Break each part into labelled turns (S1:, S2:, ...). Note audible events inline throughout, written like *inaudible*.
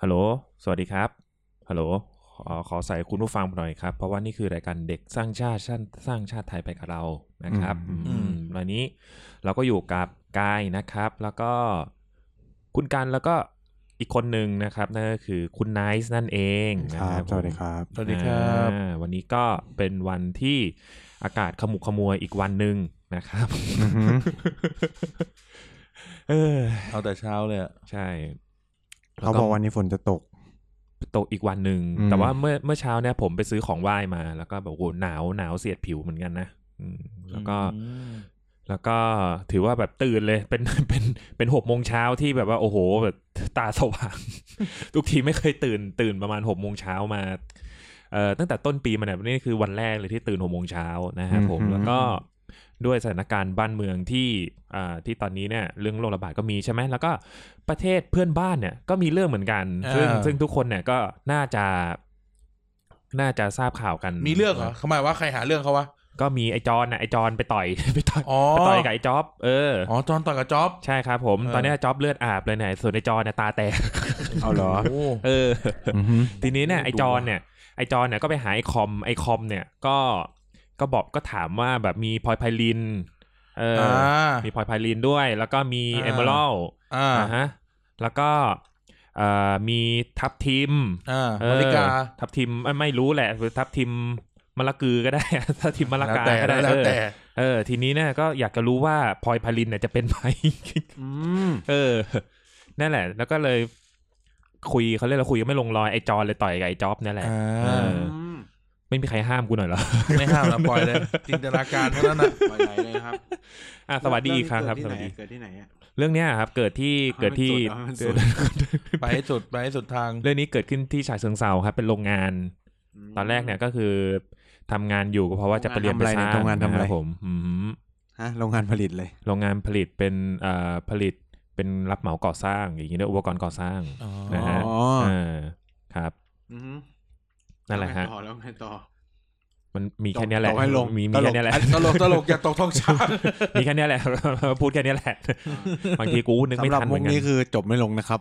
S1: ฮัลโหล สวัสดีครับ ฮัลโหล ขอขอใส่คุณผู้ฟังหน่อยครับ เพราะว่านี่คือรายการเด็กสร้างชาติสร้างสร้างชาติไทยไปกับเรา นะครับ
S2: อืม
S1: อืมวันนี้เราก็อยู่กับกายนะครับ แล้วก็คุณกันแล้วก็อีกคนหนึ่งนะครับนั่นก็คือคุณไนซ์นั่นเอง
S2: ค
S1: นะ
S2: รับ
S1: ผม
S2: สวัสดีครับ
S3: สวัสดีครับ
S1: อ่าวันนี้ก็เป็นวันที่อากาศขมุกขมัวอีกวันหนึ่งนะครับ *laughs* เออ
S3: เอาแต่เช้าเลยอะ
S1: ใช่
S2: เขาบอกวันนี้ฝนจะตก
S1: ตกอีกวันหนึ่ง
S2: อืม
S1: แต่ว่าเมื่อเมื่อเช้าเนี่ยผมไปซื้อของไหว้มา แล้วก็แบบโอ้โหหนาวหนาวเสียดผิวเหมือนกันนะอืมแล้วก็
S3: อืม
S1: แล้วก็ถือว่าแบบตื่นเลยเป็น *laughs* เป็นเป็นหกโมงเช้าที่แบบว่าโอ้โหแบบตาสว่าง *laughs* ทุกทีไม่เคยตื่นตื่นประมาณหกโมงเช้ามาเอ่อตั้งแต่ต้นปีมาเนี่ยนี่คือวันแรกเลยที่ตื่นหกโมงเช้านะฮะผม
S2: อือหือ
S1: แล้วก็ด้วยสถานการณ์บ้านเมืองที่อ่าที่ตอนนี้เนี่ยเรื่องโรคระบาดก็มีใช่ไหมแล้วก็ประเทศเพื่อนบ้านเนี่ยก็มีเรื่องเหมือนกัน ซึ่งซึ่งทุกคนเนี่ยก็น่าจะน่าจะทราบข่าวกัน
S3: มีเรื่องเหรอเขาหมายว่าใครหาเรื่องเขาวะ
S1: ก็มีไอจอนนะไอจอนไปต่อย *laughs* ไปต่อย
S3: อ๋อ
S1: ไปต่อยกับไอจ็อบเอออ
S3: อ๋อจอนต่อยกับจ๊อบ
S1: ใช่ครับผม
S3: เออ
S1: ตอนนี้จ็อบเลือดอาบเลยเนี่ยส่วนไอจอนเนี่ยตาแตก
S2: เอาเหรอ
S3: โอ้
S1: เออ
S2: อือหือ
S1: ทีนี้เนี่ยไอจอนเนี่ยไอจอนเนี่ยก็ไปหาไอคอมไอคอมเนี่ยก็ก็บอกก็ถามว่าแบบมีพลอยไพลินเอออมีพลอยไพลินด้วย แล้วก็มี
S3: อ่า
S1: เอเมอรัล
S3: อ่า
S1: นะฮะแล้วก็เอ่อมีทับทิม
S3: อ่า
S1: เอ
S3: มาริกา
S1: อทับทิมเอ้ยไม่รู้แหละทับทิมมะละกือก็ได้ *laughs* ทับทิมมะละกา
S3: แต่
S1: ก็ได้
S3: แล้
S1: เอ
S3: ว
S1: อ
S3: แต่
S1: เออทีนี้เนี่ยก็อยากจะรู้ว่าพลอยไพลินเนี่ยจะเป็นไหม *laughs*
S2: อืม
S1: เออ นั่นแหละ แล้วก็เลยคุยเขาเรียกเราคุยกันไม่ลงรอยไอจอนเลยต่อยกับไอจ็อบเนี่ยแหละ
S3: อ่า
S1: เออ ไม่มีใครห้ามกูหน่อยเหรอ
S3: ไม่ห้ามนะปล่อยเลยจินตนาการเท่า
S1: *laughs*
S3: นั้นนะ
S4: ปล่อยไหลเลยครับ
S1: อ่ะสวัสดีอีกครั้งครับส
S4: เอ
S1: วัสดี
S4: นี้เกิดที่ไหนอะ
S1: เรื่องเนี้ยครับ เกิดที่
S4: เอาให้มัน
S1: เกิดที่
S4: สุดเอาให้มันสุด
S3: ไปให้สุดไปให้สุดทาง
S1: เรื่องนี้เกิดขึ้นที่ฉะเชิงเซาครับ เป็นโรงงาน
S4: ม
S1: ตอนแรกเนี่ยก็คือทำงานอยู่ก็เพราะว่าจะไปเรียนไปสร้าง
S2: โรงงานทำอะ
S1: ะค
S2: ไร
S1: รับผมอืม
S2: ฮะโรงงานผลิตเลย
S1: โรงงานผลิตเป็นเอ่อผลิตเป็นรับเหมาก่อสร้าง อย่างนี้ด้วยอุปกรณ์ก่อสร้าง
S3: อ๋อ
S1: นะฮะ
S2: อ๋อ
S1: เออครับ
S4: อือฮึ
S1: นั่นแหละฮะ
S4: ต่อแล้วไงต่อ
S1: มันมีแค่เนี้ยแหละ
S2: ตกให้ลง
S1: มีมีแค่เนี้ยแหละ
S3: ตลกตลกอย่าตกท้องช้าง
S1: *laughs*
S3: *laughs*
S1: มีแค่เนี้ยแหละ *laughs* พูดแค่เนี้ยแหละ
S2: *laughs*
S1: บางทีกูนึก
S2: สำ
S1: ไม่
S2: หรับ
S1: ทันเห
S2: มุ
S1: มือก นกัน
S2: นี้คือจบไม่ลงนะครับ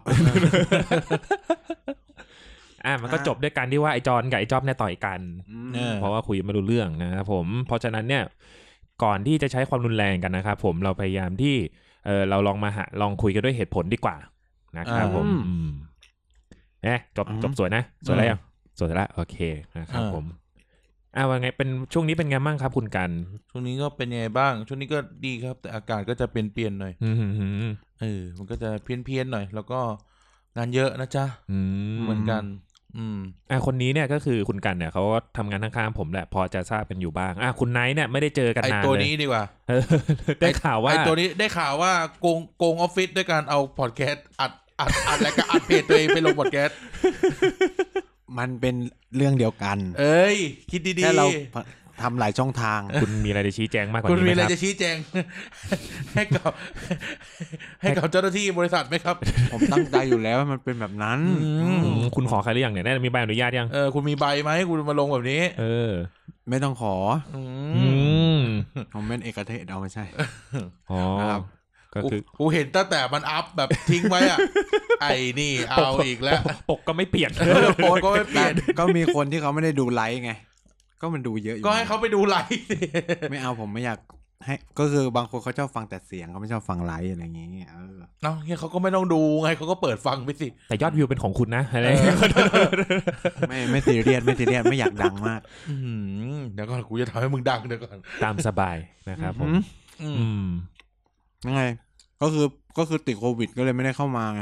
S1: อ่ะมันก็จบด้วยการที่ว่าไอ้จอนกับไอ้จอบเนี่ยต่อยกัน
S4: อืม
S3: เออ
S1: เพราะว่าคุยไม่รู้เรื่องนะครับผม เพราะฉะนั้นเนี่ยก่อนที่จะใช้ความรุนแรงกันนะครับผมเราพยายามที่เออเราลองมาหาลองคุยกันด้วยเหตุผลดีกว่านะครับผม
S2: อืม
S1: อืมเอ๊ะจบ
S2: อืม
S1: จบสวยนะ สวยแล้วยังสวยแล้วโอเคนะครับ
S3: อ่า
S1: ผมอ่ะว่าไงเป็นช่วงนี้เป็นไงบ้างครับคุณกัน
S3: ช่วงนี้ก็เป็นยังไงบ้าง ช่วงนี้ก็ดีครับ แต่อากาศก็จะเปลี่ยนเปลี่ยนๆหน่อย
S1: อืมอืม
S3: เออ มันก็จะเพี้ยนเพียนๆหน่อย แล้วก็งานเยอะนะจ๊ะ
S1: อืม
S3: เหมือนกัน อืม
S1: อ่ะคนนี้เนี่ยก็คือคุณกันเนี่ยเขาก็ทำงานข้างๆผมแหละพอจะทราบกันอยู่บ้างอ่ะคุณไนท์เนี่ยไม่ได้เจอกั
S3: ไอน
S1: นาน
S3: ตัว
S1: เลย
S3: นี้ดีกว่า
S1: เอ *laughs* อได้ข่าวว่า
S3: ไอตัวนี้ได้ข่าวว่าโกงโกงออฟฟิศด้วยการเอาพอดแคสต์อัดอัดอัดแล้วก็อัดเพจตัวเองไปลงพอดแคสต์
S2: มันเป็นเรื่องเดียวกัน
S3: เอ้ย คิดดี
S2: แค่
S3: ๆ
S2: เราทำหลายช่องทาง
S1: คุณมีอะไรจะชี้แจงมากกว่า
S3: คุณ
S1: นี้ไหม
S3: มีอะไร
S1: ครับ
S3: จะชี้แจ
S1: *laughs*
S3: ง ให้กับ ให้กับเจ้าหน้าที่บริษัทไหมครับ
S2: ผมตั้งใจอยู่แล้วว่ามันเป็นแบบนั้น
S3: อื
S1: อื
S3: ม
S1: มคุณขอใครหรือยังเนี่ยแน่มีใบอนุญาตยัง
S3: เออคุณมีใบไหมคุณมาลงแบบนี้
S1: เออ
S2: ไม่ต้องขอ
S3: อื
S1: อื
S3: ม
S1: ม
S2: ผมเป็นเอกเทศเอาไม่ใช่
S1: อ๋อ
S2: ครับ
S1: ก็คือ
S3: กูเห็นตั้งแต่มันอัพแบบทิ้งไว้
S1: *laughs*
S3: อะไอ้นี่เอาอีกแล้ว
S1: ปปกก็ไม่เปลี่ยน
S3: เออโปรก็ไม่เปลี่ยน
S2: ก็มีคนที่เขาไม่ได้ดูไลฟ์ไง ก็มันดูเยอะอยู่
S3: ก็ให้เขาไปดูไลฟ์สิ
S2: ไม่เอาผมไม่อยากให้ ก็คือบางคนเขาชอบฟังแต่เสียงเขาไม่ชอบฟังไลฟ์อะไรอย่างเงี้ยเออ
S3: เนาะเฮียเขาก็ไม่ต้องดูไงเขาก็เปิดฟังไปสิ
S1: แต่ยอดวิวเป็นของคุณนะอะไร
S2: ไม่ไม่ซีเรียสไม่ซีเรียสไม่อยากดังมาก
S3: อื้อหือเดี๋ยวก่อนกูจะทำให้มึงดังเดี๋ยวก่อน
S1: ตามสบายนะครับผม
S3: อื
S1: อื
S3: ม
S1: ม
S2: ยังไง ก็คือก็คือติดโควิดก็เลยไม่ได้เข้ามาไง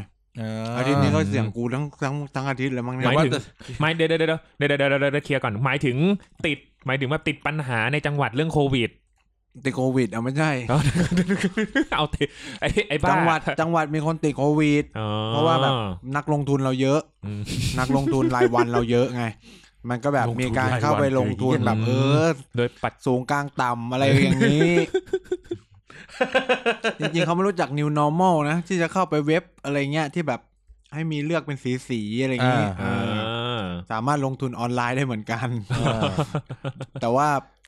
S2: อาทิตย์นี้ก็เสียงกูทั้งทั้งทั้งอาทิตย์แล้วมั้ง
S1: ห
S2: เนี่
S1: มาย
S2: ย
S1: ถึงหมายเดี๋ยวเดี๋ยวเดี๋ยวเดี๋ยวเดี๋ยวเดี๋ยวเดี๋ยวเคลียร์ก่อนหมายถึงติดหมายถึงว่าติดปัญหาในจังหวัดเรื่องโควิด *laughs*
S2: ติดโควิดอ่ะไม่ใช่
S1: เอาเอาเถอะไอ้ไอ้บ้า
S2: จังหวัดจังหวัดมีคนติดโควิด
S1: อ๋อ
S2: เพราะว่าแบบนักลงทุนเราเยอะ
S1: อืม
S2: นักลงทุนรายวันเราเยอะไง มันก็แบบมีการเข้าไปลงทุนแบบ
S1: อืม
S2: เออ
S1: โดยปัด
S2: สูงกลางต่ำอะไร *laughs* อย่างนี้ จริงๆเขาไม่รู้จัก new normal นะ ที่จะเข้าไปเว็บอะไรเงี้ยที่แบบให้มีเลือกเป็นสีสีๆอะไรอย่างนี้
S1: เอ
S2: เออ
S1: อ
S2: สามารถลงทุนออนไลน์ได้เหมือนกัน *laughs*
S3: เออ
S2: แต่ว่า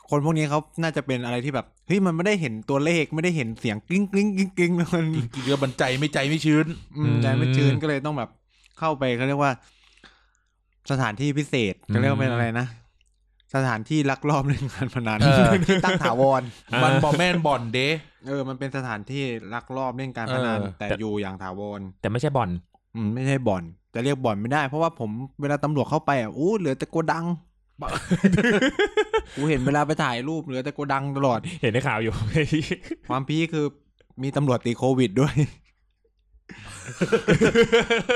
S2: คนพวกนี้เขาน่าจะเป็นอะไรที่แบบ เฮ้ย มันไม่ได้เห็นตัวเลขไม่ได้เห็นเสียงกริ้งกริ้งกริ้งกริ้งแล้วมัน *laughs*
S3: กินเยอะมันใจไม่ใจไม่ชื้น
S2: อืม
S1: อืม
S2: ใจไม่ชื้นก็เลยต้องแบบ เข้าไปเขาเรียกว่า สถานที่พิเศษจะเรียกว่าเป็นอะไรนะสถานที่ลักลอบเล่นการพนัน
S3: เออ
S2: ที่ตั้งถาวร
S3: มันบอแม่นบ่อนเด้
S2: เออ มันเป็นสถานที่ลักลอบเล่นการพนัน
S3: เออ
S2: แต่อยู่อย่างถาวร
S1: แต่ไม่ใช่บ่อน
S2: อืมไม่ใช่บ่อน จะเรียกบ่อนไม่ได้ เพราะว่าผมเวลาตำรวจเข้าไปอ่ะอู้เหลือแต่โกดัง *laughs* กูเห็นเวลาไปถ่ายรูปเหลือแต่โกดังตลอด
S1: เห็นในข่าวอยู่ *laughs*
S2: ความพีคคือมีตำรวจติดโควิดด้วย *laughs*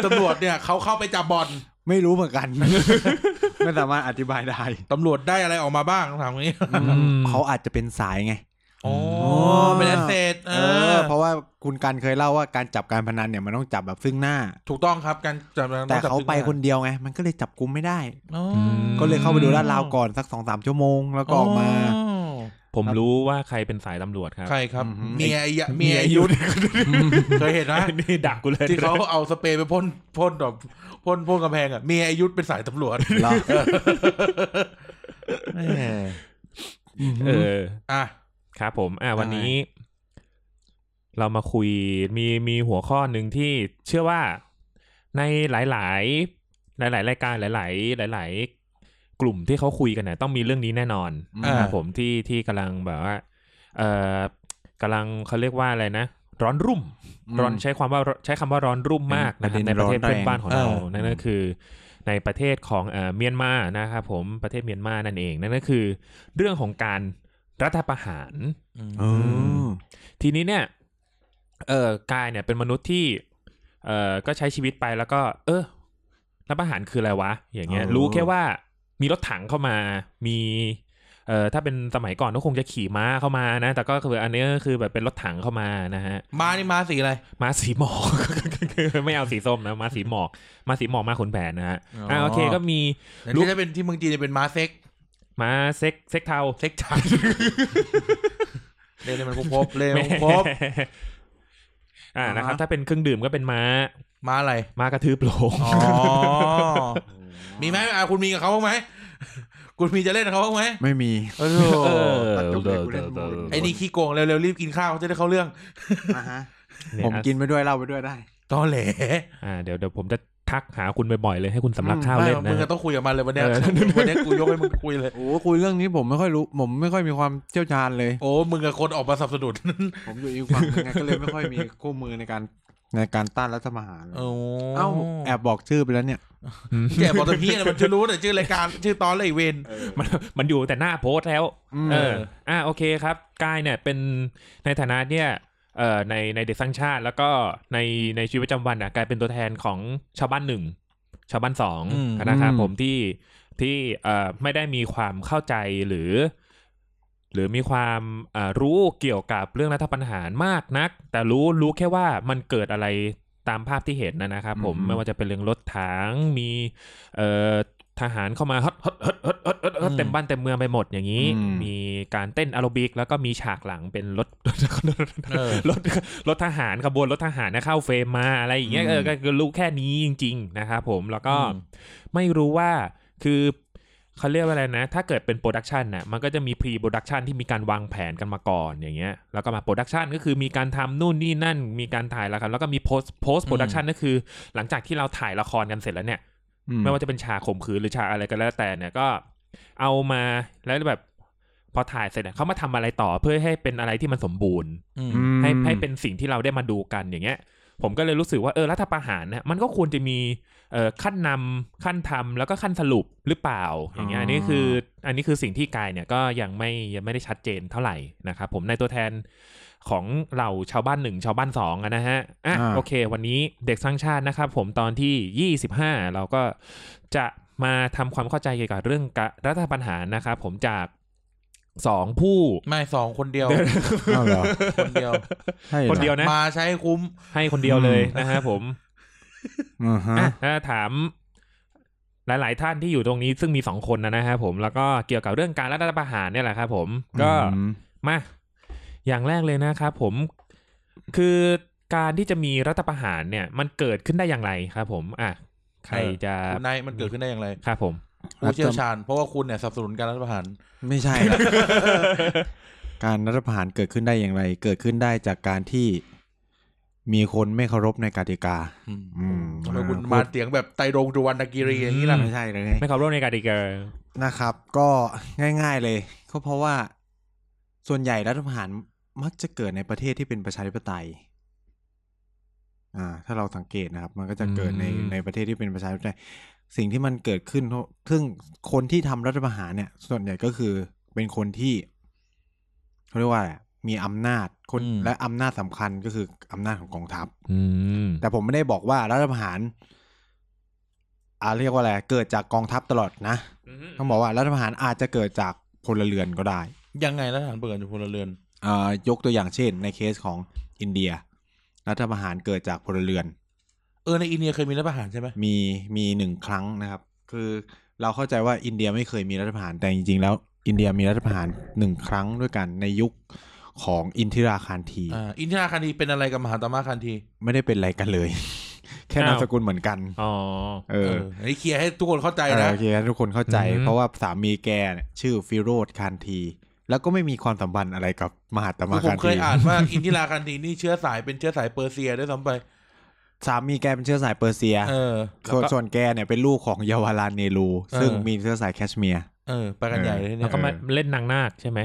S3: ตำรวจเนี่ยเขาเข้าไปจับบ่อน
S2: ไม่รู้เหมือนกัน *laughs* ไม่สามารถอธิบายได้
S3: ตำรวจได้อะไรออกมาบ้างถามงี้
S2: อืม
S1: อืม
S2: เขาอาจจะเป็นสายไง
S3: โอ้
S2: อ
S3: เป็นแอสเซทเอ
S2: เออ
S3: อ
S2: เพราะว่าคุณกันเคยเล่าว่าการจับการพนันเนี่ยมันต้องจับแบบซึ่งหน้า
S3: ถูกต้องครับการจับ
S2: แต่เขาไปคนเดียวไง มันก็เลยจับกุมไม่ได้
S3: อ๋อ
S2: ก็เลยเข้าไปดูลาดราวก่อนสักสองสามชั่วโมงแล้วก็ออกมา
S3: อ๋อ
S1: ผมรู้ว่าใครเป็นสายตำรวจครับ
S3: ใครครับ
S2: อืม
S3: เมียไอ้ยะเมียไอ้ยุทธเคยเห็นนะ
S1: นี่ดักกูเลย
S3: ที่เขาเอาสเปรย์ไปพ่นพ่นแบบพ่นพ่นกำแพงอ่ะเมียไอ้ยุทธเป็นสายตำรวจ
S2: เหรอ
S1: เออ
S3: อ่ะ
S1: ครับผม อ่าวันนี้ เรามาคุยมีมีหัวข้อหนึ่งที่เชื่อว่าในหลาย ๆ หลาย ๆ รายการหลาย ๆ หลาย ๆ กลุ่มที่เขาคุยกันเนี่ยต้องมีเรื่องนี้แน่นอน
S2: อ่า
S1: ครับผมที่ที่กำลังแบบว่า เอ่อกำลังเขาเรียกว่าอะไรนะ ร้อนรุ่ม ร้อนใช้ความว่าใช้คำว่าร้อนรุ่มมากนะครับ
S2: เป็
S1: ในป
S2: นประ ระ
S1: เท
S2: เด็
S1: ศ
S2: น
S1: เพื่อน
S2: ร้อนแรง
S1: บ้านของเรานั่นก็คือ ในประเทศของเอ่อเมียนมานะครับผมประเทศเมียนมานั่นเองนั่นก็คือ เรื่องของการรัฐประหาร
S2: เออ
S1: ทีนี้เนี่ย เออกายเนี่ยเป็นมนุษย์ที่ เออก็ใช้ชีวิตไปแล้วก็ เออรัฐประหารคืออะไรวะ อย่างเงี้ย
S2: เออ
S1: รู้แค่ว่ามีรถถังเข้ามา มี เออถ้าเป็นสมัยก่อนก็คงจะขี่ม้าเข้ามานะ แต่ก็คืออันนี้ก็คือแบบเป็นรถถังเข้ามานะฮะ
S3: มานี่มาสีอะไร
S1: ม้าสีหมอก ไม่เอาสีส้มนะม้าสีหมอกม้าสีหมอกมาขนแผนนะฮะอ่าโอเคก็มี
S3: แต่ที่ถ้าเป็นที่เมืองจีนเนี่ยเป็นม้าเซ็ก
S1: ม้าเซ็กเซ็กเทา
S3: เซ็กชันเล่นให้มันครบๆเล่นให้มันครบ
S1: อ่านะครับ ถ้าเป็นเครื่องดื่มก็เป็นม้า
S3: ๆม้าอะไร
S1: ม้ากระทืบโลง *laughs*
S3: อ๋อ มีไหมอ่ะคุณมีกับเขาบ้างไหม *laughs* คุณมีจะเล่นกับเขาบ้างไหม
S2: ไม่มี
S3: โอ้โห
S1: เออ
S2: ตัดยกเลิกกูเล่น
S1: เออ
S2: หมด
S3: ไอ้นี่ขี้โกงเร็วๆรีบกินข้าวจะได้เข้าเรื่อง
S2: นะฮะ
S1: เนี่ย
S2: ผมกินไปด้วยเล่าไปด้วยได้
S3: ตอแหล
S1: อ่าเดี๋ยวเดี๋ยวผมจะทักหาคุณบ่อยๆเลยให้คุณสำลักข้าว
S3: ไม่
S1: เล่น
S3: มึง
S1: นะ
S3: ก็ต้องคุยกับมันเลยวันเนี้ย
S1: เออ
S3: *laughs* วันเนี้ยกูยกให้มึงคุยเลย
S2: โอ้คุยเรื่องนี้ผมไม่ค่อยรู้ ผมไม่ค่อยมีความเชี่ยวชาญเลย
S3: โอ้ มึงกับคนออกมาสนับสนุน *laughs*
S2: ผมอยู่อีกฝั่งนึงไงก็เลยไม่ค่อยมีคู่มือในการในการต้านรัฐประหาร
S3: โอ้
S2: เอ้าแอบบอกชื่อไปแล้วเนี่ย
S3: แกบอกตะพี่อะไรมันจะรู้แต่ชื่อรายการชื่อตอนเลยเวน
S1: มันมันอยู่แต่หน้าโพสต์แล้ว
S2: ม
S1: เออ อ่าโอเคครับกายเนี่ยเป็นในฐานะเนี่ยเอ่อในในเด็กสร้างชาติ แล้วก็ในในชีวิตประจำวันอ่ะกลายเป็นตัวแทนของชาวบ้านหนึ่งชาวบ้านสอง
S3: อืม
S1: นะครับผมที่ที่เอ่อไม่ได้มีความเข้าใจหรือ หรือมีความเอ่อรู้เกี่ยวกับเรื่องรัฐประหารมากนัก แต่รู้รู้แค่ว่ามันเกิดอะไรตามภาพที่เห็นนะนะครับผมไม่ว่าจะเป็นเรื่องรถถังมีเอ่อทหารเข้ามาฮึดฮึดฮึดฮึดฮึดฮึดฮึดเต็มบ้านเต็มเมืองไปหมดอย่างนี้
S2: อืม
S1: มีการเต้นอาโรบิกแล้วก็มีฉากหลังเป็นรถ *laughs*
S3: เออ
S1: รถรถทหารขบวนรถทหารนะเข้าเฟรมมาอะไรอย่างเงี้ย
S2: อืม
S1: เออก็ก็รู้แค่นี้จริง ๆ นะครับผมแล้วก็
S3: อืม
S1: ไม่รู้ว่าคือเขาเรียกว่าอะไรนะ ถ้าเกิดเป็นโปรดักชันน่ะมันก็จะมีพรีโปรดักชันที่มีการวางแผนกันมาก่อนอย่างเงี้ยแล้วก็มาโปรดักชันก็คือมีการทำนู่นนี่นั่นมีการถ่ายแล้วครับแล้วก็มีโพสโพสโปรดักชันก็คือ หลังจากที่เราถ่ายละครกันเสร็จแล้วเนี่ย
S2: อื
S1: ไม่ว่าจะเป็นฉากข่มขืนหรือฉากอะไรก็แล้วแต่เนี่ยก็เอามาแล้วแบบพอถ่ายเสร็จเนี่ยเขามาทำอะไรต่อเพื่อให้เป็นอะไรที่มันสมบูรณ์
S3: อืม
S2: อืม
S1: ให้ให้เป็นสิ่งที่เราได้มาดูกันอย่างเงี้ย ผมก็เลยรู้สึกว่าเออรัฐประหารเนี่ยมันก็ควรจะมีเอ่อขั้นนำขั้นทำแล้วก็ขั้นสรุปหรือเปล่าอย่างเงี้ยอันนี้คืออันนี้คือสิ่งที่กายเนี่ยก็ยังไม่ยังไม่ได้ชัดเจนเท่าไหร่นะครับผมในตัวแทนของเราชาวบ้านหนึ่งชาวบ้านสองอะนะฮะอ่ะ
S2: อ่า
S1: โอเค วันนี้เด็กสร้างชาตินะครับผมตอนที่ 25 เราก็จะมาทำความเข้าใจเกี่ยวกับเรื่องกะรัฐประหารนะครับผมจากสองผู้
S3: ไม่สองคนเดียว
S2: อ้าวเหรอ
S3: คนเดียว
S2: ใช่หรอ
S1: คนเดียวนะ
S3: มาใช้ให้คุ้ม
S1: ให้คนเดียวเลยนะฮะผม
S2: อ่าฮะ
S1: อ่ะถ้าถามหลาย ๆ ท่านที่อยู่ตรงนี้ซึ่งมีสองคนนะนะฮะผมแล้วก็เกี่ยวกับเรื่องการรัฐประหารเนี่ยแหละครับผมก็
S2: อืม
S1: มาอย่างแรกเลยนะครับผมคือการที่จะมีรัฐประหารเนี่ย มันเกิดขึ้นได้อย่างไรครับ ผมอ่ะใคร
S3: เออ
S1: จะ
S3: คุณนายมันเกิดขึ้นได้อย่างไร
S1: ครับผม
S3: ผู้เชี่ยวชาญ เพราะว่าคุณเนี่ยสนับสนุนการรัฐประหาร
S2: ไม่ใช่ *laughs* นะการรัฐประหารเกิดขึ้นได้อย่างไร เกิดขึ้นได้จากการที่ มีคนไม่เคารพในกติกา อืม
S3: ทำไมคุณ
S2: พูด
S3: มาเสียงแบบไตรรงจวันกีรีอย่างนี้ล่ะ
S1: อื
S2: ไม่ใช่เลย
S1: ไม่เคารพในกติกา
S2: นะครับ ก็ง่าย ๆเลยก็เพราะว่าส่วนใหญ่รัฐประหารมักจะเกิดในประเทศที่เป็นประชาธิปไตย อ่า ถ้าเราสังเกตนะครับ มันก็จะเกิดในในประเทศที่เป็นประชาธิปไตย สิ่งที่มันเกิดขึ้นเพราะซึ่งคนที่ทำรัฐประหารเนี่ย ส่วนใหญ่ก็คือเป็นคนที่เขาเรียกว่าอะไรมีอำนาจคน
S3: อืม
S2: และอำนาจสำคัญก็คืออำนาจของกองทัพ
S1: อืม
S2: แต่ผมไม่ได้บอกว่ารัฐประหารอ่าเรียกว่าอะไรเกิดจากกองทัพตลอดนะ ต้องบอกว่ารัฐประหารอาจจะเกิดจากพลเรือนก็ได้
S3: ยังไงแล้วฐานเปิดอยู่พลเรือน
S2: อ่ายกตัวอย่างเช่น ในเคสของอินเดีย รัฐประหารเกิดจากพลเรือน
S3: เออในอินเดียเคยมีรัฐประหารใช่ไหม
S2: มีมีหนึ่งครั้งนะครับ คือเราเข้าใจว่าอินเดียไม่เคยมีรัฐประหารแต่จริงๆแล้ว อินเดียมีรัฐประหารหนึ่งครั้งด้วยกันในยุคของอินทิราคารที
S3: อ่าอินทิราคันธีเป็นอะไรกับมหาตมาคันธี
S2: ไม่ได้เป็นอะไรกันเลย *laughs* แค่นามสกุลเหมือนกัน
S1: อ๋อ
S2: เอ
S3: เอ
S2: อ
S3: ออันนี้เคลียร์ให้ทุกคนเข้าใจนะ
S2: โอเคทุกคนเข้าใจ
S1: อืม
S2: เพราะว่าสามีแกเนี่ยชื่อฟิโรธคารที แล้วก็ไม่มีความสัมพันธ์อะไรกับมหาต
S3: คื
S2: มา
S3: อผ
S2: คาม รที
S3: เคยอ่านว่าอินทิราคันธีนี่เชื้อ *laughs* สายเป็นเชื้อสายเปอร์เซียด้วยซ้ำไป
S2: สามีแกเป็นเชื้อสายเปอร์เซีย
S3: เออแล้
S2: ส่วน
S3: วก็
S2: ส่วนแกเนี่ยเป็นลูกของเยาวราชเนรู
S3: เออ
S2: ซึ่งมีเชื้อสายแคชเมียร์
S3: เออไปกันใหญ่เลย
S1: แล้ว
S3: เนี่ย
S1: ก็มา
S2: เออ
S1: เล่นนางนาคใช่ไหม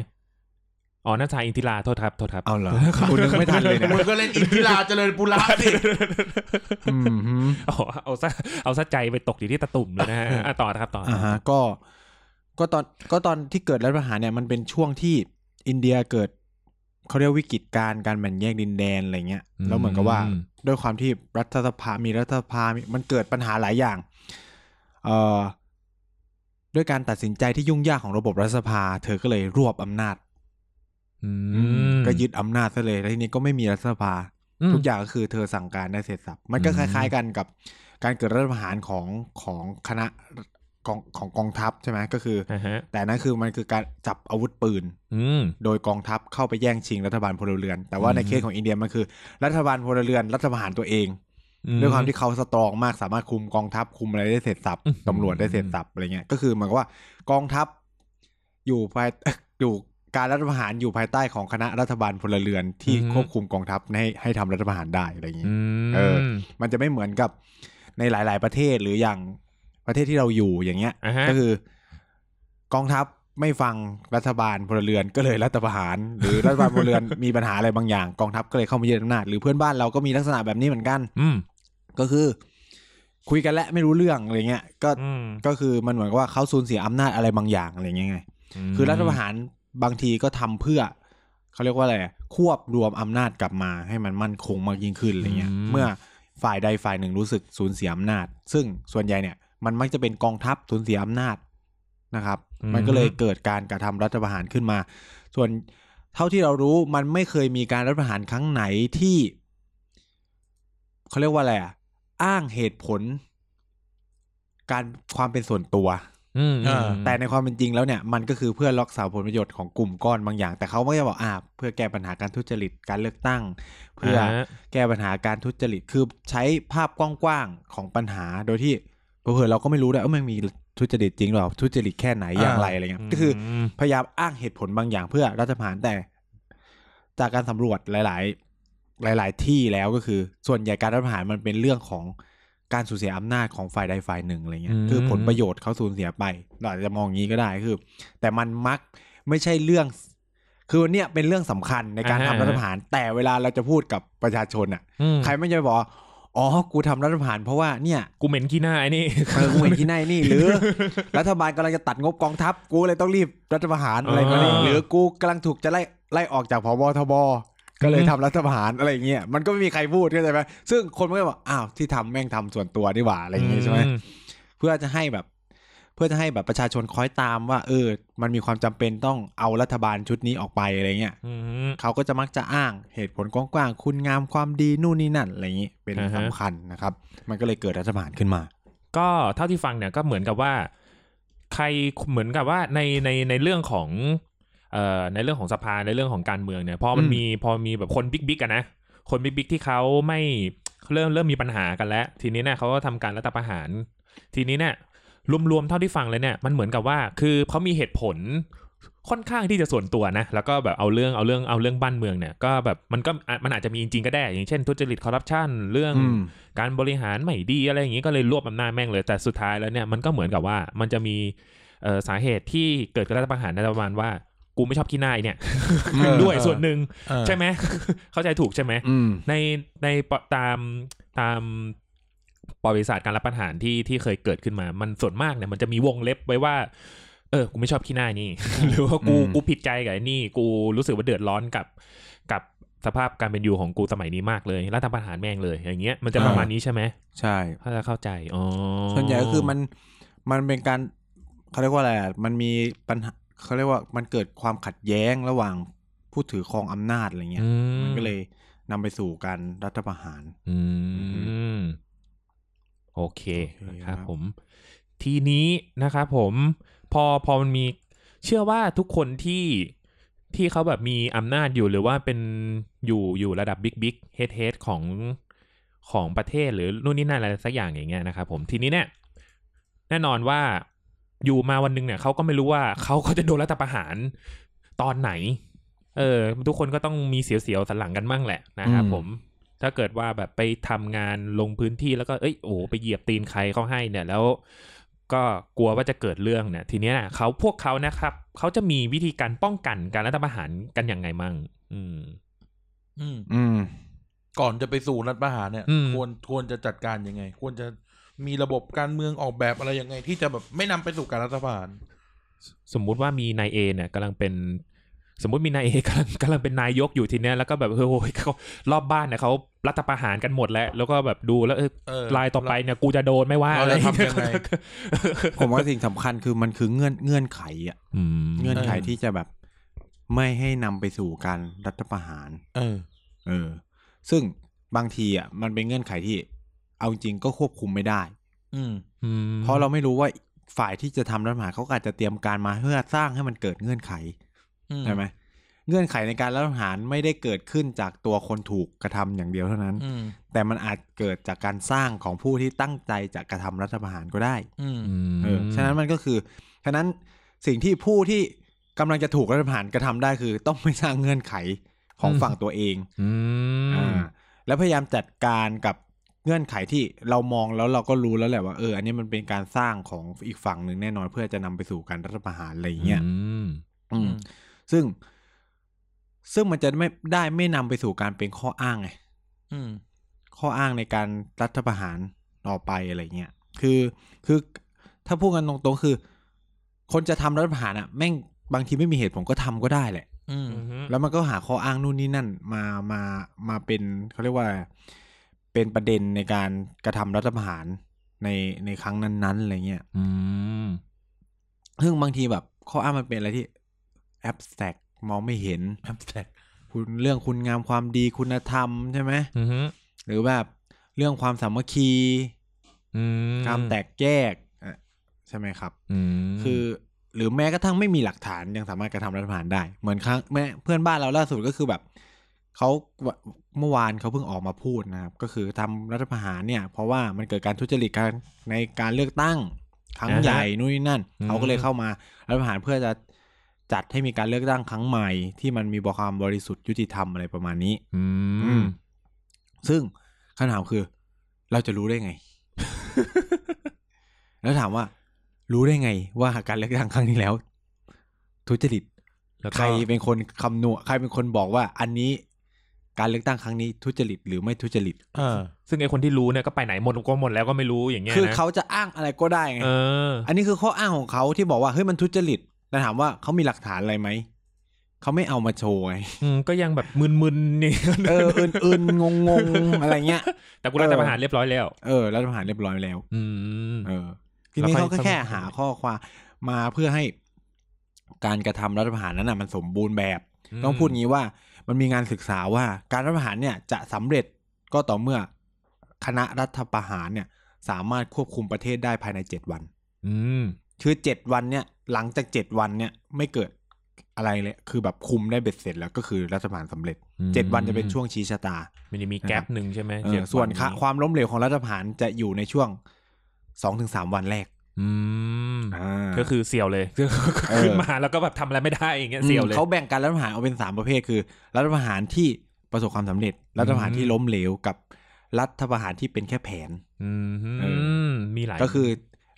S1: อ๋อนักชายอินทิราโทษครับโทษครับ
S2: เอาเหรอ คุณนึกไม่ทันเลยเนี่ย
S3: มึงก็เล่นอินทิราเจริญปุระสิ
S2: อืมฮึ
S1: เอาเอาซะเอาซะใจไปตกอยู่ที่ตะตุ่มเลยนะ
S2: *laughs*
S1: ฮะอ่ะต่อนะครับต่อ
S2: อ่าฮะก็ก็ตอนก็ตอนที่เกิดรัฐประหารเนี่ยมันเป็นช่วงที่อินเดียเกิดเขาเรียกวิกฤตการณ์การแบ่งแยกดินแดนอะไรเงี้ยแล้วเหมือนกับว่า ด้วยความที่รัฐสภา มีรัฐสภามีมันเกิดปัญหาหลายอย่าง เอ่อ ด้วยการตัดสินใจที่ยุ่งยากของระบบรัฐสภา เธอก็เลยรวบอำนาจ
S1: อื
S2: อื
S1: ม
S2: มก็ยึดอำนาจซะเลย แล้วทีนี้ก็ไม่มีรัฐสภา
S1: ม
S2: ทุกอย่างก็คือเธอสั่งการได้เสร็จสับ มันก็
S1: อืม
S2: คล้ายๆกันกับการเกิดรัฐประหารของของคณะกองของกองทัพใช่ไหมก็คืออ
S1: อ่าฮะ
S2: แต่นั่นคือมันคือการจับอาวุธปืน
S1: อืม
S2: โดยกองทัพเข้าไปแย่งชิงรัฐบาลพลเรือน แต่ว่าใน
S1: อืม
S2: เคสของอินเดียมันคือ รัฐบาลพลเรือน รัฐประหารตัวเอง ด้วยความที่เขาสตรองมากสามารถคุมกองทัพคุมอะไรได้เสร็จสับ
S1: อื้อหือ
S2: ตำรวจได้เสร็จสับอะไรเงี้ยก็คือเหมือนกับว่ากองทัพอยู่ภาย อยู่การรัฐประหารอยู่ภายใต้ของคณะรัฐบาลพลเรือนที่ควบคุมกองทัพให้ให้ทำรัฐประหารได้อะไรอย่างงี้
S1: อืม
S2: เออ มันจะไม่เหมือนกับในหลาย ๆ ประเทศหรืออย่างประเทศที่เราอยู่อย่างเงี้ย
S1: อ่าฮะ
S2: ก็คือกองทัพไม่ฟังรัฐบาลพลเรือนก็เลยรัฐประหาร หรือรัฐบาลพลเรือนมีปัญหาอะไรบางอย่าง *laughs* กองทัพก็เลยเข้ามายึดอำนาจหรือเพื่อนบ้านเราก็มีลักษณะแบบนี้เหมือนกัน
S1: อืม
S2: ก็คือ คุยกันแล้วไม่รู้เรื่องอะไรเงี้ยก็
S1: อืม
S2: ก็คือมันเหมือนกับว่าเขาสูญเสียอำนาจอะไรบางอย่างอะไรเงี้ยไงคือรัฐประหารบางทีก็ทำเพื่อเขาเรียกว่าอะไรอะควบรวมอำนาจกลับมาให้มันมั่นคงมากยิ่งขึ้นอะไรเงี้ยเมื่อฝ่ายใดฝ่ายหนึ่งรู้สึกสูญเสียอำนาจ ซึ่งส่วนใหญ่เนี่ย มันมักจะเป็นกองทัพสูญเสียอำนาจนะครับ มันก็เลยเกิดการกระทำรัฐประหารขึ้นมา ส่วนเท่าที่เรารู้มันไม่เคยมีการรัฐประหารครั้งไหนที่เขาเรียกว่าอะไรอ่ะอ้างเหตุผล การความเป็นส่วนตัว
S1: อืมอืม
S2: แต่ในความเป็นจริงแล้วเนี่ยมันก็คือเพื่อล็อกสาวผลประโยชน์ของกลุ่มก้อนบางอย่าง แต่เขาไม่ได้บอกอ่าเพื่อแก้ปัญหาการทุจริตการเลือกตั้ง เพื่ออา
S1: ฮะ
S2: แก้ปัญหาการทุจริตคือใช้ภาพกว้างๆของปัญหาโดยที่เผื่อๆเราก็ไม่รู้ด้วยว่ามันมีทุจริตจริงหรือเปล่าทุจริตแค่ไหนอย่างไรอะไรเงี้ยก็คือ
S1: ม
S2: พยายามอ้างเหตุผลบางอย่างเพื่อรัฐประหารแต่ จากการสำรวจหลาย ๆ หลาย ๆ ที่แล้วก็คือ ส่วนใหญ่การรัฐประหารมันเป็นเรื่องของการสูญเสียอำนาจของฝ่ายใดฝ่ายหนึ่งอะไรเงี้ยคือผลประโยชน์เขาสูญเสียไปเราอาจจะมองอย่างนี้ก็ได้คือ แต่มันมักไม่ใช่เรื่อง คือเนี่ยเป็นเรื่องสำคัญในการทำรัฐประหาร แต่เวลาเราจะพูดกับประชาชนอ่ะ
S1: อืม
S2: ใครไม่จะบอกว่าอ๋อกูทำรัฐประหารเพราะว่าเนี่ย
S1: กูเหม็นขี้หน้าไอ้นี่
S2: เออกูเห็นที่ไหนนี่ หรือ รัฐบาลกำลังจะตัดงบกองทัพ กูเลยต้องรีบรัฐประหารอะไรก็ได้
S1: อ่า
S2: หรือกูกำลังถูกจะไล่ไล่ออกจากพบทบก็เลย
S1: อืม
S2: ทำรัฐประหารอะไรอย่างเงี้ยมันก็ไม่มีใครพูดเข้าใจไหมซึ่งคนมันก็บอกอ้าวที่ทำแม่งทำส่วนตัวนี่หว่าอะไรอย่างงี้ใช่ไหมเพื่อจะให้แบบ เพื่อจะให้แบบประชาชนคอยตามว่า เออ มันมีความจำเป็นต้องเอารัฐบาลชุดนี้ออกไปอะไรเงี้ย
S1: อืม
S2: เขาก็จะมักจะอ้างเหตุผลกว้างๆคุณงามความดีนู่นนี่นั่นอะไรอย่างงี้เป็น
S1: อ่าฮะ
S2: สำคัญนะครับ มันก็เลยเกิดรัฐประหารขึ้นมา
S1: ก็เท่าที่ฟังเนี่ยก็เหมือนกับว่า ใครเหมือนกับว่าในในในเรื่องของเอ่อในเรื่องของสภาในเรื่องของการเมืองเนี่ยพอมัน
S2: อืม
S1: มีพอมีแบบคนบิ๊กบิ๊กกันนะคนบิ๊กบิ๊กที่เขาไม่เริ่มเริ่มมีปัญหากันแล้ว ทีนี้เนี่ยเขาก็ทำการรัฐประหาร ทีนี้เนี่ยรวมๆเท่าที่ฟังเลยเนี่ยมันเหมือนกับว่าคือเขามีเหตุผล ค่อนข้างที่จะส่วนตัวนะ แล้วก็แบบเอาเรื่องเอาเรื่องเอาเรื่องบ้านเมืองเนี่ย ก็แบบมันก็อ่ะมันอาจจะมีจริงๆก็ได้ อย่างเช่นทุจริตคอร์รัปชันเรื่อง
S2: อืม
S1: การบริหารไม่ดีอะไรอย่างนี้ก็เลยรวบอำนาจแม่งเลย แต่สุดท้ายแล้วเนี่ยมันก็เหมือนกับว่ามันจะมีเอ่อสาเหตุที่เกิดการรัฐประหารนะประมาณว่า กูไม่ชอบขี้หน้าไอ้เนี่ย *laughs* ด้วยส่วนหนึ่ง
S3: เออ
S1: ใช่ไหม *laughs* เข้าใจถูกใช่ไหม
S2: อืม
S1: ในในปตามตามประวัติศาสตร์การรับประหารที่ที่เคยเกิดขึ้นมา มันส่วนมากเนี่ยมันจะมีวงเล็บไว้ว่า เออ กูไม่ชอบขี้หน้านี่ *laughs* หรือว่ากู
S2: อืม
S1: กูผิดใจกับไอ้นี่ กูรู้สึกว่าเดือดร้อนกับ กับสภาพการเป็นอยู่ของกูสมัยนี้มากเลยรัฐประหารแม่งเลย อย่างเงี้ยมันจะประมาณนี้ใช่ไหม
S2: ใช่
S1: ถ้าจะเข้าใจอ๋อ
S2: ส่วนใหญ่ก็คือมันมันเป็นการเขาเรียกว่าอะไรอะมันมีปัญหาเขาเรียกว่ามันเกิดความขัดแย้งระหว่างผู้ถือครองอำนาจอะไรเงี้ย
S1: อื
S2: มันก็เลยนำไปสู่การรัฐประหาร
S1: อืมโอเค
S2: โอเค
S1: นะครับ
S2: ครับ
S1: ผม ทีนี้นะครับผมพอพอมันมีเชื่อว่าทุกคนที่ที่เขาแบบมีอำนาจอยู่หรือว่าเป็นอยู่อยู่ระดับบิ๊กบิ๊กเฮดเฮดของของประเทศหรือนู่นนี่นั่นอะไรสักอย่างอย่างเงี้ยนะครับผมทีนี้เนี่ยแน่นอนว่าอยู่มาวันหนึงเนี่ยเขาก็ไม่รู้ว่าเขาก็จะโดนรัฐประหารตอนไหน เออ ทุกคนก็ต้องมีเสียวๆสันหลังกันมั่งแหละนะครับ
S2: อืม
S1: ผม ถ้าเกิดว่าแบบไปทำงานลงพื้นที่แล้วก็เอ้ยโอ้โหไปเหยียบตีนใครเขาให้เนี่ยแล้ว ก็กลัวว่าจะเกิดเรื่องเนี่ยทีเนี้ยน่ะเขาพวกเขานะครับเขาจะมีวิธีการป้องกันการรัฐประหารกันอย่างไงมั่ง อืม
S3: อืม
S2: อื
S1: *laughs*
S2: ม
S3: ก่อนจะไปสู่รัฐประหารเนี่ย
S1: อืม
S3: ควรควรจะจัดการยังไง ควรจะมีระบบการเมืองออกแบบอะไรยังไง ที่จะแบบไม่นำไปสู่การรัฐประหาร
S1: สมมุติว่ามีนายเอเนี่ยกำลังเป็น สมมุติมีนายเอกำลังกำลังเป็นนายกอยู่ทีเนี้ยแล้วก็แบบเฮ้ยโอ้ยเขารอบบ้านเนี่ยเขารัฐประหารกันหมดแล้ว แล้วก็แบบดูแล้วเออ
S3: เออ
S1: ลายต่อไปเนี่ยกูจะโดนไหม่ว่า
S3: เรา
S1: อะไร
S3: จะทำยังไง
S2: ผมว่าสิ่งสำคัญคือมันคือเงื่อนเงื่อนไขอะ
S1: อืม
S2: เงื่อนไข
S3: เออ
S2: ที่จะแบบไม่ให้นำไปสู่การรัฐประหาร
S3: เออ
S2: เออ ซึ่งบางทีอ่ะมันเป็นเงื่อนไขที่ เอาจริงก็ควบคุมไม่ได้
S3: อืม
S1: อืม
S2: เพราะเราไม่รู้ว่าฝ่ายที่จะทำรัฐประหารเขาก็อาจจะเตรียมการมาเพื่อสร้างให้มันเกิดเงื่อนไข
S3: อืม
S2: ใช่ไหมเงื่อนไขในการรัฐประหารไม่ได้เกิดขึ้นจากตัวคนถูกกระทำอย่างเดียวเท่านั้น
S3: อืม
S2: แต่มันอาจเกิดจากการสร้างของผู้ที่ตั้งใจจะกระทำรัฐประหารก็ได้
S3: อืม
S1: ม
S2: เออฉะนั้นมันก็คือฉะนั้นสิ่งที่ผู้ที่กำลังจะถูกรัฐประหารกระทำได้คือ ต้องไม่สร้างเงื่อนไขของ
S1: อืม
S2: ฝั่งตัวเอง
S1: อืม
S2: อ่าแล้วพยายามจัดการกับเงื่อนไขที่เรามองแล้วเราก็รู้แล้วแหละว่าเอออันนี้มันเป็นการสร้างของอีกฝั่งหนึ่งแน่นอนเพื่อจะนำไปสู่การรัฐประหารอะไรอย่างเงี้ย
S1: อืม
S2: อืม ซึ่ง ซึ่งมันจะไม่ได้ไม่นำไปสู่การเป็นข้ออ้างไง
S3: อืม
S2: ข้ออ้างในการรัฐประหารต่อไปอะไรเงี้ยคือคือถ้าพูดกันตรงๆคือ คนจะทำรัฐประหารอะแม่งบางทีไม่มีเหตุผลก็ทำก็ได้แหละ
S3: อืม
S2: แล้วมันก็หาข้ออ้างนู่นนี่นั่นมามามาเป็นเขาเรียกว่าอะไรเป็นประเด็นในการกระทำรัฐประหารในในครั้งนั้นๆอะไรเงี้ย
S1: อืม
S2: ซึ่งบางทีแบบ ข้ออ้างมันเป็นอะไรที่แอบแตกมองไม่เห็น
S3: abstract
S2: คุณเรื่องคุณงามความดีคุณธรรมใช่ไหม
S1: อืม
S2: หรือแบบเรื่องความสามัคคี
S1: อืม
S2: ความแตกแยกอ่ะใช่ไหมครับ
S1: อืม
S2: คือหรือแม้กระทั่งไม่มีหลักฐานยังสามารถกระทำรัฐประหารได้ เหมือนครั้งแม่เพื่อนบ้านเราล่าสุดก็คือแบบเขาเมื่อวานเขาเพิ่งออกมาพูดนะครับ ก็คือทำรัฐประหารเนี่ย เพราะว่ามันเกิดการทุจริตการในการเลือกตั้งครั้งใหญ่นู่นนี่นั่นเขาก็เลยเข้ามารัฐประหารเพื่อจะจัดให้มีการเลือกตั้งครั้งใหม่ ที่มันมีความบริสุทธิ์ยุติธรรมอะไรประมาณนี้
S1: อื
S2: อื
S1: ม
S2: มซึ่งคำถามคือ เราจะรู้ได้
S1: *laughs*
S2: ไง แล้วถามว่า รู้ได้ไง ว่าการเลือกตั้งครั้งที่แล้ว ทุจริต
S1: แล้วก็
S2: ใครเป็นคนคำนวณใครเป็นคนบอกว่า อันนี้ การเลือกตั้งครั้งนี้ทุจริตหรือไม่ทุจริต
S3: อ่า
S1: ซึ่งไอคนที่รู้เนี่ยก็ไปไหนหมดก็หมดแล้วก็ไม่รู้อย่างเงี้ยนะ
S2: คือเขาจะอ้างอะไรก็ได้ไง
S1: เออ
S2: อันนี้คือข้ออ้างของเขาที่บอกว่าเฮ้ยมันทุจริตแต่ถามว่าเขามีหลักฐานอะไรไหมเขาไม่เอามาโชว์ไง
S1: อืมก็ยังแบบมึนๆนี่
S2: *laughs* เอออื่นๆงงๆอะไรเงี้ย
S1: *laughs* แต่กูรัฐประหารเรียบร้อยแล้ว
S2: เออรัฐประหารเรียบร้อยแล้ว
S1: อืม
S2: เออทีนี้
S1: แล้วค่อย
S2: เขาก็แค่
S1: ค่อย
S2: หาข้อความมาเพื่อให้การกระทำรัฐประหารนั้นน่ะมันสมบูรณ์แบบ ต้องพูดงี้ว่ามันมีงานศึกษาว่าการรัฐประหารเนี่ยจะสำเร็จก็ต่อเมื่อคณะรัฐประหารเนี่ย สามารถควบคุมประเทศได้ภายในเจ็ดวัน
S1: อืม
S2: คือเจ็ดวันเนี่ยหลังจากเจ็ดวันเนี่ยไม่เกิดอะไรเลยคือแบบคุมได้เบ็ดเสร็จแล้วก็คือรัฐประหารสำเร็จ
S1: อืม
S2: เจ็ดวันจะเป็นช่วงชี้ชะตา
S1: มันจะมีแก๊ปหนึ่งใช่ไหม
S2: เอ
S1: เจ็ด
S2: อส่วน
S1: นี้
S2: ค่ะความล้มเหลวของรัฐประหารจะอยู่ในช่วงสองถึงสามวันแรก
S1: อืม
S2: อ่า
S1: ก็คือเสี่ยวเลย *laughs*
S2: เออ
S1: ขึ้นมาแล้วก็แบบทำอะไรไม่ได้อย่างเงี้ยเสี่ยวเลย
S2: เขาแบ่งการรัฐประหารออกเป็นสามประเภทคือ รัฐประหารที่ประสบความสำเร็จ รัฐประหารที่ล้มเหลวกับรัฐประหารที่เป็นแค่แผน
S1: อื
S2: เอ
S1: มมีหลาย
S2: ก็คือ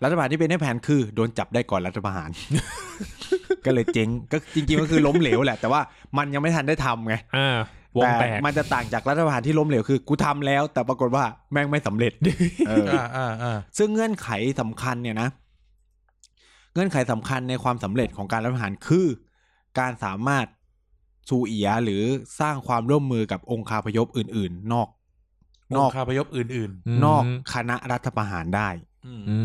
S2: รัฐประหารที่เป็นแค่แผนคือ โดนจับได้ก่อนรัฐประหาร *laughs* ก็เลยเจ๊งก็จริงๆก็คือล้มเหลวแหละ แต่ว่ามันยังไม่ทันได้ทำไง
S1: อ่าวงแต
S2: แต่
S1: ก
S2: มันจะต่างจากรัฐประหารที่ล้มเหลวคือ กูทำแล้ว แต่ปรากฏว่าแม่งไม่สำเร็จเออ
S3: อ่าอ่าอ่า
S2: ซึ่งเงื่อนไขสำคัญเนี่ยนะ เงื่อนไขสำคัญในความสำเร็จของการรัฐประหารคือ การสามารถสูเอียหรือสร้างความร่วมมือกับองค์คาพยพอื่น ๆ นอก นอก
S3: งคาพยพอื่น
S2: นอกคณะรัฐประหารได้
S3: ๆ อืม
S1: อื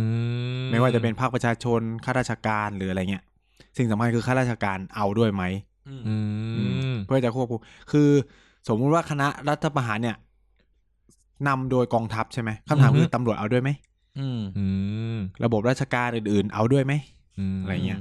S1: ม
S2: ไม่ว่าจะเป็นภาคประชาชนข้าราชการหรืออะไรเงี้ย สิ่งสำคัญคือข้าราชการเอาด้วยไหม
S3: อืม
S1: อืม
S2: เพื่อจะควบคุมคือสมมุติว่าคณะรัฐประหารเนี่ยนำโดยกองทัพใช่ไหมคำถามคือตำรวจเอาด้วยไหม
S3: อืม
S1: อืม
S2: ระบบราชการอื่น ๆ เอาด้วยไหม
S1: ม
S2: อะไรเงี้ย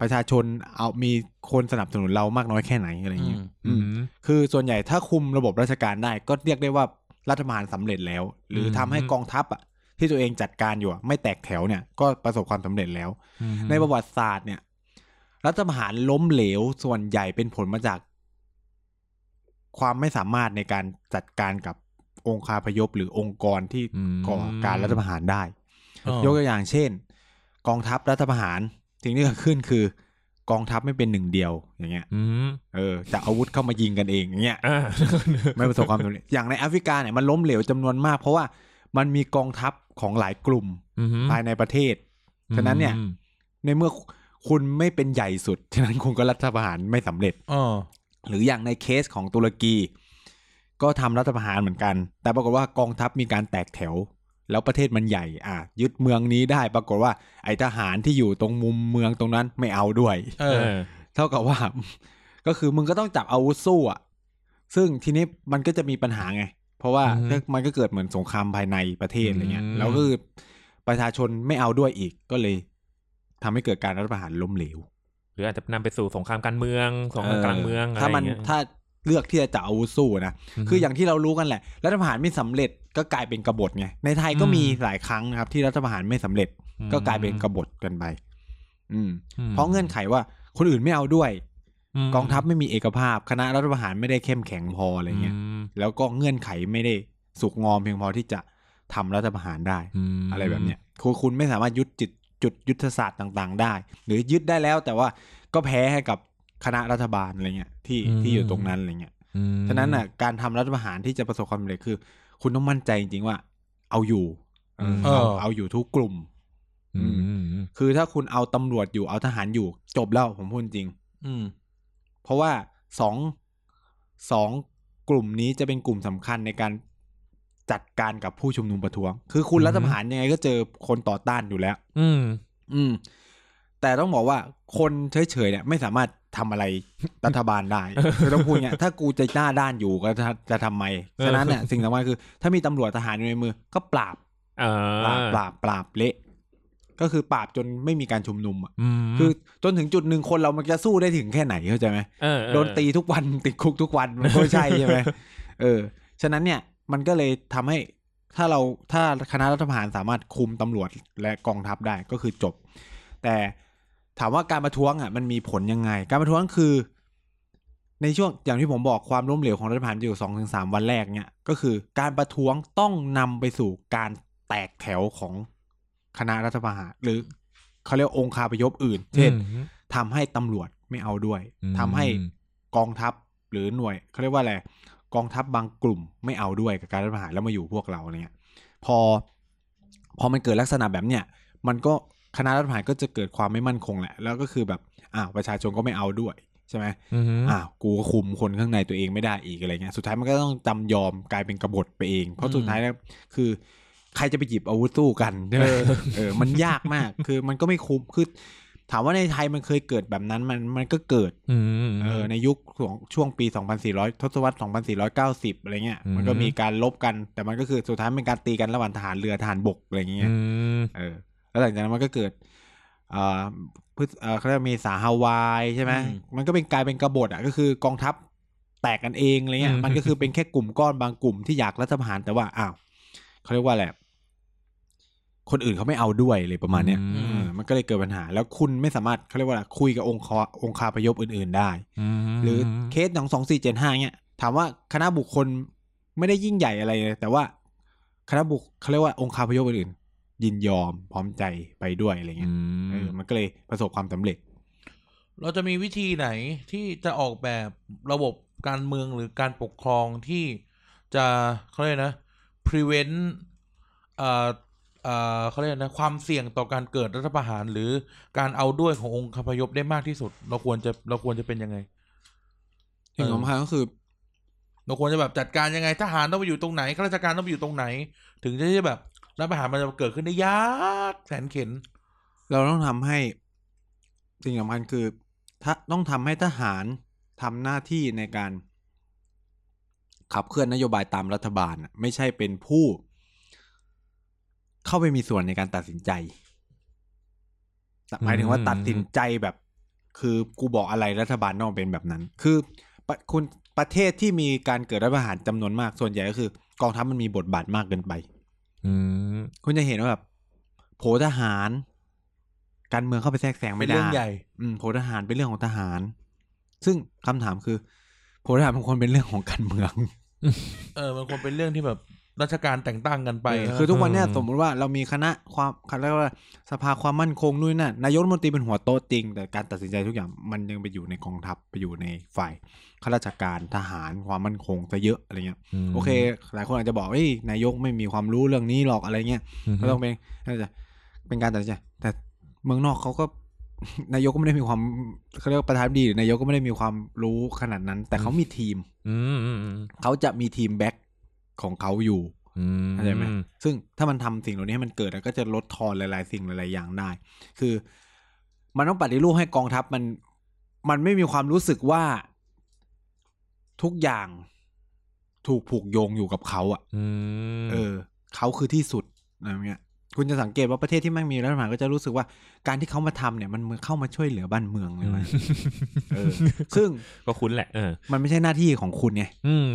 S2: ประชาชนเอามีคนสนับสนุนเรามากน้อยแค่ไหนอะไรเงี้ย
S1: อื
S2: อืม
S1: ม
S2: คือส่วนใหญ่ถ้าคุมระบบราชการได้ ก็เรียกได้ว่ารัฐบาลสำเร็จแล้ว หรืออ
S1: ม
S2: ทำให้กองทัพอ่ะที่ตัวเองจัดการอยู่อะไม่แตกแถวเนี่ยก็ประสบความสำเร็จแล้ว
S1: อืม
S2: ในประวัติศาสตร์เนี่ย รัฐประหารล้มเหลวส่วนใหญ่เป็นผลมาจาก ความไม่สามารถในการจัดการกับองค์คาพยพหรือองค์กรที่
S1: ม
S2: ก่อการรัฐประหารได้
S3: เออย
S2: กตัวอย่างเช่น กองทัพรัฐประหารสิ่งที่เกิดขึ้นคือ กองทัพไม่เป็นหนึ่งเดียวอย่างเงี้ย
S1: อืม
S2: เออจะเอาอาวุธเข้ามายิงกันเองอย่างเงี้ย
S1: อ่า
S2: ไม่ประสบความสำเร็จ *laughs* อย่างในแอฟริกาเนี่ยมันล้มเหลวจำนวนมาก เพราะว่ามันมีกองทัพของหลายกลุ่ม
S1: อืม
S2: ภายในประเทศ ฉะนั้นเนี่ย
S1: อืม
S2: ในเมื่อคุณไม่เป็นใหญ่สุด ฉะนั้นคุณก็รัฐประหารไม่สำเร็จ
S3: เออ
S2: หรืออย่างในเคสของตุรกี ก็ทำรัฐประหารเหมือนกัน แต่ปรากฏว่ากองทัพมีการแตกแถว แล้วประเทศมันใหญ่ อ่ะยึดเมืองนี้ได้ ปรากฏว่าไอทหารที่อยู่ตรงมุมเมืองตรงนั้นไม่เอาด้วย
S3: เอ
S1: เอ
S3: อ
S1: อ
S2: เท่ากับว่า ก็คือมึงก็ต้องจับอาวุธสู้อ่ะ ซึ่งทีนี้มันก็จะมีปัญหาไง เพราะว่า
S1: อือฮึ
S2: มันก็เกิดเหมือนสงครามภายในประเทศอะไรเงี้ย
S1: อืม
S2: แล้วก็คือประชาชนไม่เอาด้วยอีก ก็เลยทำให้เกิดการรัฐประหารล้มเหลว
S1: หรืออาจจะนำไปสู่สงครามการเมืองสงครามกลางเมือง
S2: ถ้ามัน
S1: อะไรอย่งเงี้ย
S2: ถ้าเลือกที่จะจับอาวุธสู้นะ
S1: ม
S2: คืออย่างที่เรารู้กันแหละ รัฐประหารไม่สำเร็จก็กลายเป็นกบฏไง ในไทยก็
S1: อืม
S2: มีหลายครั้งนะครับ ที่รัฐประหารไม่สำเร็จ ก็กลายเป็นกบฏกันไป อืม
S1: อืม
S2: เพราะเงื่อนไขว่าคนอื่นไม่เอาด้วย
S1: ม
S2: กองทัพไม่มีเอกภาพ คณะรัฐประหารไม่ได้เข้มแข็งพออะไรเงี้ย
S1: ม
S2: แล้วก็เงื่อนไขไม่ได้สุกงอมเพียงพอที่จะทำรัฐประหารได้
S1: ม
S2: อะไรแบบเนี้ยคือคุณไม่สามารถยึดจิตจุดยุทธศาสตร์ต่างๆ ได้ หรือยึดได้แล้วแต่ว่าก็แพ้ให้กับคณะรัฐบาลอะไรเงี้ยที่ที่อยู่ตรงนั้นอะไรเงี้ย
S1: อืม
S2: ฉะนั้นน่ะการทำรัฐประหารที่จะประสบความสำเร็จคือ คุณต้องมั่นใจจริงๆว่า เอาอยู่เออ
S3: เอ
S2: เอา
S3: อ
S2: เอาอยู่ทุกกลุ่ม
S1: อืม
S2: คือถ้าคุณเอาตำรวจอยู่เอาทหารอยู่จบแล้วผมพูดจริง
S3: อืม
S2: เพราะว่าสองสองกลุ่มนี้จะเป็นกลุ่มสำคัญในการจัดการกับผู้ชุมนุมประท้วง คือคุณ
S1: อือฮึ
S2: รัฐประหารยังไงก็เจอคนต่อต้านอยู่แล้ว
S1: อืม
S2: อืม แต่ต้องบอกว่าคนเฉยๆเนี่ยไม่สามารถทำอะไรรัฐบาล
S1: *laughs*
S2: ได้ คือต้องพูดเนี่ยถ้ากูจะหน้าด้านอยู่ก็จะจะทำไมฉะนั้
S1: *laughs*
S2: นเนี่ยสิ่งสำคัญคือ ถ้ามีตำรวจทหารอยู่ในมือ ก็ปราบ
S1: อ่า
S2: ปราบปราบปราบเละ ก็คือปราบจนไม่มีการชุมนุมอ่ะ
S1: อืม
S2: คือจนถึงจุดหนึ่งคนเรามันจะสู้ได้ถึงแค่ไหนเข้าใจไหม
S1: เออเออ
S2: โดนตีทุกวัน ติดคุกทุกวันมันก็ไม่ใช่ใช่ไหมเออ ฉะนั้นเนี่ยมันก็เลยทำให้ถ้าเราถ้าคณะรัฐประหารสามารถคุมตำรวจและกองทัพได้ก็คือจบ แต่ถามว่าการประท้วงอ่ะมันมีผลยังไง การประท้วงคือ ในช่วงอย่างที่ผมบอกความล้มเหลวของรัฐประหารจะอยู่สองถึงสามวันแรกเนี่ยก็คือการประท้วงต้องนำไปสู่การแตกแถวของคณะรัฐประหารหรือเขาเรียกองค์คาพยพอื่น เช่น
S1: อืม
S2: ทำให้ตำรวจไม่เอาด้วย
S1: อืม
S2: ทำให้กองทัพหรือหน่วยเขาเรียกว่าอะไร กองทัพบางกลุ่มไม่เอาด้วยกับการรัฐประหารแล้วมาอยู่พวกเราเนี่ยพอ พอมันเกิดลักษณะแบบเนี้ยมันก็คณะรัฐประหารก็จะเกิดความไม่มั่นคงแหละ แล้วก็คือแบบอ้าวประชาชนก็ไม่เอาด้วยใช่ไหม
S1: อืม
S2: อ้าวกูก็คุมคนข้างในตัวเองไม่ได้อีกอะไรเงี้ย สุดท้ายมันก็ต้องจำยอมกลายเป็นกบฏไปเอง เพราะสุดท้ายแล้วคือ ใครจะไปหยิบอาวุธสู้กันใช่ไหมเออ มันยากมาก คือมันก็ไม่คุ้ม คือถามว่าในไทยมันเคยเกิดแบบนั้น มันมันก็เกิด
S1: อืม
S2: เออ ในยุคของช่วงปี 2400 ทศวรรษ 2490 อะไรเงี้ย
S1: อืม
S2: มันก็มีการลบกัน แต่มันก็คือสุดท้ายเป็นการตีกันระหว่างทหารเรือทหารบกอะไรเงี้ย
S1: อืม
S2: เออ แล้วหลังจากนั้นมันก็เกิดเอ่อพฤษเอ่อเขาเรียกว่าเมีสาฮาวายใช่ไหม
S3: อืม
S2: มันก็เป็นกลายเป็นกบฏอ่ะ ก็คือกองทัพแตกกันเองอะไรเงี้ย มันก็คือเป็นแค่กลุ่มก้อนบางกลุ่มที่อยากรัฐประหารแต่ว่า อ้าวเขาเรียกว่าแหละไร คนอื่นเขาไม่เอาด้วยเลยประมาณเนี้ย
S1: อืม
S2: เออมันก็เลยเกิดปัญหา แล้วคุณไม่สามารถเขาเรียกว่าอะไรคุยกับองค์คองคาพยพอื่นๆได้ หรือเคสของสองสี่เจ็ดห้าเนี่ยถามว่าคณะบุคคลไม่ได้ยิ่งใหญ่อะไรเลยแต่ว่าคณะบุคเขาเรียกว่าองค์คาพยพอื่นๆยินยอมพร้อมใจไปด้วยอะไรเงี้ยเออมันก็เลยประสบความสำเร็จ
S3: เราจะมีวิธีไหนที่จะออกแบบระบบการเมืองหรือการปกครองที่จะเขาเรียกนะ prevent เอ่อเอ่อเขาเรียกนะ ความเสี่ยงต่อการเกิดรัฐประหาร หรือการเอาด้วยขององค์คพยพได้มากที่สุด เราควรจะเราควรจะเป็นยังไง
S2: สิ่ง
S3: เออ
S2: สำคัญก็คือ
S3: เราควรจะแบบจัดการยังไงทหารต้องไปอยู่ตรงไหนข้าราชการต้องไปอยู่ตรงไหน ถึงจะได้แบบรัฐประหารมันจะเกิดขึ้นได้ยากแสนเข็น
S2: เราต้องทำให้ สิ่งสำคัญคือถ้าต้องทำให้ทหารทำหน้าที่ในการ ขับเคลื่อนนโยบายตามรัฐบาลน่ะไม่ใช่เป็นผู้ เข้าไปมีส่วนในการตัดสินใจหมายถึงว่าตัดสินใจแบบ คือกูบอกอะไรรัฐบาลนอกเป็นแบบนั้น คือประคุณประเทศที่มีการเกิดรัฐประหารจำนวนมากส่วนใหญ่ก็คือ กองทัพมันมีบทบาทมากเกินไป
S1: อืม
S2: คุณจะเห็นว่าแบบโผทหาร การเมืองเข้าไปแทรกแซง
S3: เป็
S2: ไม่
S3: น
S2: ได้
S3: เรื่องใหญ่
S2: อืมโผทหารเป็นเรื่องของทหาร ซึ่งคำถามคือโผทหารบางคนเป็นเรื่องของการเมือง
S3: เออมันควรเป็นเรื่องที่แบบราชการแต่งตั้งกันไป
S2: เออคือทุกวันเนี้ยสมมติว่าเรามีคณะความเขาเรียกว่าสภาความมั่นคงนู่นนนั่นนายกรัฐมนตรีเป็นหัวโต๊ะจริง แต่การตัดสินใจทุกอย่างมันยังไปอยู่ในกองทัพไปอยู่ในฝ่ายข้าราชการทหารความมั่นคงซะเยอะอะไรเงี้ยโอเค หลายคนอาจจะบอกเอ้ยนายกไม่มีความรู้เรื่องนี้หรอกอะไรเงี้ย ก็ต้องเป็นน่าจะเป็นการตัดสินใจแต่เมืองนอกเขาก็ *laughs* นายกก็ไม่ได้มีความเขาเรียกว่าประธานดีหรือนายกก็ไม่ได้มีความรู้ขนาดนั้น แต่เขามีทีม
S1: อืมอืมอืม
S2: เขาจะมีทีมแบ็คของเขาอยู่
S1: อืม
S2: เข้าใจไหมซึ่งถ้ามันทำสิ่งเหล่านี้ให้มันเกิดแล้วก็จะลดทอนหลายๆ สิ่งหลายๆอย่างได้ คือ มันต้องปฏิรูปให้กองทัพมัน มันไม่มีความรู้สึกว่าทุกอย่างถูกผูกโยงอยู่กับเขาอะ
S1: อืม
S2: เออเขาคือที่สุดอะไรเงี้ยคุณจะสังเกตว่าประเทศที่แม่งมีรัฐประหารก็จะรู้สึกว่าการที่เขามาทำเนี่ยมันเหมือนเข้ามาช่วยเหลือบ้านเมืองเลยเว้ยเออซึ่ง
S1: ก็คุ้นแหละเออ
S2: มันไม่ใช่หน้าที่ของคุณไง
S1: อืม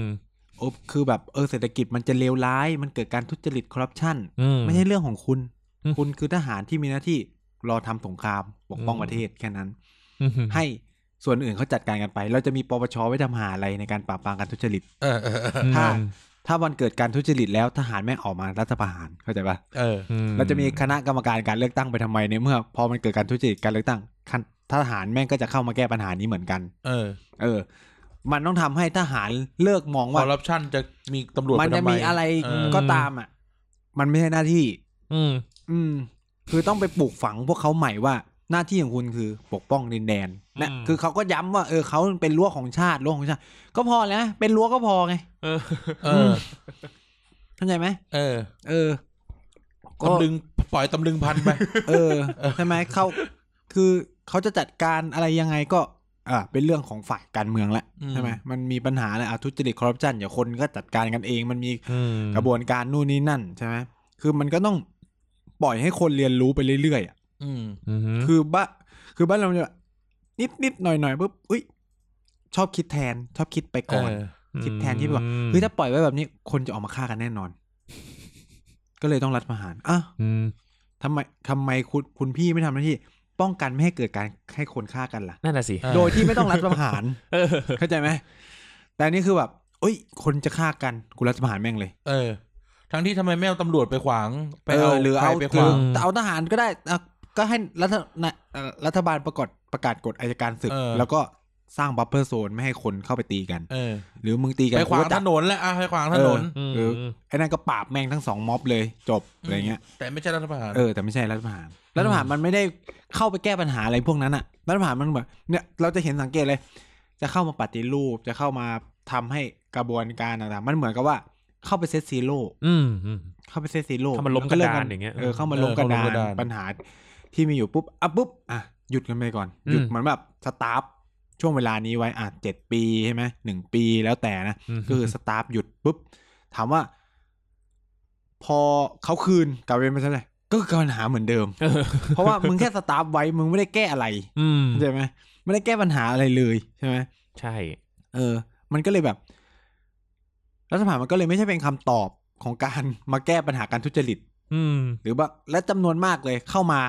S2: โอ้คือแบบเออเศรษฐกิจมันจะเลวร้าย มันเกิดการทุจริตคอร์รัปชัน
S1: อืม
S2: ไม่ใช่เรื่องของคุณ
S1: อืม
S2: คุณคือทหารที่มีหน้าที่รอทำสงครามปกป้องประเทศแค่นั้น
S1: อืม
S2: ให้ส่วนอื่นเขาจัดการกันไป เราจะมีปปชไว้ทำหาอะไรในการปราบปรามการทุจริต
S3: เออเออเออ
S2: ถ้า ถ้าวันเกิดการทุจริตแล้วทหารแม่งออกมารัฐประหารเข้าใจปะ
S3: เออ
S1: อื
S2: เราจะมีคณะกรรมการการเลือกตั้งไปทำไมในเมื่อ พอมันเกิดการทุจริตการเลือกตั้งคันทหารแม่งก็จะเข้ามาแก้ปัญหานี้เหมือนกัน
S3: เออ
S2: เออ มันต้องทำให้ทหารเลิกมอง
S3: ค
S2: ว่า
S3: อร์รัปชันจะมีตำรวจ
S2: มัน
S3: ป
S2: จะ
S3: ทำไ
S2: มีอะไร
S3: เออ
S2: ก็ตามอ่ะ มันไม่ใช่หน้าที่
S1: อืม
S2: อืม คือต้องไปปลูกฝังพวกเขาใหม่ว่าหน้าที่ของคุณคือปกป้องดินแดนนะคือเขาก็ย้ำว่าเออเขาเป็นรั้วของชาติรั้วของชาติ ก็พอแล้วนะเป็นรั้วก็พอไง
S1: เออ
S3: เออ
S2: เข้าใจไหม
S3: เออ
S2: เออ ก็
S3: ตำลึงปล่อยตำลึงพันไป
S2: เออใช่ไหมเขาคือเขาจะจัดการอะไรยังไงก็อ่าเป็นเรื่องของฝ่ายการเมืองแหละ
S3: อืม
S2: ใช่ไหมมันมีปัญหาอะไรอ่ะทุจริตคอร์รัปชันอย่าคนก็จัดการกันเอง มันมี
S1: อืม
S2: กระบวนการนู่นนี่นั่นใช่ไหมคือมันก็ต้องปล่อยให้คนเรียนรู้ไปเรื่อยๆอ่ะ
S3: อืม
S1: อืม
S2: คือบ้าคือบ้านเราจะนิดนิดๆหน่อยหน่อยๆปุ๊บอุ้ยชอบคิดแทนชอบคิดไปก่อน
S3: เออ
S2: คิดแทนที่แบบ
S1: ม
S2: คือถ้าปล่อยไว้แบบนี้คนจะออกมาฆ่ากันแน่นอน ก็เลยต้องรัฐประหารอ่ะ
S1: อืม
S2: ทำไมทำไมคุณคุณพี่ไม่ทำหน้าที่ ป้องกันไม่ให้เกิดการให้คนฆ่ากันล่ะ
S1: นั่นน่ะสิ
S3: เออ
S2: โดยที่ไม่ต้องรัฐประหาร *laughs*
S1: เออ
S2: เข้าใจไหมแต่อันนี่คือแบบเอ้ย คนจะฆ่ากันกูรัฐประหารแม่งเลย
S3: เออ ทั้งที่ทำไมไม่เอาตำรวจไปขวาง ไป
S2: เอ
S3: เอา
S2: อหรือเอา
S3: ใคไป
S2: ห
S3: ข
S2: รื
S3: วา
S2: อง แต่เอาทหารก็ได้อ่ะก็ให้รัฐนะเอ่อรัฐบาลประกาศประกาศกฎอายการศึก
S3: เออ
S2: แล้วก็สร้างบัฟเฟอร์โซนไม่ให้คนเข้าไปตีกัน
S3: เออ
S2: หรือมึงตีกัน
S3: ไปขวาง
S2: กูก็
S3: ถ
S2: จับ
S3: นนแหละอ่ะไปขวางถนน
S2: เเออ ไอ้นั่นก็ปราบแม่งทั้งสองม็อบเลยจบอะไรเงี้ย
S3: แต่ไม่ใช่รัฐประหาร
S2: เออแต่ไม่ใช่รัฐประหารรัฐประหารมันไม่ได้เข้าไปแก้ปัญหาอะไรพวกนั้นอะรัฐประหารมันแบบเนี่ยเราจะเห็นสังเกตเลย จะเข้ามาปฏิรูปจะเข้ามาทำให้กระบวนการต่างๆมันเหมือนกับว่าเข้าไปเซตซีโร่
S1: อืมอืม
S2: เข้าไปเซตซีโร่
S1: เข้ามาล้มกระดานอย่างเงี้ย
S2: เออเข้ามาล้มกระดานปัญหาที่มีอยู่ปุ๊บอ่ะปุ๊บอ่ะหยุดกันไปก่อนหยุด
S1: อืม
S2: เหมือนแบบสตาฟช่วงเวลานี้ไว้อ่ะเจ็ดปีใช่ไหมหนึ่งปีแล้วแต่นะ
S1: ม
S2: ก็คือสตาฟหยุดปุ๊บ ถามว่า พอเขาคืนกลับเป็นไปเท่าไหร่ก็คือปัญหาเหมือนเดิม
S1: เออ
S2: เพราะว่ามึงแค่สตาฟไว้มึงไม่ได้แก้อะไร
S1: อืม
S2: ใช่ไหมไม่ได้แก้ปัญหาอะไรเลยใช่ไหม
S1: ใช่
S2: เออ มันก็เลยแบบ *laughs* รัฐบาลมันก็เลยไม่ใช่เป็นคำตอบของการมาแก้ปัญหาการทุจริต
S1: อืม
S2: หรือว่าและจำนวนมากเลยเข้ามา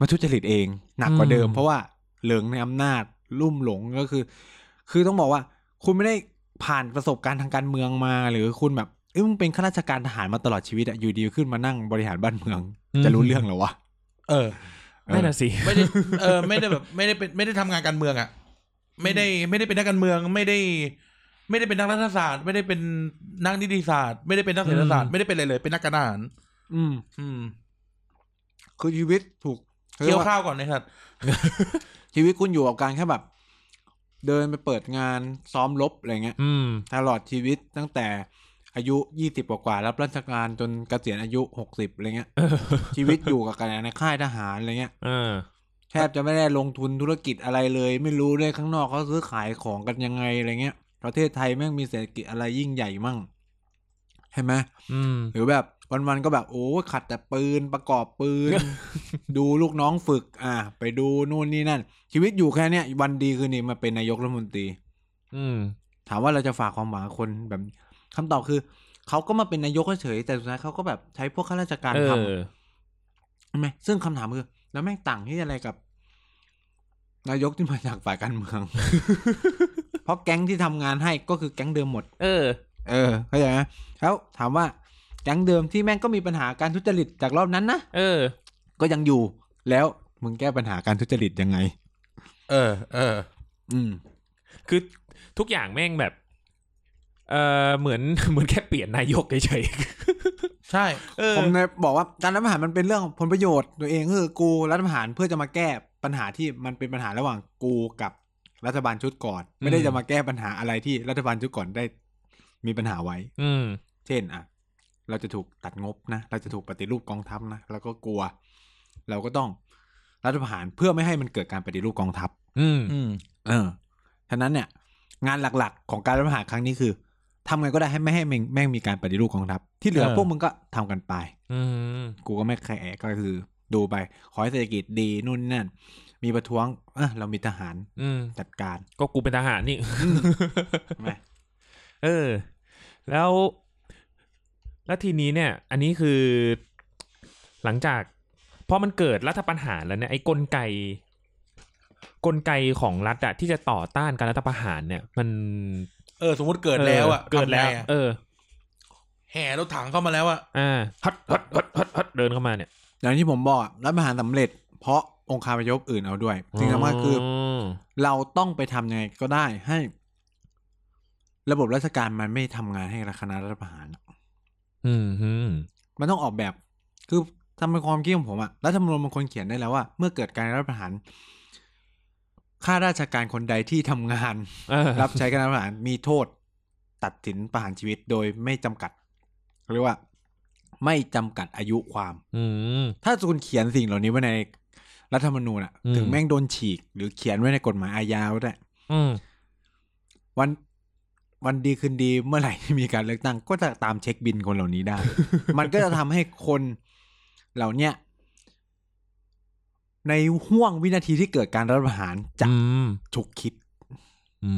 S2: มาทุจริตเอง หนักกว่าเดิม
S1: อืม
S2: เพราะว่าเหลืองในอำนาจลุ่มหลงก็คือ คือต้องบอกว่า คุณไม่ได้ผ่านประสบการณ์ทางการเมืองมา หรือคุณแบบเอ้ยมึงเป็นข้าราชการทหารมาตลอดชีวิตอะอยู่ดีขึ้นมานั่งบริหารบ้านเมือง จะรู้เรื่องเหรอวะ
S3: เออ
S1: นั่นน่ะสิ
S3: ไม่ได้เออไม่ได้แบบไม่ได้เป็นไม่ได้ทำงานการเมืองอ่ะ ไม่ได้ไม่ได้เป็นนักการเมืองไม่ได้ ไม่ได้เป็นนักรัฐศาสตร์ ไม่ได้เป็นนักนิติศาสตร์ ไม่ได้เป็นนักเศรษฐศาสตร์ไม่ได้เป็นอะไรเลยเป็นนักการทหาร
S2: อืม
S3: อืม
S2: คือชีวิตถูก
S3: เคี่ยว
S2: ขารีกว่า
S3: ข้าวก่อนนะครับ
S2: ชีวิตคุณอยู่กับการแค่แบบ เดินไปเปิดงานซ้อมรบอะไรเงี้ย
S1: อืม
S2: ตลอดชีวิตตั้งแต่อายุยี่สิบกว่าๆรับราชการจนเกษียณอายุหกสิบอะไรเงี้ย ชีวิตอยู่กับการในค่ายทหารอะไรเงี้ย
S1: เออ
S2: แทบจะไม่ได้ลงทุนธุรกิจอะไรเลย ไม่รู้ด้วยข้างนอกเขาซื้อขายของกันยังไงอะไรเงี้ย ประเทศไทยแม่งมีเศรษฐกิจอะไรยิ่งใหญ่มั่งใช่ไหม
S1: อืม
S2: หรือแบบวันๆก็แบบโอ้ขัดแต่ปืนประกอบปืน ดูลูกน้องฝึก อ่ะไปดูนู่นนี่นั่น ชีวิตอยู่แค่เนี้ยวันดีคืนดีมาเป็นนายกรัฐมนตรี
S1: อืม
S2: ถามว่าเราจะฝากความหวังกับคนแบบคำตอบคือ เขาก็มาเป็นนายกเฉยๆแต่สุดท้ายเขาก็แบบใช้พวกข้าราชการ
S1: เอ
S2: ท
S1: อ
S2: ำใช่ไหมซึ่งคำถามคือ แล้วแม่งต่างที่อะไรกับ นายกที่มาจากฝ่ายการเมือง *laughs* เพราะแก๊งที่ทำงานให้ก็คือแก๊งเดิมหมด
S1: เออ
S2: เออเข้าใจไหมแล้วถามว่าแก๊งเดิมที่แม่งก็มีปัญหาการทุจริตจากรอบนั้นนะ
S1: เออ
S2: ก็ยังอยู่ แล้วมึงแก้ปัญหาการทุจริตยังไง
S3: เออ เออ
S2: อืม
S1: คือทุกอย่างแม่งแบบ เออเหมือน *laughs* เหมือนแค่เปลี่ยนนายกเฉย
S3: ใช่
S1: ๆเออ
S2: ผมเลยบอกว่าการรัฐประหารมันเป็นเรื่องของผลประโยชน์ตัวเองคือกูรัฐประหารเพื่อจะมาแก้ปัญหาที่มันเป็นปัญหาระหว่างกูกับรัฐบาลชุดก่อน ไม่ได้
S1: อืม
S2: จะมาแก้ปัญหาอะไรที่รัฐบาลชุดก่อนได้มีปัญหาไว้
S1: อืม
S2: เช่นอ่ะเราจะถูกตัดงบนะ เราจะถูกปฏิรูปกองทัพนะแล้วก็กลัว เราก็ต้องรัฐประหารเพื่อไม่ให้มันเกิดการปฏิรูปกองทัพ
S1: อืม
S3: อืม
S2: เออฉะนั้นเนี่ย งานหลักๆ ของการรัฐประหารครั้งนี้คือทำไงก็ได้ให้ไม่ให้แม่งแม่งมีการปฏิรูปกองทัพ ที่เหลือพวกมึงก็ทำกันไป
S1: อืม
S2: กูก็ไม่แคร์ก็คือดูไป ขอให้เศรษฐกิจดีนู่นนั่น มีประท้วงเออเรามีทหาร
S1: อืม
S2: จัดการ
S1: ก็กูเป็นทหารนี่ *laughs*
S2: ใช่ไหม
S1: เออ แล้ว แล้วทีนี้เนี่ย อันนี้คือ หลังจากพอมันเกิดรัฐประหารแล้วเนี่ยไอ้กลไก กลไกของรัฐอะที่จะต่อต้านการรัฐประหารเนี่ย มัน
S3: เออ สมมติเกิดแล้วอ่ะ
S1: เกิดแล้ว
S3: ทำไงอะ
S1: เออ
S3: แห่รถถังเข้ามาแล้วอ่ะ
S1: อ่าฮัดฮัดฮัดฮัดฮัดเดินเข้ามาเนี่ย
S2: อย่างที่ผมบอกรัฐประหารสำเร็จ เพราะองค์คาพยพอื่นเอาด้วยสิ่งสำคัญคือ
S1: ม
S2: เราต้องไปทำยังไงก็ได้ให้ ระบบราชการมันไม่ทำงานให้คณะรัฐประหาร
S1: อืมอืม
S2: มันต้องออกแบบ คือทำเป็นความคิดของผมอะรัฐธรรมนูญมันควรเขียนได้แล้วว่า เมื่อเกิดการรัฐประหารข้าราชการคนใดที่ทำงาน *laughs*
S1: เออ
S2: รับใช้คณะประหารมีโทษ ตัดสินประหารชีวิตโดยไม่จำกัดเขาเรียกว่า ไม่จำกัดอายุความ
S1: อืม
S2: ถ้าคุณเขียนสิ่งเหล่านี้ไว้ในรัฐธรรมนูญอะ
S1: อืม
S2: ถึงแม่งโดนฉีก หรือเขียนไว้ในกฎหมายอาญาก็ได้
S1: อืม
S2: วันวันดีคืนดีเมื่อไหร่ที่มีการเลือกตั้ง ก็จะตามเช็คบินคนเหล่า
S1: *laughs*
S2: นี้ได้ มันก็จะทำให้คนเหล่าเนี้ยในห่วงวินาทีที่เกิดการรัฐประหารจะ
S1: อืม
S2: ฉุกคิด
S1: อื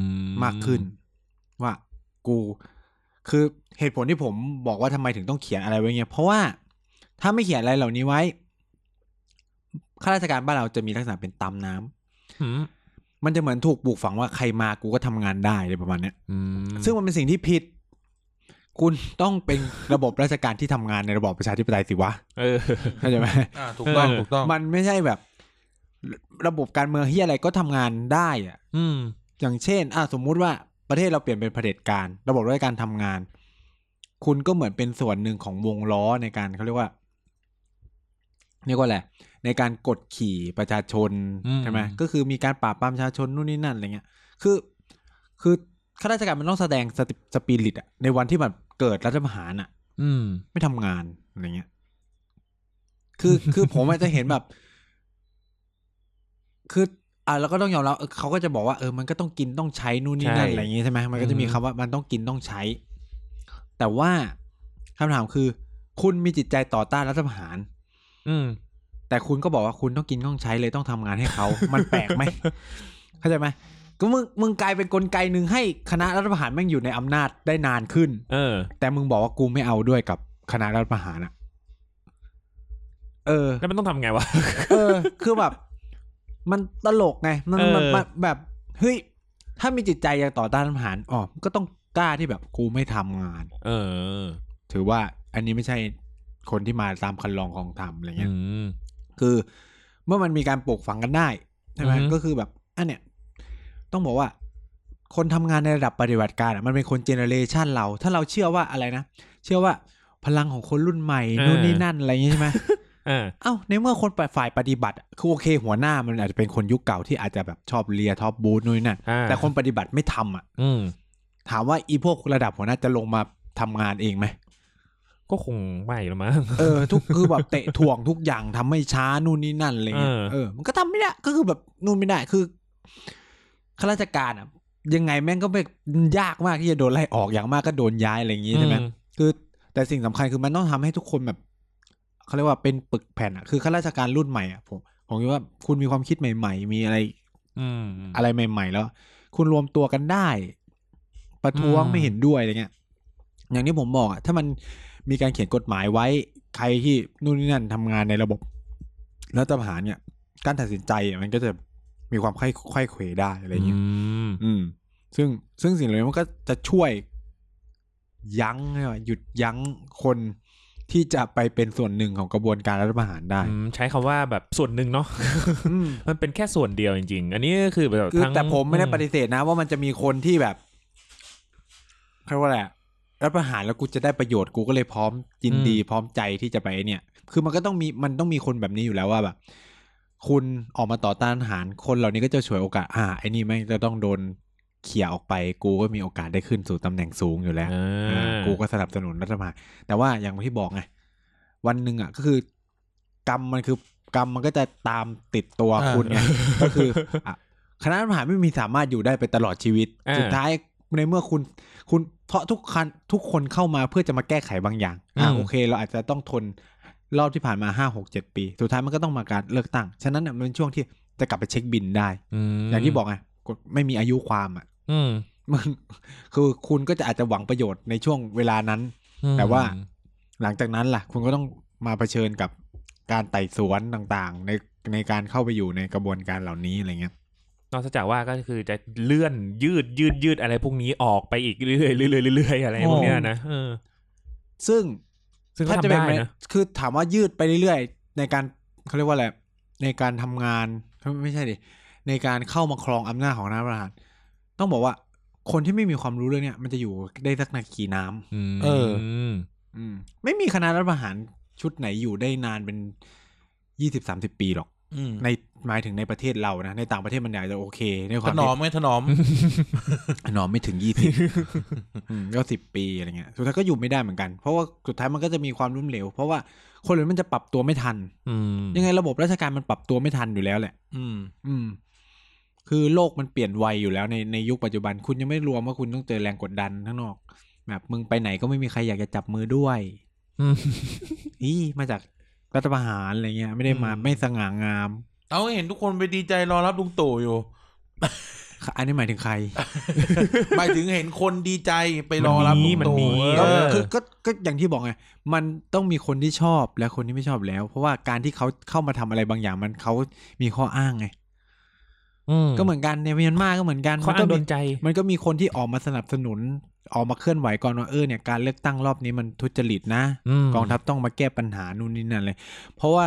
S2: มากขึ้น ว่ากูคือเหตุผลที่ผมบอกว่าทำไมถึงต้องเขียนอะไรไว้เงี้ยเพราะว่าถ้าไม่เขียนอะไรเหล่านี้ไว้ข้าราชการบ้านเราจะมีลักษณะเป็นตามน้ำ
S1: อืม
S2: มันจะเหมือนถูกปลูกฝังว่าใครมากูก็ทำงานได้อะไรประมาณเนี้ย
S1: อืม
S2: ซึ่งมันเป็นสิ่งที่ผิด คุณต้องเป็นระบบราชการที่ทำงานในระบอบประชาธิปไตยสิวะ
S1: เออ
S2: เข้าใจไหม
S3: อ่าถูกต้อง
S1: เออ
S3: ถูกต้อง
S2: มันไม่ใช่แบบ ระบบการเมืองที่อะไรก็ทำงานได้อะ
S1: อืม
S2: อย่างเช่น อ่ะสมมุติว่าประเทศเราเปลี่ยนเป็นเผด็จการ ระบบราชการทำงาน คุณก็เหมือนเป็นส่วนหนึ่งของวงล้อในการเขาเรียกว่าเรียกว่าอะไรในการกดขี่ประชาชน
S1: อืม
S2: ใช่ไหมก็คือมีการปราบปรามประชาชนนู่นนี่นั่นอะไรเงี้ย คือ คือข้าราชการมันต้องแสดงสติสปิริตอะในวันที่แบบเกิดรัฐประหารอะ
S1: อืม
S2: ไม่ทำงานอะไรเงี้ย คือ คือผมอาจจะเห็นแบบ คือ อ่ะแล้วก็ต้องยอมรับเออเขาก็จะบอกว่า เออ มันก็ต้องกินต้องใช้นู่นนี่นั่น
S1: ใช่
S2: อะไรอย่างงี้ใช่ไหมมันก็จะมี
S1: อือฮึ
S2: คำว่ามันต้องกินต้องใช้ แต่ว่าคำถามคือ คุณมีจิตใจต่อต้านรัฐประหาร
S1: อืม
S2: แต่คุณก็บอกว่าคุณต้องกินต้องใช้เลยต้องทำงานให้เขา มันแปลกไหม เข้าใจไหมก็มึง มึงกลายเป็นกลไกหนึ่งให้คณะรัฐประหารแม่งอยู่ในอำนาจได้นานขึ้น
S1: เออ
S2: แต่มึงบอกว่ากูไม่เอาด้วยกับคณะรัฐประหารอะ เออ
S1: แล้วมันต้องทำไงวะ
S2: เออ คือแบบ มันตลกไง มัน
S1: เออ
S2: มันมันแบบ เฮ้ย ถ้ามีจิตใจอยากต่อต้านทหารอ๋อก็ต้องกล้าที่แบบกูไม่ทำงาน
S1: เออ
S2: ถือว่าอันนี้ไม่ใช่คนที่มาตามคันลองของธรรมอะไร
S1: อื
S2: เงี้ย
S1: ม
S2: คือเมื่อมันมีการปลูกฝังกันได้ใช่ไหม
S1: อือฮึ
S2: ก็คือแบบอันเนี้ยต้องบอกว่า คนทำงานในระดับปฏิบัติการอะมันเป็นคนเจเนอเรชันเรา ถ้าเราเชื่อว่าอะไรนะ เชื่อว่าพลังของคนรุ่นใหม่นู่นนี่นั่นอะไรอย่างงี้
S1: *laughs*
S2: ใช่ไหม
S1: อ่า
S2: เอ้าในเมื่อคนฝ่ายปฏิบัติอะคือโอเค หัวหน้ามันอาจจะเป็นคนยุคเก่าที่อาจจะแบบชอบเลียท็อปบูธนู่นนนั่น
S1: อ่า
S2: แต่คนปฏิบัติไม่ทำอ่ะ
S1: อืม
S2: ถามว่าอีพวกระดับหัวหน้าจะลงมาทำงานเองไหม
S1: ก็คงไม่ละมั้ง
S2: เออทุกคือแบบเตะถ่วงทุกอย่างทำไม่ช้านู่นนี่นั่นอะไรเงี้ย
S1: เออ
S2: เออมันก็ทำไม่ได้ก็คือแบบนู่นไม่ได้คือข้าราชการอ่ะ ยังไงแม่งก็ไม่ยากมากที่จะโดนไล่ออกอย่างมากก็โดนย้ายอะไรอย่างงี้ใช่ไหม
S1: อื
S2: คือแต่สิ่งสำคัญคือมันต้องทำให้ทุกคนแบบเขาเรียกว่าเป็นปึกแผ่นอะคือข้าราชการรุ่นใหม่อะผมผมคิดว่าคุณมีความคิดใหม่ ๆ มีอะไร
S1: อืม
S2: อะไรใหม่ ๆ แล้ว คุณรวมตัวกันได้ ประท้วง
S1: อืม
S2: ไม่เห็นด้วยอะไรเงี้ยอย่างที่ผมบอกอะถ้ามันมีการเขียนกฎหมายไว้ ใครที่นู่นนี่นั่นทำงานในระบบรัฐประหารเนี่ย การตัดสินใจอะมันก็จะมีความค่อยค่อยเขวได้อะไรเงี้ย
S1: ม
S2: อืม ซึ่งซึ่งสิ่งเหล่านี้มันก็จะช่วย ยั้งใช่ไหมหยุดยั้งคนที่จะไปเป็นส่วนหนึ่งของกระบวนการรัฐประหารได้
S1: อืมใช้คำว่าแบบส่วนหนึ่งเนาะ *laughs*
S2: อืม
S1: มันเป็นแค่ส่วนเดียวจริง ๆ อันนี้ก็คือแบบ
S2: คือ
S1: ทั้ง
S2: แต่ผมไม่ได้ปฏิเสธนะ ว่ามันจะมีคนที่แบบเขาเรียกว่าอะไรอะรัฐประหารแล้วกูจะได้ประโยชน์กูก็เลยพร้อมยินดีพร้อมใจที่จะไปเนี่ย คือมันก็ต้องมีมันต้องมีคนแบบนี้อยู่แล้วว่าแบบ คุณออกมาต่อต้านทหารคนเหล่านี้ก็จะฉวยโอกาส อ่าไอ้นี่แม่งจะต้องโดนเขี่ยออกไปกูก็มีโอกาสได้ขึ้นสู่ตำแหน่งสูงอยู่แล้ว
S1: อ่
S2: อ่า
S1: า
S2: กูก็สนับสนุนรัฐบาลแต่ว่าอย่างที่บอกไงวันหนึ่งอ่ะก็คือกรรมมันคือกรรมมันก็จะตามติดตัว
S3: อ่า
S2: คุณไงก็คืออ่ะคณะรัฐประหารไม่มีสามารถอยู่ได้ไปตลอดชีวิต
S1: า
S2: สุดท้ายในเมื่อคุณคุณเพราะทุกคันทุกคนเข้ามาเพื่อจะมาแก้ไขบางอย่างอ่ะโอเค เราอาจจะต้องทนรอบที่ผ่านมาห้าหกเจ็ดปี สุดท้ายมันก็ต้องมาการเลือกตั้ง ฉะนั้นน่ะมันเป็นช่วงที่จะกลับไปเช็คบินได้
S1: ม
S2: อย่างที่บอกไงกฎไม่มีอายุความอ่ะ
S1: อืม
S2: มัน *laughs* คือคุณก็จะอาจจะหวังประโยชน์ในช่วงเวลานั้น
S1: อืม
S2: แต่ว่า หลังจากนั้นล่ะ คุณก็ต้องมาเผชิญกับการไต่สวนต่างๆ ในในการเข้าไปอยู่ในกระบวนการเหล่านี้อะไรเงี้ย
S1: นอกจากว่าก็คือจะเลื่อนยืดยืดยืดอะไรพวกนี้ออกไปอีกเรื่อยๆเรื่อยๆเรื่อยๆอะไรพวกเนี้ยนะเออ
S2: ซึ่ง
S1: ซึ่งก็
S2: ถ้าจะเป็น
S1: ทำได้
S2: ไป
S1: นะ
S2: คือถามว่ายืดไปเรื่อยๆ ในการเขาเรียกว่าอะไรในการทำงานไม่ใช่ดิในการเข้ามาครองอำนาจของรัฐประหารต้องบอกว่าคนที่ไม่มีความรู้เรื่องเนี้ยมันจะอยู่ได้สักนากี่น้ำ
S1: ม
S3: เออ
S2: อืม ไม่มีคณะรัฐประหารชุดไหนอยู่ได้นานเป็นยี่สิบสามสิบปีหรอก
S3: อืม
S2: ในหมายถึงในประเทศเรานะในต่างประเทศมันอาจจะโอเคในค
S3: ถ
S2: วาม
S3: น
S2: ที่
S3: อมไงถนอม
S2: นอนไม่ถึงยี่
S3: *laughs*
S2: สิบ ก็สิบปีอะไรเงี้ย สุดท้ายก็อยู่ไม่ได้เหมือนกัน เพราะว่าสุดท้ายมันก็จะมีความล้มเหลว เพราะว่าคนเหล่านี้มันจะปรับตัวไม่ทัน
S1: อืม
S2: ยังไงระบบราชการมันปรับตัวไม่ทันอยู่แล้วแหละ
S3: อืม
S2: อืม คือโลกมันเปลี่ยนไวอยู่แล้วในในยุคปัจจุบัน คุณยังไม่รวมว่าคุณต้องเจอแรงกดดันข้างนอก แบบมึงไปไหนก็ไม่มีใครอยากจะจับมือด้วย
S1: อืม
S2: อีมาจากรัฐประหารอะไรเงี้ย ไม่ได้มา
S1: อืม
S2: ไม่สง่างาม
S3: เอาเห็นทุกคนไปดีใจรอรับลุงตู่อยู่
S2: อันนี้หมายถึงใคร
S3: หมายถึงเห็นคนดีใจไปรอรับลุง
S1: มัน
S3: ตู่
S1: มีมันมี
S3: เอ
S2: ก็
S3: อ
S2: คือก็ก็อย่างที่บอกไง มันต้องมีคนที่ชอบและคนที่ไม่ชอบแล้ว เพราะว่าการที่เขาเข้ามาทำอะไรบางอย่างมันเขามีข้ออ้างไง
S1: อืม
S2: ก็เหมือนกันในเมียนมาก็เหมือนกัน
S1: ข้อ
S2: มัน
S1: อ้า
S2: ก็
S1: งโด
S2: มี
S1: นใจ
S2: มันก็มีคนที่ออกมาสนับสนุน ออกมาเคลื่อนไหวก่อนว่าเออเนี่ยการเลือกตั้งรอบนี้มันทุจริตนะ
S1: ม
S2: กองทัพต้องมาแก้ปัญหานู่นนี่นั่นเลย เพราะว่า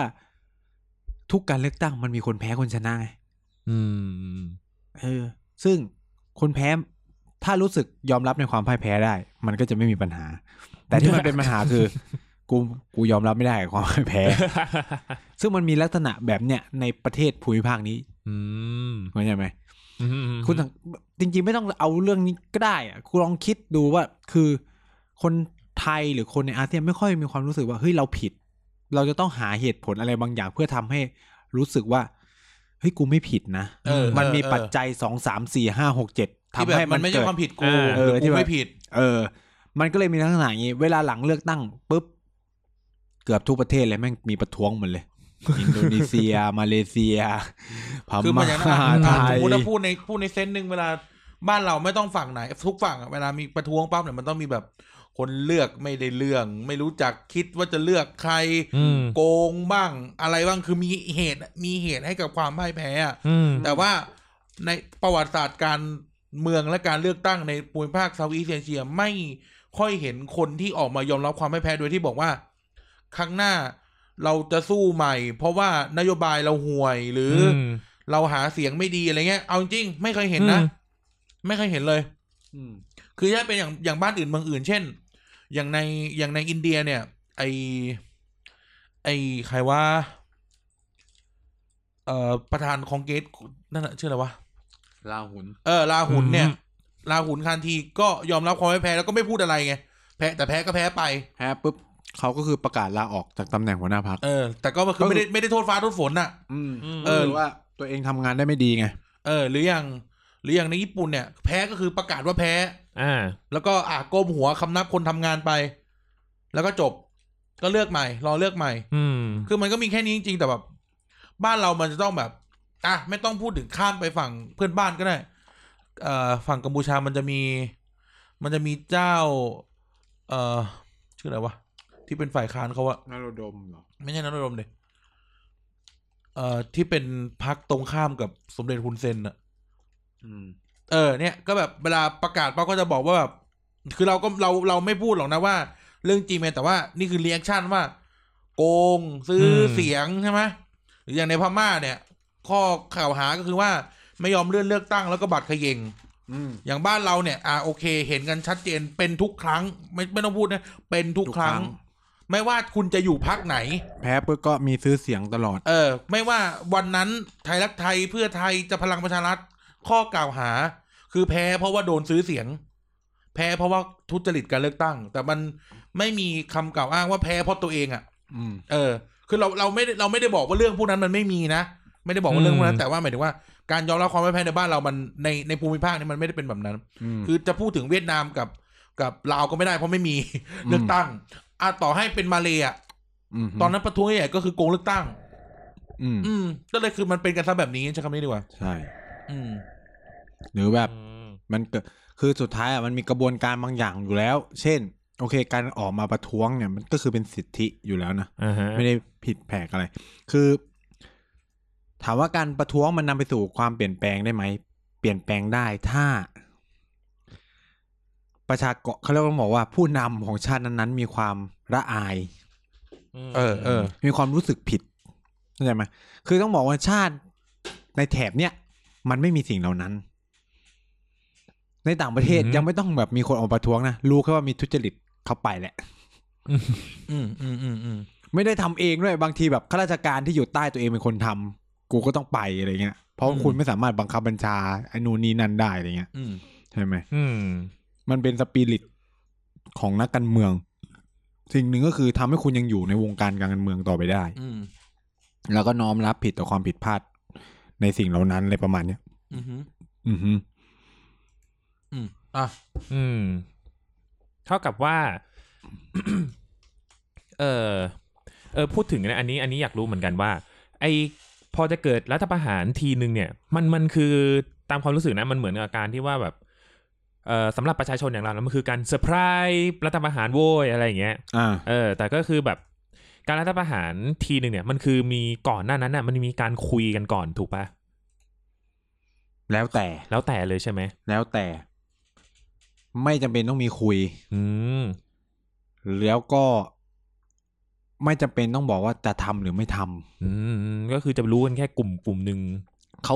S2: ทุกการเลือกตั้งมันมีคนแพ้คนชนะไง
S1: อืม
S2: เออ ซึ่งคนแพ้ ถ้ารู้สึกยอมรับในความพ่ายแพ้ได้ มันก็จะไม่มีปัญหา แต่ที่มันเป็นปัญหาคือ กูกูยอมรับไม่ได้กับความพ่ายแพ้ ซึ่งมันมีลักษณะแบบเนี้ยในประเทศภูมิภาคนี้
S1: อืม
S2: เข้าใจไหม
S1: อืม
S2: คุณสังจริง ๆ ไม่ต้องเอาเรื่องนี้ก็ได้อะคุณลองคิดดูว่าคือคนไทยหรือคนในอาเซียนไม่ค่อยมีความรู้สึกว่าเฮ้ยเราผิด เราจะต้องหาเหตุผลอะไรบางอย่างเพื่อทำให้รู้สึกว่าเฮ้ยกูไม่ผิดนะ
S3: เออ
S2: มันมี
S3: เออ
S2: ปัจจัยสองสามสี่ห้าหกเจ็ด
S3: ที่แบ
S2: ทำ
S3: บ
S2: ให้
S3: มั
S2: มัน น
S3: ไม่ใช่
S2: เกิด
S3: ความผิดกู
S1: เออ
S3: หรือ
S2: ที่
S3: กู
S2: แบบ
S3: ไม่ผิด
S2: เออ มันก็เลยมีลักษณะอย่างนี้ เวลาหลังเลือกตั้งปุ๊บ เกือบทุกประเทศเลยแม่งมีประท้วงหมดเลย อินโดนีเซีย มาเลเซียพ
S3: คือมั
S2: ม่
S3: นอย่างนั้นอะ
S2: า
S3: อ่ะ
S2: ไท
S3: สม
S2: ย
S3: มติถ้าพูดในพูดในเซนส์หนึ่งเวลาบ้านเราไม่ต้องฝั่งไหน ทุกฝั่งอะเวลามีประท้วงปั๊บเนี่ยมันต้องมีแบบ คนเลือกไม่ได้เรื่อง ไม่รู้จักคิดว่าจะเลือกใคร
S1: อืม
S3: โกงบ้าง อะไรบ้างคือมีเหตุมีเหตุให้กับความพ่ายแพ้อะ
S1: อืม
S3: แต่ว่าในประวัติศาสตร์การเมืองและการเลือกตั้งในภูมิภาคเซาท์อีสเอเชียไม่ค่อยเห็นคนที่ออกมายอมรับความไม่แพ้โดยที่บอกว่า ครั้งหน้าเราจะสู้ใหม่ เพราะว่านโยบายเราห่วยหรืออเราหาเสียงไม่ดีอะไรเงี้ยเอาจริงๆไม่เคยเห็นนะ
S1: อืม
S3: ไม่เคยเห็นเลย
S2: อืม
S3: คือถ้าเป็นอย่างอย่างบ้านอื่นเมืองอื่น เช่น อย่างในอย่างในอินเดียเนี่ย ไอไอใครว่า เอ่อประธานคองเกรสนั่นน่ะชื่ออะไรวะ
S4: ลาหุน
S3: เออลาหุนเนี่ย
S1: อืม
S3: ลาหุนคานทีก็ยอมรับความไม่แพ้แล้วก็ไม่พูดอะไรไงแพ้แต่แพ้ก็แพ้ไป
S2: แพ้ปุ๊บเขาก็คือประกาศลาออกจากตำแหน่งหัวหน้าพัก
S3: เออ แต่ก็คือ
S2: ก็คือ
S3: ไม่ได้ไม่ได้โทษฟ้าโทษฝนน่ะ
S2: อืม
S3: เออ
S2: หรือว่าตัวเองทำงานได้ไม่ดีไง
S3: เออ หรืออย่างหรืออย่างในญี่ปุ่นเนี่ย แพ้ก็คือประกาศว่าแพ้
S1: อ่า
S3: แล้วก็อ่ะก้มหัวคำนับคนทำงานไป แล้วก็จบก็เลือกใหม่ รอเลือกใหม่
S1: อืม
S3: คือมันก็มีแค่นี้จริงๆ แต่แบบ บ้านเรามันจะต้องแบบ อ่ะ ไม่ต้องพูดถึงข้ามไปฝั่งเพื่อนบ้านก็ได้ เอ่อ ฝั่งกัมพูชามันจะมี มันจะมีเจ้า เอ่อ ชื่ออะไรวะ ที่เป็นฝ่ายค้านเขาอะ
S2: นารดมเหรอ
S3: ไม่ใช่นักรมเลยเอ่อ ที่เป็นพักตรงข้ามกับสมเด็จฮุนเซนอะ
S2: อืม
S3: เออเนี่ยก็แบบเวลาประกาศป้าก็จะบอกว่าแบบคือเราก็เราเราไม่พูดหรอกนะว่า เรื่องจริงไหมแต่ว่านี่คือเรีแอคชั่นว่า โกงซื้ออ
S1: ม
S3: เสียงใช่ไหมหรืออย่างในพม่าเนี่ย ข้อกล่าวหาก็คือว่าไม่ยอมเลื่อนเลือกตั้งแล้วก็บัตรเขยง
S2: อืม
S3: อย่างบ้านเราเนี่ย อ่าโอเค เห็นกันชัดเจนเป็นทุกครั้ง ไม่ไม่ต้องพูดนะเป็นทุก
S2: ทุก
S3: ค
S2: ครั้
S3: รั้ง
S2: ง
S3: ไม่ว่าคุณจะอยู่พักไหน
S2: แพ้ปุ๊บก็มีซื้อเสียงตลอด
S3: เออ ไม่ว่าวันนั้นไทยรักไทยเพื่อไทยจะพลังประชารัฐข้อกล่าวหา คือแพ้เพราะว่าโดนซื้อเสียง แพ้เพราะว่าทุจริตการเลือกตั้ง แต่มันไม่มีคำกล่าวอ้างว่าแพ้เพราะตัวเองอะ่ะ
S2: อืม
S3: เออ คือเราเราไม่ได้เราไม่ได้บอกว่าเรื่องพวกนั้นมันไม่มีนะไม่ได้บอกว่าเรื่องพวกนั้
S1: อื
S3: น
S1: ม
S3: แต่ว่าหมายถึงว่าการยอมรับความไม่แพ้ในบ้านเรามันในในภูมิภาคนี้มันไม่ได้เป็นแบบนั้น
S2: อืม
S3: คือจะพูดถึงเวียดนามกับกับลาวก็ไม่ได้เพราะไม่มี *laughs*
S2: อืม
S3: เลือกตั้งอ่ะต่อให้เป็นมาเลย์อ่ะ
S2: ม
S3: ตอนนั้นประท้วงใหญ่ๆก็คือโกงเลือกตั้ง
S2: อืม
S3: อืมก็เลยคือมันเป็นกันซะแบบนี้ใช้คำนี้ดีกว่า
S2: ใช่
S3: อืม
S2: หรือแบบ
S1: อืม
S2: มันเกิดคือสุดท้ายอ่ะมันมีกระบวนการบางอย่างอยู่แล้ว เช่น โอเค การออกมาประท้วงเนี่ยมันก็คือเป็นสิทธิอยู่แล้วนะ
S1: อ่าฮะ
S2: ไม่ได้ผิดแผกอะไร คือ ถามว่าการประท้วงมันนำไปสู่ความเปลี่ยนแปลงได้ไหม เปลี่ยนแปลงได้ถ้า ประชากรเขาเรียกว่าบอกว่าผู้นำของชาตินั้นๆ มีความละอาย
S3: เออเออ
S2: มีความรู้สึกผิดเข้าใจไหมคือต้องบอกว่าชาติในแถบเนี้ยมันไม่มีสิ่งเหล่านั้น ในต่างประเทศ
S1: อือหือ
S2: ยังไม่ต้องแบบมีคนออกมาประท้วงนะ รู้แค่ว่ามีทุจริตเข้าไปแหละ
S3: อืมอืมอืมอืม
S2: ไม่ได้ทำเองด้วยบางทีแบบข้าราชการที่อยู่ใต้ตัวเองเป็นคนทำกูก็ต้องไปอะไรเงี้ย เพราะคุณไม่สามารถบังคับบัญชาไอ้นู่นนี่นั่นได้อะไรเงี้ย
S3: อืม
S2: ใช่ไหม
S1: อืม
S2: มันเป็นสปิริตของนักการเมือง สิ่งหนึ่งก็คือทำให้คุณยังอยู่ในวงการการเมืองต่อไปได้
S3: อืม
S2: แล้วก็น้อมรับผิดต่อความผิดพลาด ในสิ่งเหล่านั้นอะไรประมาณเนี้ย
S3: อืมอืม
S2: อือฮึ
S3: อืมอ่ะ
S1: อืม เท่ากับว่า *coughs* เออเออพูดถึงนะ อันนี้ อันนี้อยากรู้เหมือนกันว่า ไอพอจะเกิดรัฐประหารทีนึงเนี่ย มันมันคือตามความรู้สึกนะ มันเหมือนกับการที่ว่าแบบเออสำหรับประชาชนอย่างเรานะมันคือการเซอร์ไพรส์รัฐประหารโว้ยอะไรอย่างเงี้ย
S2: อ่า
S1: เออแต่ก็คือแบบการรัฐประหารทีหนึ่งเนี่ยมันคือมีก่อนหน้านั้นน่ะมันมีการคุยกันก่อนถูกปะ
S2: แล้วแต่
S1: แล้วแต่เลยใช่ไหม
S2: แล้วแต่ ไม่จำเป็นต้องมีคุย
S1: อืม
S2: แล้วก็ไม่จำเป็นต้องบอกว่าจะทำหรือไม่ทำ
S1: อืมก็คือจะรู้กันแค่กลุ่มกลุ่มหนึ่ง
S2: เขา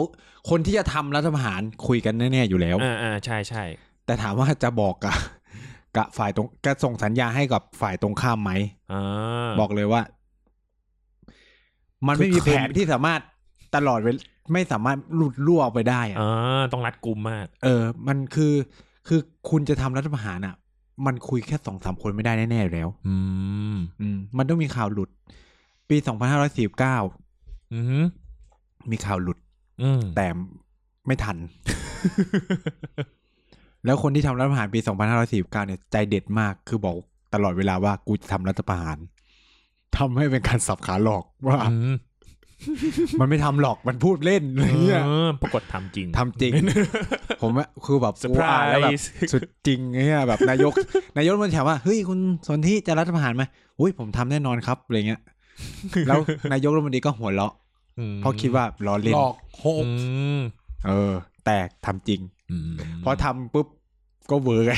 S2: คนที่จะทำรัฐประหารคุยกันแน่ๆอยู่แล้ว
S1: อ่าอ่าใช่ใช่
S2: แต่ถามว่าจะบอกกับกับฝ่ายตรงจะส่งสัญญาให้กับฝ่ายตรงข้ามไหม
S1: อ่า
S2: บอกเลยว่า มันไม่มี
S1: คือ
S2: แผนที่สามารถตลอดเวลไม่สามารถหลุดล่วออกไปได้อะ
S1: อ่าต้องรัดกลุ่มมาก
S2: เออ มันคือคือคุณจะทำรัฐประหารอ่ะ มันคุยแค่สองสามคนไม่ได้แน่ๆอยู่แล้ว
S1: อืม
S2: อืม มันต้องมีข่าวหลุด ปีสองพันห้าร้อยสี่เก้า
S1: อืม
S2: มีข่าวหลุด
S1: อืม
S2: แต่ไม่ทัน *laughs* แล้วคนที่ทำรัฐประหารปี 2549 เนี่ยใจเด็ดมาก คือบอกตลอดเวลาว่ากูจะทำรัฐประหารทำให้เป็นการสับขาหลอกว่า
S1: อืม
S2: มันไม่ทำหรอกมันพูดเล่นอะไรเงี้ย
S1: เออปรากฏทำจริง
S2: ทำจริง ผมอะคือแบบกูอ่านแล้วแบบ
S1: Surprise
S2: สุดจริงเนี่ยแบบนายก นายกมันถามว่าเฮ้ยคุณสนที่จะรัฐประหารไหมอุ้ยผมทำแน่นอนครับอะไรเงี้ยแล้วนายกรัฐมนตรีก็หัวเราะ
S1: ม
S2: เพราะคิดว่าล้อเล่
S3: ห
S2: น
S3: ลอกโหก
S1: อืม
S2: เออ แต่ทำจริง
S1: อืม
S2: พอทำปุ๊บก็เวอร์ไง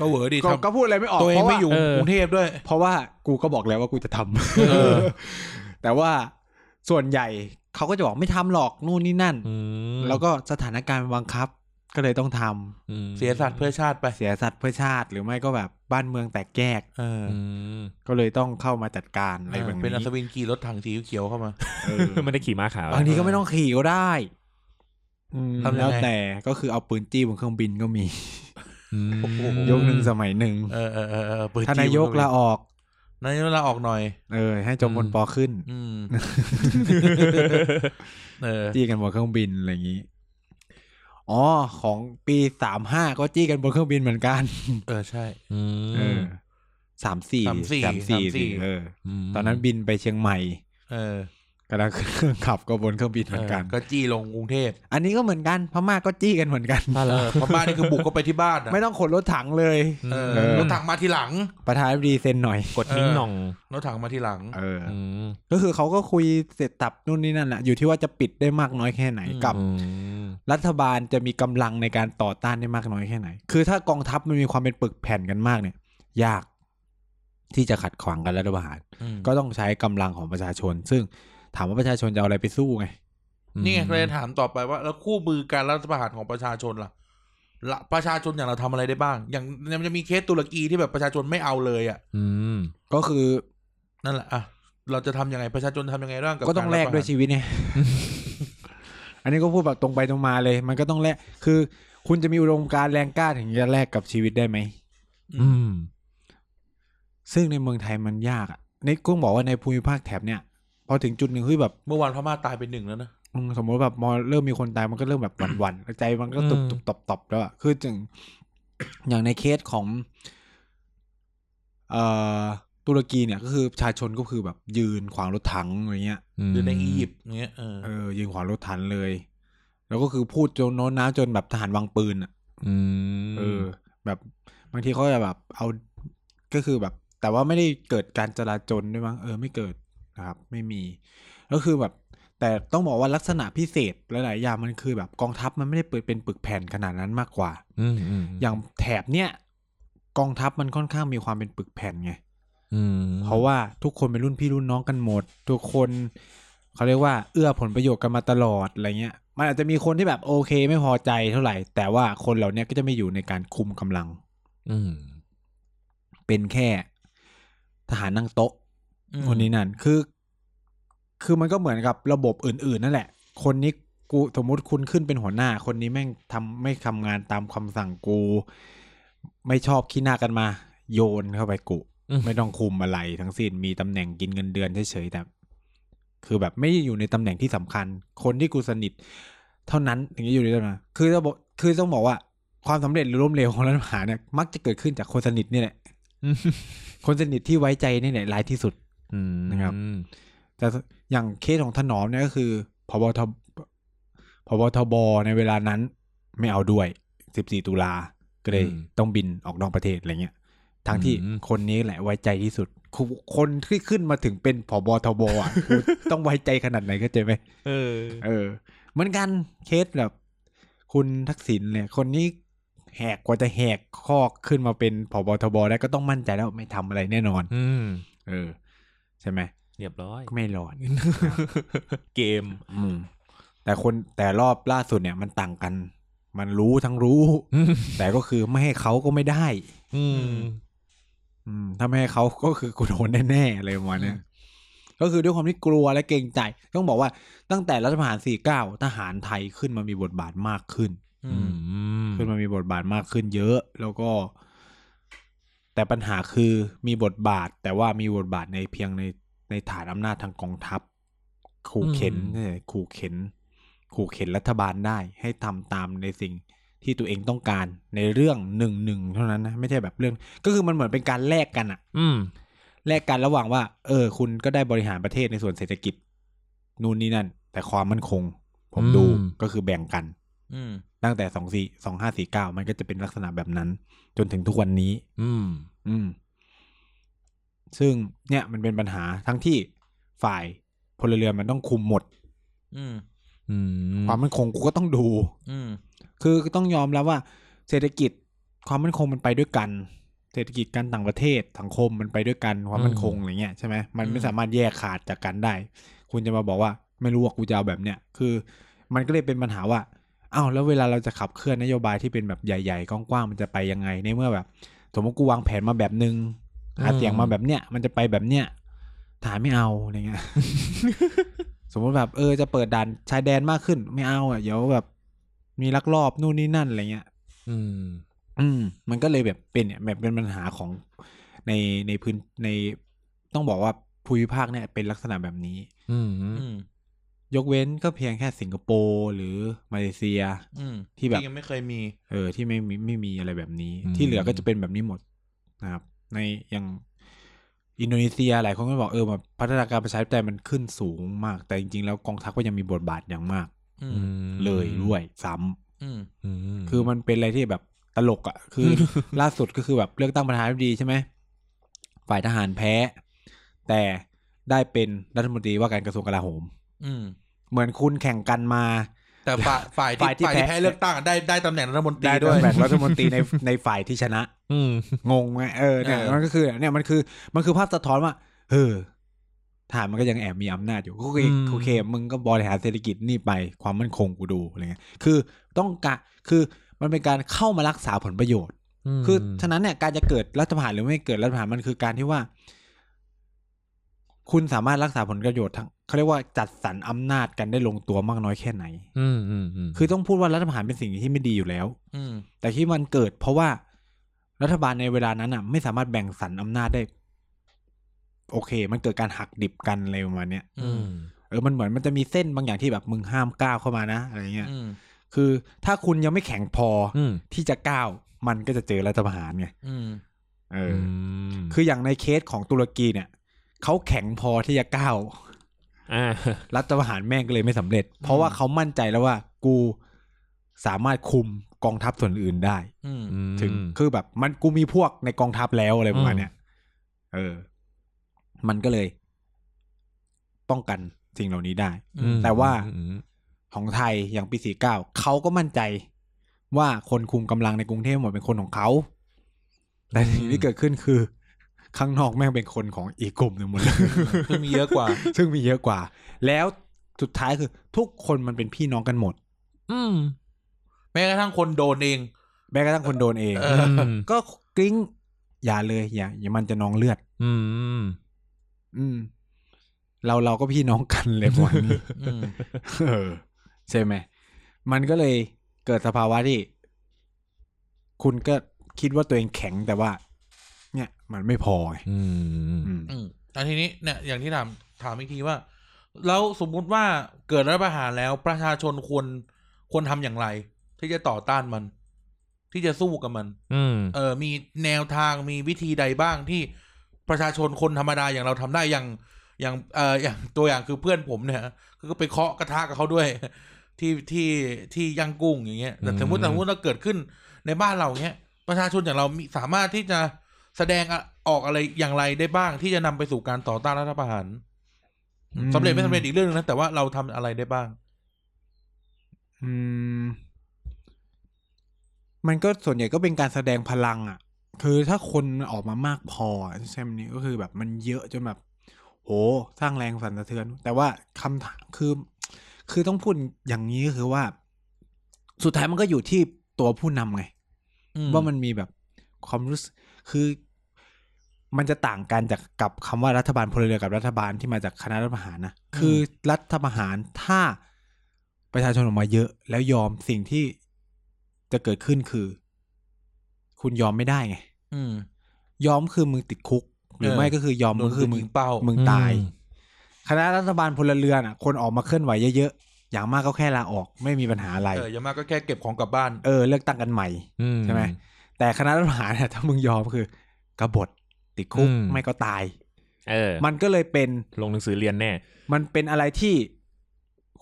S3: ก็เหวอดี
S2: ก็
S3: ทำ
S2: ก็พูดอะไรไม่ออก
S3: ตัวเอ
S2: เพ
S3: ง
S2: ราะ
S3: ไม่
S2: ว่า
S3: อยู่
S1: เออ
S3: กรุงเทพด้วย
S2: เพราะว่ากูก็บอกแล้วว่ากูจะทำ
S3: เออ
S2: *laughs* แต่ว่าส่วนใหญ่เขาก็จะบอกไม่ทำหรอกนู่นนี่นั่น
S1: อืม
S2: แล้วก็สถานการณ์บังคับ ก็เลยต้องทำ
S1: อืม
S3: เสียสัตว์เพื่อชาติไป
S2: เสียสัตว์เพื่อชาติ หรือไม่ก็แบบบ้านเมืองแตกแยก
S3: เออ
S1: อืม
S2: ก็เลยต้องเข้ามาจัดการอะไรแบบ
S3: เป็นอั
S2: นี้
S3: ศวินขี่รถถังสีเขียวเข้ามา
S2: เออ
S1: คือไม่ได้ขี่ม้าขาว
S2: บางทีก็ไม่ต้องขี่ก็ได้อืม
S3: ทำยังไง
S2: แล้วแต่ก็คือเอาปืนจี้บนเครื่องบินก็มี
S1: อืม
S3: โอ้โห
S2: ยกหนึ่งสมัยหนึ่ง
S3: เออเออเออเออเปิด
S2: ถ้านายกลาออก
S3: นายกลาออกหน่อย
S2: เออ ให้จอมพลปอขึ้น
S3: อืม เออ
S2: จี้กันบนเครื่องบินอะไรอย่างนี้ อ๋อ ของปีสามห้าก็จี้กันบนเครื่องบินเหมือนกัน
S3: เออใช่
S1: อื
S2: เอ
S1: ม
S2: อสามสี่
S3: 34
S2: สามสี่สิเออ
S1: ม
S2: ตอนนั้นบินไปเชียงใหม่
S3: เออก
S2: ำลังขึ้นเครื่องขับก็บนเครื่องบินเหมือนกัน
S3: เออก็จี้ลงกรุงเทพ
S2: อันนี้ก็เหมือนกันพม่าก็จี้กันเหมือนกัน
S1: อะไร
S3: เออพม่านี่คือบุกเข้าไปที่บ้านอะ
S2: ไม่ต้องขนรถถังเลย
S3: เออ
S2: เออ
S3: รถถังมาทีหลัง
S2: ประธานาธิบดีเซ็นหน่อย
S1: กดนิ้งหน่อง
S3: รถถังมาทีหลัง
S2: เอออ
S1: ม
S2: ก็คือเขาก็คุยเสร็จตับนู่นนี่นั่นแหละอยู่ที่ว่าจะปิดได้มากน้อยแค่ไหน
S3: อืม
S2: กับ
S1: อืม
S2: รัฐบาลจะมีกำลังในการต่อต้านได้มากน้อยแค่ไหน คือถ้ากองทัพมันมีความเป็นปึกแผ่นกันมากเนี่ย ยากที่จะขัดขวางกันรัฐประหาร
S3: ม
S2: ก็ต้องใช้กำลังของประชาชน ซึ่งถามว่าประชาชนจะเอาอะไรไปสู้ไง
S3: นี่ไงเราจะถามต่อไปว่า แล้วคู่มือการรัฐประหารของประชาชนล่ะละประชาชนอย่างเราทำอะไรได้บ้าง อย่างมันจะมีเคสตุรกีที่แบบประชาชนไม่เอาเลยอ่ะ
S1: อืม
S2: ก็คือ
S3: นั่นแหละอ่ะเราจะทำยังไงประชาชนทำยังไงบ้างกับ
S2: ก็ต้องแลกด้วย
S3: ชีวิ
S2: ชีวิต
S3: ต
S2: เนี่ย อันนี้ก็พูดแบบตรงไปตรงมาเลย มันก็ต้องแลก คือ คุณจะมีอุดมการณ์แรงกล้าถึงจะแลกกับชีวิตได้ไหม
S1: อืม
S2: ซึ่งในเมืองไทยมันยากอ่ะ ในกุ้งบอกว่าในภูมิภาคแถบเนี่ย พอถึงจุดหนึ่งคือแบบ
S3: เมื่อวานพม่าตายไปหนึ่งแล้วนะ
S2: อืมสมมติแบบมอเริ่มมีคนตายมันก็เริ่ม *coughs* แบบหวั่นๆ ใจมันก็ตุบตุบตบตบแล้วอะคือถึง อย่างในเคสของ เอ่อตุรกีเนี่ย ก็คือประชาชนก็คือแบบยืนขวางรถถังอะไรเงี้ย
S3: หรือในอียิปต์อย่างเงี้ยเออ
S2: เออยืนขวางรถถังเลย แล้วก็คือพูดจนโน้นน้าวจนแบบทหารวางปืนอ่ะ
S1: อืม
S2: เออ แบบบางทีเขาจะแบบ เอาก็คือแบบ แต่ว่าไม่ได้เกิดการจราจรด้วยมั้งเออไม่เกิดนะครับ ไม่มี ก็คือแบบ แต่ต้องบอกว่าลักษณะพิเศษหลาย ๆ อย่างมันคือแบบกองทัพมันไม่ได้เปิดเป็นปึกแผ่นขนาดนั้นมากกว่า
S1: อืมอืม
S2: อย่างแถบเนี้ยกองทัพมันค่อนข้างมีความเป็นปึกแผ่นไง
S1: อืม
S2: เพราะว่าทุกคนเป็นรุ่นพี่รุ่นน้องกันหมด ทุกคนเขาเรียกว่าเอื้อผลประโยชน์กันมาตลอดอะไรเงี้ย มันอาจจะมีคนที่แบบโอเค ไม่พอใจเท่าไหร่ แต่ว่าคนเหล่าเนี้ยก็จะไม่อยู่ในการคุมกำลัง
S1: อืม
S2: เป็นแค่ทหารนั่งโต๊ะ
S3: อืม
S2: คนนี้นั่นคือ คือมันก็เหมือนกับระบบอื่น ๆ นั่นแหละ คนนี้กูสมมติคุณขึ้นเป็นหัวหน้า คนนี้แม่งทำไม่ทำงานตามคำสั่งกู ไม่ชอบขี้หน้ากันมา โยนเข้าไปกูไม่ต้องคุมอะไรทั้งสิ้นมีตำแหน่งกินเงินเดือนเฉยๆแต่คือแบบไม่ได้อยู่ในตำแหน่งที่สำคัญ คนที่กูสนิท เท่านั้นถึงจะอยู่ในตำแหน่งคือระบบคือต้องบอกว่า ความสำเร็จหรือล้มเหลวของรัฐประหารเนี่ยมักจะเกิดขึ้นจากคนสนิทนี่แหละคนสนิทที่ไว้ใจนี่แหละร้ายที่สุด
S1: อืม
S2: นะครับ แต่อย่างเคสของถนอมเนี่ยก็คือพบทพบทบในเวลานั้นไม่เอาด้วย 14 ตุลาก็เลยต้องบินออกนอกประเทศอะไรเงี้ยทั้งที่คนนี้แหละไว้ใจที่สุด คนที่ขึ้นมาถึงเป็นพบทบอ่ะคือต้องไว้ใจขนาดไหนเข้าใจไหม
S1: เออ
S2: เออเหมือนกันเคสแบบ คุณทักษิณเนี่ย คนนี้แหกกว่าจะแหกคอกขึ้นมาเป็นผบทบได้ก็ต้องมั่นใจแล้วไม่ทำอะไรแน่นอน
S1: อืม
S2: เออ ใช่ไหม
S1: เรียบร้อย
S2: ก็ไม่รอด
S1: เกม
S2: อืม แต่คนแต่รอบล่าสุดเนี่ยมันต่างกัน มันรู้ทั้งรู้
S1: อืม
S2: แต่ก็คือไม่ให้เขาก็ไม่ได้
S1: อืม
S2: อืมถ้าไม่ให้เขาก็คือกูโดนแน่ๆอะไรประมาณเนี้ยก็คือด้วยความที่กลัวและเกรงใจ ต้องบอกว่าตั้งแต่รัฐประหาร 49 ทหารไทยขึ้นมามีบทบาทมากขึ้น
S3: อื
S1: อื
S3: ม
S1: ม
S2: ขึ้นมามีบทบาทมากขึ้นเยอะแล้วก็ แต่ปัญหาคือมีบทบาท แต่ว่ามีบทบาทในเพียงในในฐานอำนาจทางกองทัพ ขู่เข็นเนี่ยขู่เข็น ขู่เข็นรัฐบาลได้ ให้ทำตามในสิ่งที่ตัวเองต้องการในเรื่องหนึ่งหนึ่งเท่านั้นนะไม่ใช่แบบเรื่อง ก็คือมันเหมือนเป็นการแลกกันอะ
S1: อืม
S2: แลกกันระหว่างว่า เออ คุณก็ได้บริหารประเทศในส่วนเศรษฐกิจ นู่นนี่นั่น แต่ความมั่นคง ผมดูก็คือแบ่งกัน
S3: อืม
S2: ตั้งแต่สองสี่สองห้าสี่เก้ามันก็จะเป็นลักษณะแบบนั้น จนถึงทุกวันนี้
S1: อืม
S2: อืม ซึ่งเนี่ยมันเป็นปัญหาทั้งที่ฝ่ายพลเรือนมันต้องคุมหมด
S3: อืม
S1: อืม
S2: ความมั่นคงกูก็ต้องดู
S3: อืม
S2: คือต้องยอมรับว่า เศรษฐกิจความมั่นคงมันไปด้วยกัน เศรษฐกิจการต่างประเทศสังคมมันไปด้วยกันความมั่นคงอะไรเงี้ยใช่ไหมมันไม่
S3: อืม
S2: สามารถแยกขาดจากกันได้ คุณจะมาบอกว่า ไม่รู้ว่ากูจะเอาแบบเนี้ยคือ มันก็เลยเป็นปัญหาว่าอ้าวแล้วเวลาเราจะขับเคลื่อนนโยบายที่เป็นแบบใหญ่ๆกว้างๆมันจะไปยังไงในเมื่อแบบ สมมติกูวางแผนมาแบบนึงหาเสียงมาแบบเนี้ยมันจะไปแบบเนี้ยทหารไม่เอาอะไรเงี้ย *laughs* สมมติแบบเออจะเปิดด่านชายแดนมากขึ้น ไม่เอาอ่ะเดี๋ยวแบบ มีลักลอบนู่นนี่นั่นอะไรเงี้ย
S1: อืม
S2: อืม มันก็เลยแบบเป็นเนี่ยแบบเป็นปัญหาของในในพื้นในต้องบอกว่าภูมิภาคเนี่ยเป็นลักษณะแบบนี้
S1: อืม
S3: อืม
S2: ยกเว้นก็เพียงแค่สิงคโปร์หรือมาเลเซีย
S3: อืม
S2: ที่แบบ
S3: ยังไม่เคยมี
S2: เออที่ไม่มีไม่มีอะไรแบบนี้
S1: อืม
S2: ที่เหลือก็จะเป็นแบบนี้หมดนะครับ ในอย่างอินโดนีเซียหลายคนก็บอกเออแบบพัฒนาการประชาธิปไตยมันขึ้นสูงมาก แต่จริงๆแล้วกองทัพก็ยังมีบทบาทอย่างมาก
S3: อื
S1: อื
S3: ม
S1: ม
S2: เลยด้วยซ้ำ
S3: อืม
S1: อืม
S2: คือมันเป็นอะไรที่แบบตลกอะ่ะ คือ ล่าสุดก็คือแบบเลือกตั้งประธานาธิบดีใช่ไหม ฝ่ายทหารแพ้ แต่ได้เป็นรัฐมนตรีว่าการกระทรวงกลาโหม
S3: อืม
S2: เหมือนคุณแข่งกันมา
S3: แต่ฝ่าย
S2: *laughs*
S3: ฝ่ายที่
S2: ฝ่ายที่
S3: ฝ่ายที่
S2: แพ้
S3: แพ้เลือกตั้งอะได้ได้ตำแหน่งรัฐมนตรี
S2: ได้
S3: ด้ว
S2: ตำ
S3: ย
S2: แหน่งรัฐมนตรีใน ในฝ่ายที่ชนะ
S1: อืม
S2: งงไหมเออเนี่ย
S3: เออ
S2: มันก็คือเนี่ยมันคือมันคือภาพสะท้อนว่าเออทหารมันก็ยังแอบมีอำนาจอยู่โอเค
S1: อืม
S2: โอเคมึงก็บริหารเศรษฐกิจนี่ไปความมั่นคงกูดูอะไรเงี้ยคือต้องการคือมันเป็นการเข้ามารักษาผลประโยชน์
S1: ม
S2: คือฉะนั้นเนี่ยการจะเกิดรัฐประหารหรือไม่เกิดรัฐประหารมันคือการที่ว่า คุณสามารถรักษาผลประโยชน์ทั้งเขาเรียกว่าจัดสรรอำนาจกันได้ลงตัวมากน้อยแค่ไหน
S1: อืมอืมอืม
S2: คือต้องพูดว่ารัฐประหารเป็นสิ่งที่ไม่ดีอยู่แล้ว
S3: อืม
S2: แต่ที่มันเกิดเพราะว่ารัฐบาลในเวลานั้นอ่ะ ไม่สามารถแบ่งสรรอำนาจได้ โอเค มันเกิดการหักดิบกันอะไรประมาณเนี้ย
S1: อืม
S2: เออมันเหมือนมันจะมีเส้นบางอย่างที่แบบมึงห้ามก้าวเข้ามานะอะไรเงี้ย
S3: อืม
S2: คือ ถ้าคุณยังไม่แข็งพออ
S1: อืม
S2: ที่จะก้าวมันก็จะเจอรัฐประหารไง
S3: อืม
S2: เอ
S1: อื
S2: อ
S1: ม
S2: อคืออย่างในเคสของตุรกีเนี่ยเขาแข็งพอที่จะก้าว
S1: อ่า
S2: รัฐประหารแม่งก็เลยไม่สำเร็จ เพราะว่าเขามั่นใจแล้วว่ากูสามารถคุมกองทัพส่วนอื่นได้
S3: อืม
S2: ถึงคือแบบมันกูมีพวกในกองทัพแล้วอะไรประมาณเนี้ยเออ มันก็เลย ป้องกันสิ่งเหล่านี้ได้
S3: อืม
S2: แต่ว่า
S1: อืม
S2: ของไทยอย่างปีสี่เก้าเขาก็มั่นใจว่าคนคุมกำลังในกรุงเทพหมดเป็นคนของเขาแต่สิ่งที่เกิดขึ้นคือ ข้างนอกแม่งเป็นคนของอีกกลุ่มหนึ่งหมดเลย
S3: ซึ่งมีเยอะกว่า
S2: ซึ่งมีเยอะกว่า แล้วสุดท้ายคือ ทุกคนมันเป็นพี่น้องกันหมด
S1: อืม
S3: แม้กระทั่งคนโดนเอง
S2: แม้กระทั่งคนโดนเอง
S3: เอ
S1: อืม
S2: ก็กริ้งอย่าเลยอย่าอย่ามันจะนองเลือด
S1: อืม
S2: อืม เราเราก็พี่น้องกันเลยวันนี้
S3: อืม
S2: เออใช่ไหม มันก็เลยเกิดสภาวะที่ คุณก็คิดว่าตัวเองแข็งแต่ว่า เนี่ย มันไม่พอไง
S1: อืม
S2: อืม
S3: อืมอันทีนี้เนี่ยอย่างที่ถามถามอีกทีว่า แล้วสมมุติว่าเกิดรัฐประหารแล้วประชาชนควรควรทำอย่างไร ที่จะต่อต้านมัน ที่จะสู้กับมัน
S1: อืม
S3: เออมีแนวทางมีวิธีใดบ้างที่ประชาชนคนธรรมดาอย่างเราทำได้อย่างอย่างเอออย่างตัวอย่างคือเพื่อนผมเนี่ยก็ไปเคาะกระทะกับเขาด้วย ที่ที่ที่ย่างกุ้งอย่างเงี้ยแต่
S1: อืม
S3: สมมติสมมติเราเกิดขึ้นในบ้านเราเงี้ย ประชาชนอย่างเรามีสามารถที่จะแสดงอะออกอะไรอย่างไรได้บ้าง ที่จะนำไปสู่การต่อต้านรัฐประหาร
S2: อืม
S3: สำเร็จไม่สำเร็จอีกเรื่องนึงนะแต่ว่าเราทำอะไรได้บ้าง
S2: อืม มันก็ส่วนใหญ่ก็เป็นการแสดงพลังอะ่ะ คือถ้าคนมันออกมามากพออะใช่ไหมนี่ก็คือแบบมันเยอะจนแบบ โห สร้างแรงสั่นสะเทือน แต่ว่าคำถามคือ คือต้องพูดอย่างนี้ก็คือว่า สุดท้ายมันก็อยู่ที่ตัวผู้นำไง
S3: อื
S2: ว่ามันมีแบบความรู้สึกคือมันจะต่างกันจากกับคำว่ารัฐบาลพลเรือนกับรัฐบาลที่มาจากคณะรัฐประหารนะคือรัฐประหารถ้าประชาชนออกมาเยอะ แล้วยอมสิ่งที่จะเกิดขึ้นคือ คุณยอมไม่ได้ไง
S3: อืม
S2: ยอมคือมึงติดคุก หรือ
S3: เออ
S2: ไม่ก็คือยอม
S3: โดน
S2: มึงคือมึง
S3: ยิงเป้า
S2: มึงตาย คณะรัฐบาลพลเรือนอ่ะ คนออกมาเคลื่อนไหวเยอะๆอย่างมากก็แค่ลาออก ไม่มีปัญหาอะไร
S3: เอออย่างมากก็แค่เก็บของกลับบ้าน
S2: เออเลือกตั้งกันใหม่
S1: อืม
S2: ใช่ไหม แต่คณะรัฐประหารเนี่ย *laughs* ถ้ามึงยอมคือกบฏติดคุก
S1: อืม
S2: ไม่ก็ตาย
S1: เออ
S2: มันก็เลยเป็น
S1: ลงหนังสือเรียนแน่
S2: มันเป็นอะไรที่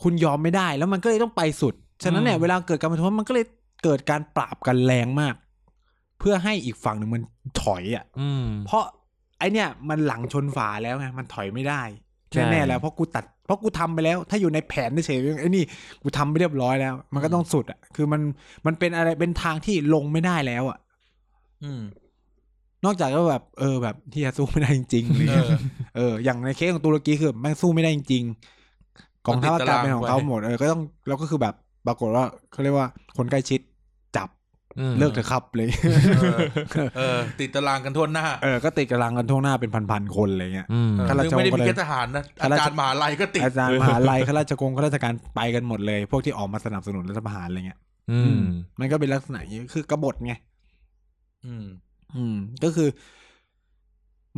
S2: คุณยอมไม่ได้แล้วมันก็เลยต้องไปสุด ฉะนั้นเนี่ย
S3: อืม
S2: เวลาเกิดการประท้วงมันก็เลยเกิดการปราบกันแรงมาก เพื่อให้อีกฝั่งหนึ่งมันถอยอ่ะ
S1: อืม
S2: เพราะไอเนี่ยมันหลังชนฝาแล้วไงมันถอยไม่ได้
S1: ใช่
S2: แน่ๆแล้วเพราะกูตัดเพราะกูทำไปแล้ว ถ้าอยู่ในแผนเฉยๆไอ้นี่กูทำไปเรียบร้อยแล้ว มันก็ต้องสุดอ่ะคือมันมันเป็นอะไรเป็นทางที่ลงไม่ได้แล้วอ่ะ
S3: อืม
S2: นอกจากก็แบบเออแบบที่จะสู้ไม่ได้จริงๆหรือ
S3: เออ
S2: เอออย่างในเคสของตุรกีคือแม่งสู้ไม่ได้จริงๆกองทัพอากาศเป็นของเขาหมดเออก็ต้องเราก็คือแบบปรากฏว่าเขาเรียกว่าคนใกล้ชิดจับ
S1: อืม
S2: เลิกเถอะครับเลย
S3: เออ ติดตารางกันทั่วหน้า
S2: เออก็ติดกำลังกันทั่วหน้าเป็นพันๆคนอะไรเงี้ย
S1: อืม
S3: เออ
S2: ข้าราช
S3: ซึ่งไม่ได้
S2: กร
S3: มีแค่ทหารนะอา
S2: ข้าราช
S3: จารย์มหาลัยก็ติด
S2: อาจารย์มหาลัยข้าราชกงข้าราชการไปกันหมดเลย พวกที่ออกมาสนับสนุนรัฐประหารอะไรเงี้ย
S1: อืม
S2: มันก็เป็นลักษณะอย่างนี้คือกบฏไง
S3: อืม
S2: อืมก็คือ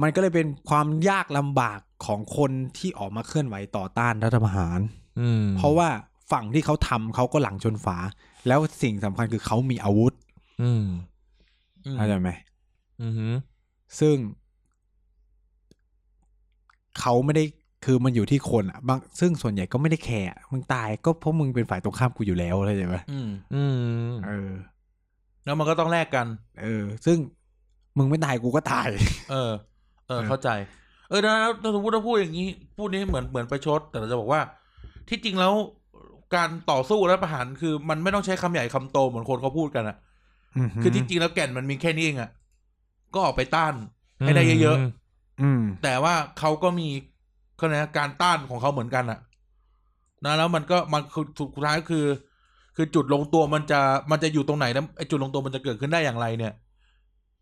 S2: มันก็เลยเป็นความยากลำบากของคนที่ออกมาเคลื่อนไหวต่อต้านรัฐประหาร
S1: อืม
S2: เพราะว่าฝั่งที่เขาทำเขาก็หลังชนฝา แล้วสิ่งสำคัญคือเขามีอาวุธ
S1: อืม
S3: อืม
S2: เข้าใจไหม
S1: อืม
S2: ซึ่ง เขาไม่ได้คือมันอยู่ที่คนอะบางซึ่งส่วนใหญ่ก็ไม่ได้แคร์อะมึงตายก็เพราะมึงเป็นฝ่ายตรงข้ามกูอยู่แล้วเข้าใจไหม
S3: อืม
S1: อืม
S2: เออ
S3: แล้วมันก็ต้องแลกกัน
S2: เออ ซึ่งมึงไม่ตายกูก็ตาย
S3: เออ เออ
S2: เออ
S3: เข้าใจ เออนะถ้าสมมติเราพูดอย่างนี้ พูดนี้เหมือนเหมือนประชด แต่เราจะบอกว่า ที่จริงแล้วการต่อสู้และประหารคือ มันไม่ต้องใช้คำใหญ่คำโตเหมือนคนเขาพูดกันอะคือที่จริงแล้วแก่นมันมีแค่นี้เองอะก็ออกไปต้าน ให้ได้เยอะ
S2: อืม
S3: แต่ว่าเขาก็มีเขาเรียกนะการต้านของเขาเหมือนกันอะนะแล้วมันก็มันคือสุดท้ายคือ คือจุดลงตัวมันจะมันจะอยู่ตรงไหนแล้วไอ้จุดลงตัวมันจะเกิดขึ้นได้อย่างไรเนี่ย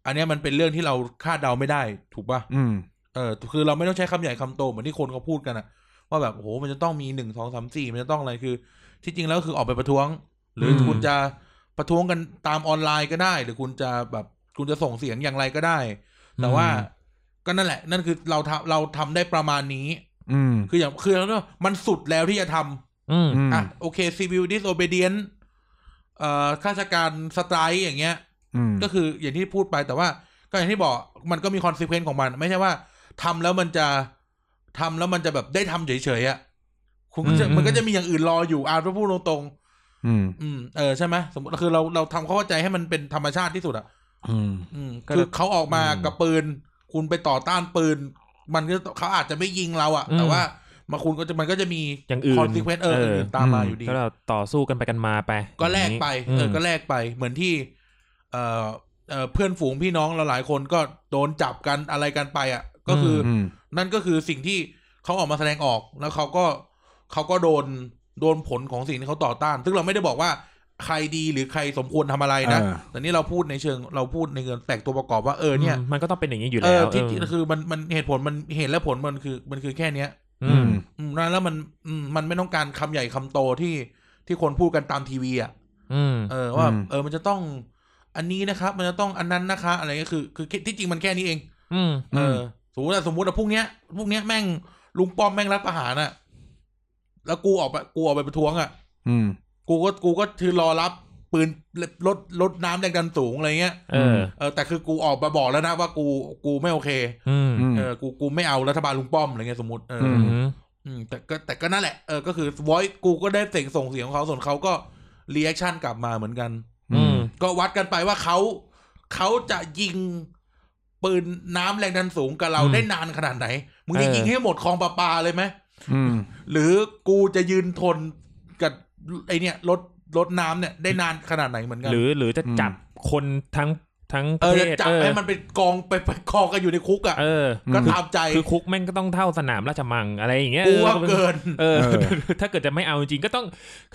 S3: อันเนี้ยมันเป็นเรื่องที่เราคาดเดาไม่ได้ ถูกปะ
S2: อืม
S3: เออคือเราไม่ต้องใช้คำใหญ่คำโตเหมือนที่คนเขาพูดกันอะว่าแบบโอ้โหมันจะต้องมีหนึ่งสองสามสี่มันจะต้องอะไรคือ ที่จริงแล้วคือออกไปประท้วง หรืออ
S2: ม
S3: คุณจะประท้วงกันตามออนไลน์ก็ได้ หรือคุณจะแบบคุณจะส่งเสียงอย่างไรก็ได้ แต่ว่าก็นั่นแหละ นั่นคือเราทำเราทำได้ประมาณนี้
S2: อืม
S3: คืออย่างคือเรามันสุดแล้วที่จะทำ
S1: อืม
S2: อืม
S3: อ่ะโอเค civil disobedience เอ่อข้าราชการสไตร์อย่างเงี้ย
S2: อืม
S3: ก็คืออย่างที่พูดไปแต่ว่าก็อย่างที่บอกมันก็มีคอนซ e เค e น c e ของมัน ไม่ใช่ว่าทำแล้วมันจะทำแล้วมันจะแบบได้ทำเฉยๆอ่ะคุณก็จะมันก็จะมีอย่างอื่นรออยู่อาถ้าพูดตรง
S2: อืม
S3: ๆอืมเออใช่ไหมสมมติคือเราเราทำความเข้าใจให้มันเป็นธรรมชาติที่สุดอ่ะ
S2: อืม
S3: อืมคือเขาออกมากับปืน คุณไปต่อต้านปืน มันก็เขาอาจจะไม่ยิงเราอ่ะ แต่ว่ามาคุณก็จะมันก็จะมี
S1: อย่างอื่น
S3: คอนซ e เค e น c e เอออื่นๆตามมาอยู่ดี
S1: ก็เราต่อสู้กันไปกันมาไป
S3: ก็แลกไป
S1: ม
S3: เออ ก็แลกไป เหมือนที่ เอ่อเอ่อเพื่อนฝูงพี่น้องเราหลายคนก็โดนจับกันอะไรกันไปอ่ะ ก็คืออ
S2: อืม
S3: นั่นก็คือสิ่งที่เขาออกมาแสดงออก แล้วเขาก็เขาก็โดนโดนผลของสิ่งที่เขาต่อต้าน ซึ่งเราไม่ได้บอกว่าใครดีหรือใครสมควรทำอะไรนะ
S2: เออ
S3: แต่นี่เราพูดในเชิง เราพูดในเงินแตกตัวประกอบว่าเออเนี่ย
S1: มมันก็ต้องเป็นอย่างนี้อยู่
S3: เอ
S1: แล้ว
S3: อ
S1: เ
S3: ที่ที่คือมันมันเหตุผลมันเหตุและผลมันคือมันคือแค่เนี้ย
S1: อืม
S3: อืมแล้วมันอืมมันไม่ต้องการคำใหญ่คำโตที่ที่คนพูดกันตามทีวีอ่ะ
S1: อืม
S3: เออว่าเออมันจะต้องอันนี้นะครับ มันจะต้องอันนั้นนะคะ อะไรก็คือ คือแค่ที่จริงมันแค่นี้เอง
S1: อืม
S3: เออสมมติว่าสมมติว่าพวกเนี้ยพวกเนี้ยแม่งลุงป้อมแม่งรัฐประหารอะแล้วกูออกไปกูออกไปประท้วงอะ
S2: อืม
S3: กูก็กูก็คือรอรับปืนลดลดน้ำแรงดันสูงอะไรเงี้ย
S1: เออ
S3: เออแต่คือกูออกมาบอกแล้วนะว่ากูกูไม่โอเค
S1: อืม
S2: อืม
S3: เออกูกูไม่เอารัฐบาลลุงป้อมอะไรเงี้ยสมมติเอออ
S2: ม
S1: อืม
S3: อืมแต่ก็แต่ก็นั่นแหละเออก็คือ voice กูก็ได้เสียงส่งเสียงของเขาส่วนเขาก็ reaction กลับมาเหมือนกัน
S1: อืม
S3: ก็วัดกันไปว่าเขาเขาจะยิงปืนน้ำแรงดันสูงกับเรา
S1: อืม
S3: ได้นานขนาดไหน มึงจะ
S1: เออ
S3: ยิงให้หมดคลองประปาเลยไหม
S2: อืม
S3: หรือกูจะยืนทนกับไอเนี่ยรถรถน้ำเนี่ยได้นานขนาดไหนเหมือนกัน
S1: หรือหรือจะจับคนทั้งทั้งป
S3: เอ
S1: ระ
S3: อ
S1: เท
S3: จะ
S1: ศ
S3: จับ
S1: เออ
S3: ให้มันเป็นกองไปไปกองกันอยู่ในคุกอ่ะ
S1: เออ
S3: ก็
S2: อืม
S3: ตามใจ
S1: คือคุกแม่งก็ต้องเท่าสนามราชมังอะไรอย่างเงี้ย
S3: กูว่า
S1: ออ
S3: เกิน
S1: เออ
S2: เออ
S1: *laughs* ถ้าเกิดจะไม่เอาจริงๆก็ต้อง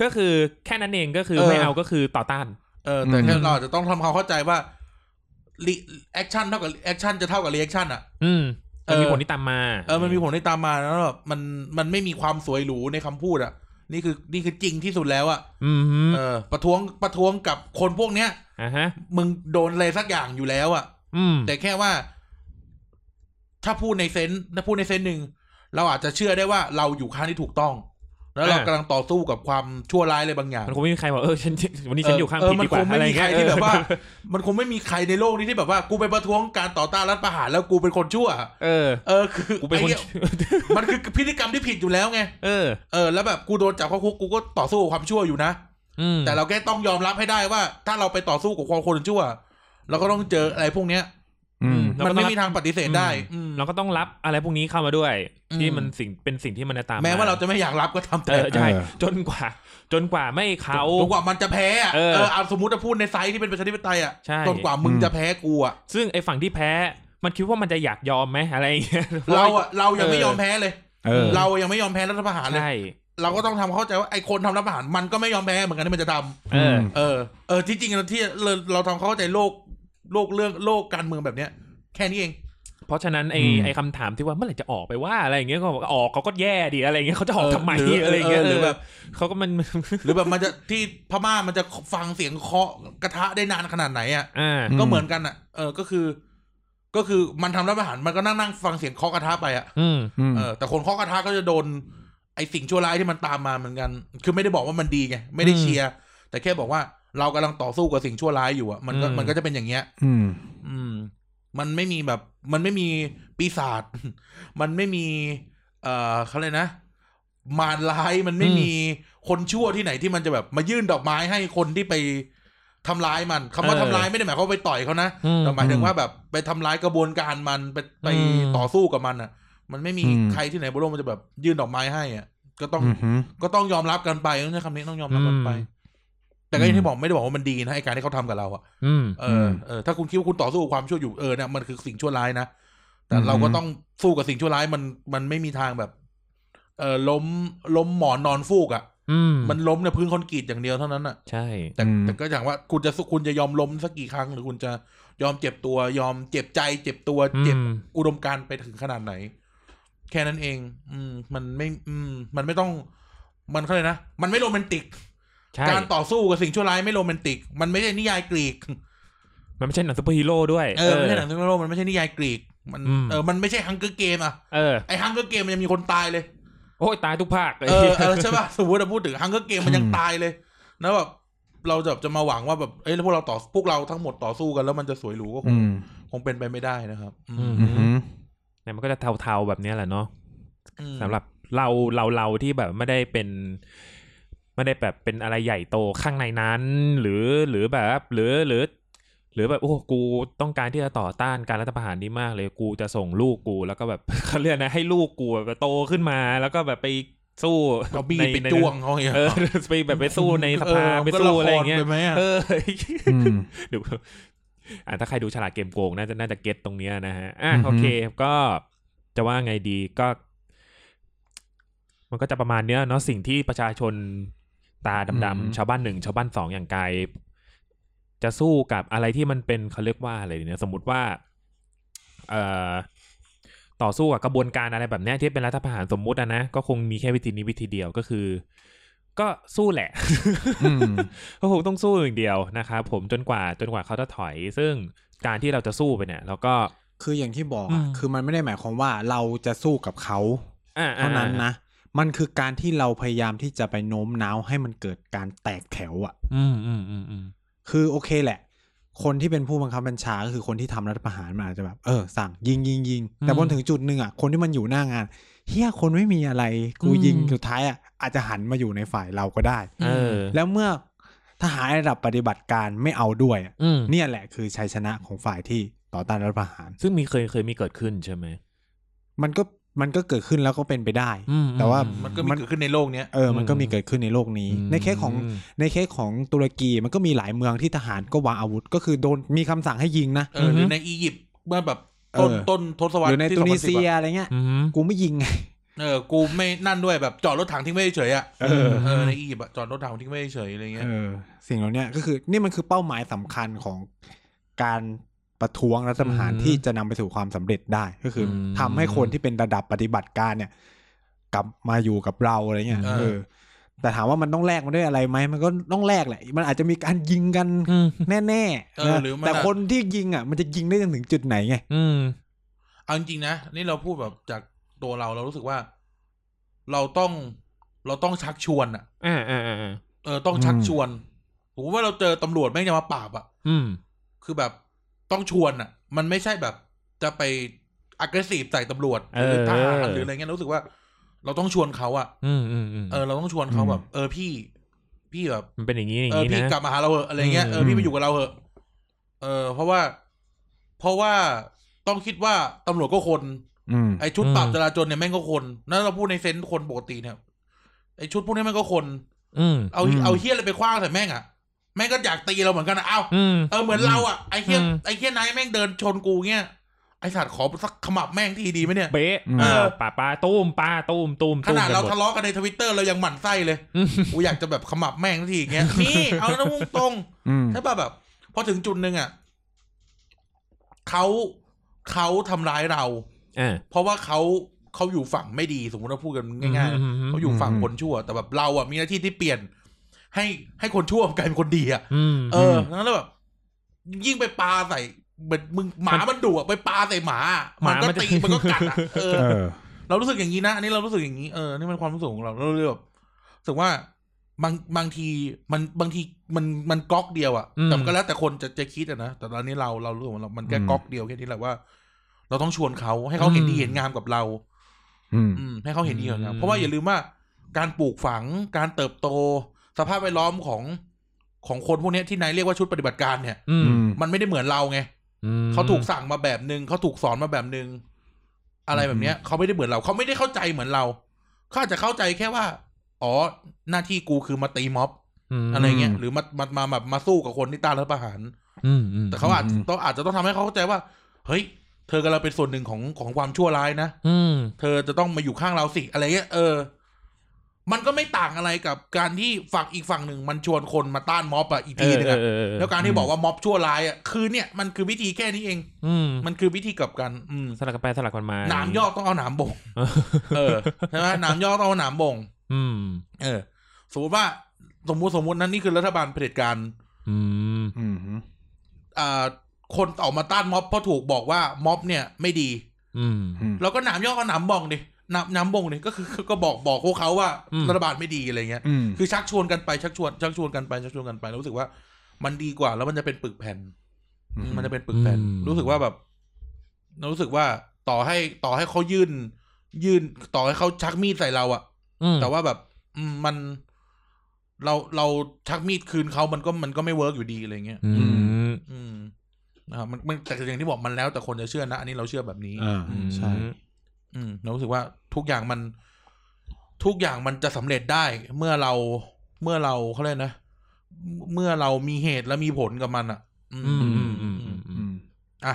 S1: ก็คือแค่นั้นเองก็คือ
S3: เออ
S1: ไม่เอาก็คือต่อต้าน
S3: เออแต่
S2: อื
S3: แค่
S2: ม
S3: เราอาจจะต้องทำความเข้าใจว่าแอคชั่นเท่ากับแอคชั่นจะเท่ากับรีแอคชั่นอ่ะ
S1: อืม
S3: เอ
S1: มัน
S3: อ
S1: มีผลที่ตามมา
S3: เออมันมีผลที่ตามมาแล้วแบบมันมันไม่มีความสวยหรูในคำพูดอ่ะ นี่คือนี่คือจริงที่สุดแล้วอ่ะ
S1: อืมฮึ
S3: เออ ประท้วงประท้วงกับคนพวกเนี้ย
S1: อ่าฮะ
S3: มึงโดนอะไรสักอย่างอยู่แล้วอ่ะ
S1: อืม
S3: แต่แค่ว่า ถ้าพูดในเซนส์ถ้าพูดในเซนส์หนึ่งเราอาจจะเชื่อได้ว่าเราอยู่ข้างที่ถูกต้อง แล้วเรา
S1: อ่ะ
S3: กำลังต่อสู้กับความชั่วร้ายอะไรบางอย่าง
S1: มันคงไม่มีใครบอกเออฉันวันนี้ฉันอยู่ข้าง
S3: เ
S1: ผิดดีกว่า
S3: มันคง
S1: อะ
S3: ไม่
S1: ไร
S3: มีใคร
S1: เงี้ย
S3: ที่แบบว่า
S1: เออ
S3: มันคงไม่มีใครในโลกนี้ที่แบบว่ากูไปประท้วงการต่อต้านรัฐประหารแล้วกูเป็นคนชั่ว
S1: เออ
S3: เออคือ
S1: กูเป็นคน
S3: ไอ
S1: *laughs*
S3: ้ยมันคือพฤติกรรมที่ผิดอยู่แล้วไง
S1: เออ
S3: เออแล้วแบบกูโดนจับเข้าคุกกูก็ต่อสู้กับความชั่วอยู่นะ
S1: อืม
S3: แต่เราแค่ต้องยอมรับให้ได้ว่า ถ้าเราไปต่อสู้กับความคนชั่ว เราก็ต้องเจออะไรพวกเนี้ย
S2: อืม
S1: เรา
S3: มั
S1: ก็ต้
S3: น
S1: องรับ
S3: ไม่มีทางปฏิเสธได้อืม
S1: เราก็ต้องรับอะไรพวกนี้เข้ามาด้วย
S3: อืม
S1: ที่มันสิ่งเป็นสิ่งที่มันจะตาม
S3: แม้ว่าเราจะไม่อยากรับก็ทำ
S1: เอ
S3: แต่
S1: อใช่
S2: เออ
S1: จนกว่า จนกว่าไม่เขา
S3: จนกว่ามันจะแพ้อะ
S1: เออ
S3: เออเอาสมมติจะพูดในไซส์ที่เป็นประชาธิปไตยอ่ะ
S1: ใช่
S3: จนกว่ามึงจะแพ้กูอ่ะ
S1: ซึ่งไอ้ฝั่งที่แพ้ มันคิดว่ามันจะอยากยอมไหมอะไรอย่างเงี้ย
S3: เราอ่ะเรายังไม่
S1: เออ
S3: ยอมแพ้เลย
S2: เออ
S3: เรายังไม่ยอมแพ้รัฐประหารเลย
S1: ใช่
S3: เราก็ต้องทำเข้าใจว่าไอ้คนทำรัฐประหารมันก็ไม่ยอมแพ้เหมือนกันที่มันจะทำ
S1: เออ
S3: เออ เออ ที่จริงเราที่เราเราทำความเข้าใจโลก โลกเรื่องโลกการเมืองแบบเนี้ย แค่นี้เอง
S1: เพราะฉะนั้นไอ้
S2: อืม
S1: ไอ้คำถามที่ว่าเมื่อไหร่จะออกไปว่าอะไรอย่างเงี้ยก็บอกว่าออกเขาก็แย่ดีอะไรอย่างเงี้ยเขาจะออก
S3: เออ
S1: ทำไม
S3: หรืออ
S1: อะไรอย่างเงี้ย
S3: เออหรือแบบ
S1: เขาก็มัน *laughs*
S3: หรือแบบมันจะที่พม่ามันจะฟังเสียงเคาะกระทะได้นานขนาดไหนอ่ะ
S1: อ่า
S3: ก็เหมือนกันอ่ะ เออ ก็คือ ก็คือมันทำรัฐประหารมันก็นั่งนั่งฟังเสียงเคาะกระทะไปอ่ะ
S1: อืม
S2: อืม
S3: เออ แต่คนเคาะกระทะก็จะโดน ไอสิ่งชั่วร้ายที่มันตามมาเหมือนกัน คือไม่ได้บอกว่ามันดีไง ไม่ได้เชียร์ แต่แค่บอกว่าเรากำลังต่อสู้กับสิ่งชั่วร้ายอยู่อ่ะ มันก็
S1: อืม
S3: มันก็จะเป็นอย่างเงี้ย
S2: อืม
S3: อืม มันไม่มีแบบมันไม่มีปีศาจ *laughs* มันไม่มี เอ่อเขาเลยกนะ มารร้ายมันไม่
S1: อืม
S3: มีคนชั่วที่ไหนที่มันจะแบบมายื่นดอกไม้ให้คนที่ไปทำร้ายมันคำว่าทำร้ายไม่ได้หมายความว่าไปต่อยเขานะ
S1: อืม
S3: แต่หมายถึงว่าแบบไปทำร้ายกระบวนการมันไปไป
S1: อืม
S3: ต่อสู้กับมันอ่ะ มันไม่มี
S2: อืม
S3: ใครที่ไหนบนโลกมันจะแบบยื่นดอกไม้ให้อ่ะก็ต้อง
S2: อือหือ
S3: ก็ต้องยอมรับกันไปต้องใช้คำนี้ต้องยอมรับกันไป
S1: อืม
S3: แต่ก็อย่างที่บอกไม่ได้บอกว่ามันดีนะไอการที่เขาทำกับเราอะ
S1: อืม
S3: เออ
S2: ม
S3: เออถ้าคุณคิดว่าคุณต่อสู้กับความชั่วอยู่เออเนี่ยมันคือสิ่งชั่วร้ายนะแต่
S2: อือฮึ
S3: เราก็ต้องสู้กับสิ่งชั่วร้ายมันมันไม่มีทางแบบ เออล้มล้มหมอนนอนฟูกอะ่ะ
S1: อืม
S3: มันล้มในพื้นคอนกรีตอย่างเดียวเท่านั้นอะ่ะ
S1: ใช่
S3: แต่
S2: อืม
S3: แต่ก็อย่างว่าคุณจะคุณจะยอมล้มสักกี่ครั้ง หรือคุณจะยอมเจ็บตัวยอมเจ็บใจ เจ็บตัว
S1: อื
S3: เจ็บ
S1: ม
S3: อุดมการณ์ไปถึงขนาดไหน แค่นั้นเอง อืม มันไม่อืม มันไม่ต้อง มันเขาเลยกนะมันไม่โรแมนติก
S1: ใช่
S3: การต่อสู้กับสิ่งชั่วร้ายไม่โรแมนติก มันไม่ใช่นิยายกรีก
S1: มันไม่ใช่หนังซูเปอร์ฮีโร่ด้วย
S3: เออไม่ใช่หนังซูเปอร์ฮีโร่มันไม่ใช่นิยายกรีก มัน
S1: อืม
S3: เออมันไม่ใช่ฮังเกอร์เกมอะ
S1: เออ
S3: ไอฮังเกอร์เกมมันยังมีคนตายเลย
S1: โอ้ยตายทุกภาคเลย
S3: เออเออใช่ป่ะสมมติเราพูดถึงฮังเกอร์เกมมันยังตายเลยนะแบบเราจะจะมาหวังว่าแบบเอ้ยแล้วพวกเราต่อพวกเราทั้งหมดต่อสู้กันแล้วมันจะสวยหรูก็ค
S2: อื
S3: ง
S2: ม
S3: คงเป็นไปไม่ได้นะครับอืม
S2: อือหือ
S1: เนี่ยมันก็จะเทาๆแบบเนี้ยแหละเนาะ
S3: อืม
S1: สำหรับเราเราเราที่แบบไม่ได้เป็น ไม่ได้แบบเป็นอะไรใหญ่โตข้างในนั้น หรือหรือแบบหรือหรือ หรือแบบโอ้กูต้องการที่จะต่อต้านการรัฐประหารนี้มากเลยกูจะส่งลูกกูแล้วก็แบบ *laughs* เขาเรียกนะให้ลูกกูแบบโตขึ้นมา แล้วก็แบบไปสู้
S3: เอาบี้
S1: ใน
S3: ไป
S1: ใน
S3: จ้วงเขาอย่างเงี้ย
S1: เอ *laughs* อไปแบบไปสู้ในสภา
S3: เออ
S1: ไปสู้อะไรอย่างเงี้ย
S3: ก็ลคปหมะ
S1: เออ
S2: อืม
S1: เดี๋ยวอ่ะถ้าใครดูฉลาดเกมโกงน่าจะน่าจะเก็ตตรงเนี้ยนะฮะ อ่ะ
S2: อือฮึ
S1: โอเคก็จะว่าไงดีก็ มันก็จะประมาณเนี้ยเนาะสิ่งที่ประชาชนตาดำๆชาวบ้านหนึ่งชาวบ้านสองอย่างกาย จะสู้กับอะไรที่มันเป็นเขาเรียกว่าอะไรดีเนี่ยสมมติว่า เอ่อ ต่อสู้กับกระบวนการอะไรแบบเนี้ยที่เป็นรัฐประหารสมมุติอะนะก็คงมีแค่วิธีนี้วิธีเดียวก็คือ ก็สู้แหละ
S2: อืม
S1: *laughs* ก็คงต้องสู้อย่างเดียวนะครับผมจนกว่าจนกว่าเขาจะถอย ซึ่งการที่เราจะสู้ไปเนี่ยเราก็
S2: *laughs* คืออย่างที่บอก
S1: อื
S2: อะ
S1: ม
S2: คือมันไม่ได้หมายความว่าเราจะสู้กับเขา
S1: อ่
S2: เท่านั้นนะ มันคือการที่เราพยายามที่จะไปโน้มน้าวให้มันเกิดการแตกแถวอะ
S1: อืมอืมอืมอืม
S2: คือโอเคแหละ คนที่เป็นผู้บังคับบัญชาก็คือคนที่ทำรัฐประหารมันอาจจะแบบเออสั่งยิงยิงยิงแต่พอถึงจุดหนึ่งอะคนที่มันอยู่หน้างานเฮียคนไม่มีอะไรกูยิงสุดท้ายอะอาจจะหันมาอยู่ในฝ่ายเราก็ได้
S1: เออ
S2: แล้วเมื่อทหารระดับปฏิบัติการไม่เอาด้วยอะ
S1: อืม
S2: เนี่ยแหละคือชัยชนะของฝ่ายที่ต่อต้านรัฐประหาร
S1: ซึ่งมีเคยเคยมีเกิดขึ้นใช่ไหม
S2: มันก็มันก็เกิดขึ้นแล้วก็เป็นไปได้
S1: อืม
S2: แต่ว่า
S1: อื
S3: มั
S2: มัน น
S3: ก็มีเกิดขึ้นในโลกเนี้ย
S2: เออมันก็มีเกิดขึ้นในโลกนี้
S1: อืม
S2: ในเคสของในเคสของตุรกีมันก็มีหลายเมืองที่ทหารก็วางอาวุธ ก็คือโดนมีคำสั่งให้ยิงนะ
S3: เออหรือในอียิปต์เมื่อแบบ
S2: เอ
S3: ต้น
S2: อ
S3: ต้นทศวร
S2: ห
S3: ร
S2: รือ
S3: ษ
S2: ใน
S3: ที่
S2: ตุนิ
S3: 2010
S2: เซีย
S3: อะ
S2: อะไรเงี้ย
S1: อืม
S2: กูไม่ยิงไง
S3: เออกูไม่นั่นด้วยแบบจอดรถถังทิ้งไว้เฉยๆอ่ะ
S2: เออ
S3: เออในอียิปต์อะจอดรถถังทิ้งไว้เฉยๆอะไรเงี้ย
S2: เออสิ่งเหล่าเนี้ยก็คือนี่มันคือเป้าหมายสำคัญของการประท้วงรัฐประหาร
S1: อืม
S2: ที่จะนำไปสู่ความสำเร็จได้ ก็คืออ
S1: ม
S2: ทำให้คนที่เป็นระดับปฏิบัติการเนี่ย กลับมาอยู่กับเราอะไรเงี้ย
S3: เออ
S2: เออ แต่ถามว่ามันต้องแลกมาด้วยอะไรไหมมันก็ต้องแลกแหละ มันอาจจะมีการยิงกัน
S1: อืม
S2: แน่
S3: เอ
S2: ๆ
S3: อ
S2: นะ
S3: หรือมัน
S2: แต่คนที่ยิงอ่ะ มันจะยิงได้จนถึงจุดไหนไง
S1: อืม
S3: เอาจริงๆนะนี่เราพูดแบบจากตัวเราเรารู้สึกว่า เราต้อง เราต้องชักชวนอ่ะ
S1: อ่าอ่าอ่าอ่า
S3: เออต้องชัก
S2: อืม
S3: ชวนผมว่าเราเจอตำรวจแม่งจะมาปราบอ่ะ
S1: อืม
S3: คือแบบต้องชวนอ่ะ มันไม่ใช่แบบจะไป aggressive ใส่ตำรวจห
S1: เออ
S3: รือทหารหรืออะไรเงี้ยรู้สึกว่า เราต้องชวนเขาอ่ะ
S1: อืมอืมอืม
S3: เออเราต้องชวนเขา
S2: อืม
S3: แบบ เออพี่ พี่แบบ
S1: มันเป็นอย่างนี้อย่า
S3: เอง อ
S1: นี้
S3: พี่
S1: นะ
S3: กลับมาหาเราเหอะอะไรเงี้ย
S1: อืม
S3: เออพี่ไปอยู่กับเราเหอะเออ เพราะว่า เพราะว่าต้องคิดว่าตำรวจก็คน
S2: อืม
S3: ไอ้ชุดปราบจราจรเนี่ยแม่งก็คนนั่นเราพูดในเซนส์คนปกติเนี่ยไอ้ชุดพวกนี้แม่งก็คน
S1: อืม
S3: เอา
S2: อืม
S3: เอาเฮี้ยอะไรไปคว้างใส่แม่งอ่ะแม่งก็อยากตีเราเหมือนกันอะเอ้า
S1: อืม
S3: เออเหมือนเราอ่ะไอ้เฮี้ย
S1: อืม
S3: ไอ้เฮี้ยนายแม่งเดินชนกูเงี้ยไอ้สัตว์ขอสักขมับแม่งทีดีไหมเนี่ย
S1: เป๊ะ
S2: อืม
S1: เออป้าป้าตุ้มป้าตุ้มตุ้ม
S3: ข
S1: ตุ้ม
S3: นาด
S1: กัน
S3: เรา
S1: หมด
S3: ทะเลาะกันในทวิตเตอร์เรายังหมั่นไส้เลย
S1: อืม
S3: กูอยากจะแบบขมับแม่งทีอย่างเงี้
S1: *laughs*
S3: ยนี่เอาแล้วมุ่งตรงๆ
S2: อืม
S3: ใช่ป่ะแบบพอถึงจุดหนึ่งอ่ะเขาเขาทำร้ายเรา
S1: อ่า
S3: เพราะว่าเขาเขาอยู่ฝั่งไม่ดีสมมติเราพูดกันง่าย
S1: อืมอืมอืม
S3: ๆเขาอยู่ฝั่งคนชั่ว แต่แบบเราอ่ะมีหน้าที่ที่เปลี่ยน ให้ให้คนชั่วกลายเป็นคนดีอ่ะ
S1: อืม
S3: เออแล้วแบบยิ่งไปปาใส่เหมือนมึงหมามันดุอ่ะไปปาใส่หมา
S1: ห
S3: มั
S1: มาน มั
S3: ก็
S1: นจะ
S3: ตี
S1: *laughs*
S3: มันก็กัดอ่ะเออ
S2: เออ
S3: เรารู้สึกอย่างนี้นะ อันนี้เรารู้สึกอย่างนี้ เออ นี่มันความรู้สึกของเรา เราเลยแบบรู้สึกว่าบางบางทีมันบางทีมันมันก๊อกเดียวอะ
S1: อืม
S3: แต่มันก็แล้วแต่คนจะจะคิดอะนะ แต่ตอนนี้เราเรารู้สึกว่าเรามันแค่
S2: อืม
S3: ก๊อกเดียวแค่นี้แหละว่า เราต้องชวนเขาให้เขาเห็นดีเห็นงามกับเรา
S2: อืม
S3: อืมให้เขาเห็นดีเห็นงามเพราะว่าอย่าลืมว่าการปลูกฝังการเติบโต สภาพแวดล้อมของของคนพวกเนี้ยที่นายเรียกว่าชุดปฏิบัติการเนี่ย
S1: อืม
S3: มันไม่ได้เหมือนเราไง
S1: อืม
S3: เขาถูกสั่งมาแบบนึงเขาถูกสอนมาแบบนึง อะไรแบบเนี้ยเขาไม่ได้เหมือนเราเขาไม่ได้เข้าใจเหมือนเราเขาอาจจะเข้าใจแค่ว่า อ๋อ หน้าที่กูคือมาตีม็อบ
S1: ม
S3: อะไรเงี้ยหรือมามามาแบบมาสู้กับคนที่ต้านรัฐประหาร
S1: อืมอืม
S3: แต่เขาอาจ
S2: อืม
S3: ต้องอาจจะต้องทำให้เขาเข้าใจว่า เฮ้ย เธอกำลังเป็นส่วนหนึ่งของของความชั่วร้ายนะ
S1: อืม
S3: เธอจะต้องมาอยู่ข้างเราสิอะไรเงี้ยเออ มันก็ไม่ต่างอะไรกับการที่ฝั่งอีกฝั่งหนึ่งมันชวนคนมาต้านม็อบอะอีกทีหนึงอะ
S1: เออเออเออ
S3: แล้วการที่บอกว่าม็อบชั่วร้ายอะคือเนี่ยมันคือวิธีแค่นี้เอง
S1: อืม
S3: มันคือวิธีกลับกัน อืม
S1: สลักกันไปสลักกันมา
S3: หนามยอกต้องเอาหนามบ่ง เออ ใช่ไหมหนามยอกต้องเอาหนามบ่ง
S1: อืม
S3: เออ สมมติว่า สมมติสมมตินั้นนี่คือรัฐบาลเผด็จการ
S1: อืม
S2: อืม
S3: อ่า คนออกมาต้านม็อบเพราะถูกบอกว่าม็อบเนี่ยไม่ดี
S1: อืม
S2: อืม
S3: เราก็หนามยอกเอาหนามบ่งดิหนามหนามบ่งดิก็คือก็บอกบอกพวกเขาว่า
S1: อืม
S3: รัฐบาลไม่ดีอะไรเงี้ย
S2: อืม
S3: *laughs* คือชักชวนกันไปชักชวนชักชวนกันไปชักชวนกันไปแล้วรู้สึกว่า มันดีกว่า แล้วมันจะเป็นปึกแผ่น
S2: อืม
S3: มันจะเป็นปึกแผ่น
S1: อืม
S3: รู้สึกว่าแบบรู้สึกว่าต่อให้ต่อให้เขายื่น ยื่นต่อให้เขาชักมีดใส่เราอะ
S1: อืม
S3: แต่ว่าแบบอืมมัน เราเราชักมีดคืนเขามันก็มันก็ไม่เวิร์กอยู่ดีอะไรเงี้ย
S1: อืม
S3: อืมนะครับมันมันแต่อย่างที่บอกมันแล้วแต่คนจะเชื่อนะอันนี้เราเชื่อแบบนี้
S2: อ่า
S3: อืม
S2: ใช่
S3: อืมเรารู้สึกว่าทุกอย่างมัน ทุกอย่างมันจะสำเร็จได้ เมื่อเราเมื่อเราเขาเรียกนะเมื่อเรามีเหตุและมีผลกับมันอะอืม
S1: อืมอืมอืม
S3: อืม
S1: อื
S2: อื
S1: ม
S2: ม
S3: อ่ะ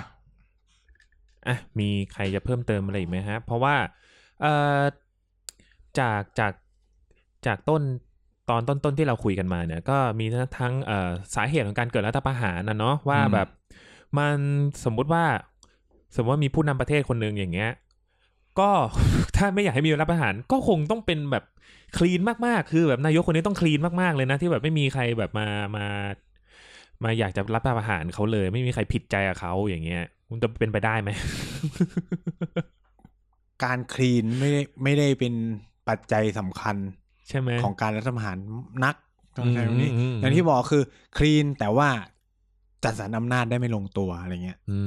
S1: อ่ะมีใครจะเพิ่มเติมอะไรอีกไหมฮะ เพราะว่าเอ่อจากจากจากต้นตอนต้นต้นที่เราคุยกันมาเนี่ย ก็มีทั้งเอ่อสาเหตุของการเกิดรัฐประหารนะเนาะว่า
S2: อืม
S1: แบบมันสมมุติว่า สมมติว่ามีผู้นำประเทศคนหนึ่งอย่างเงี้ย ก็ *laughs* ถ้าไม่อยากให้มีรัฐประหารก็คงต้องเป็นแบบคลีนมากๆ คือแบบนายกคนนี้ต้องคลีนมากๆเลยนะ ที่แบบไม่มีใครแบบมามา มาอยากจะรับประหารเขาเลย ไม่มีใครผิดใจกับเขาอย่างเงี้ยมันจะเป็นไปได้ไหม *laughs*
S2: การคลีนไม่ได้ไม่ได้เป็นปัจจัยสำคัญ
S1: ใช่ไหม
S2: ของการรัฐประหารนัก
S1: อืม
S2: ใช่ไหมนี่
S1: อืม
S2: อย่างที่บอกคือคลีนแต่ว่าจัดสรรอำนาจได้ไม่ลงตัวอะไรเงี้ย
S1: อื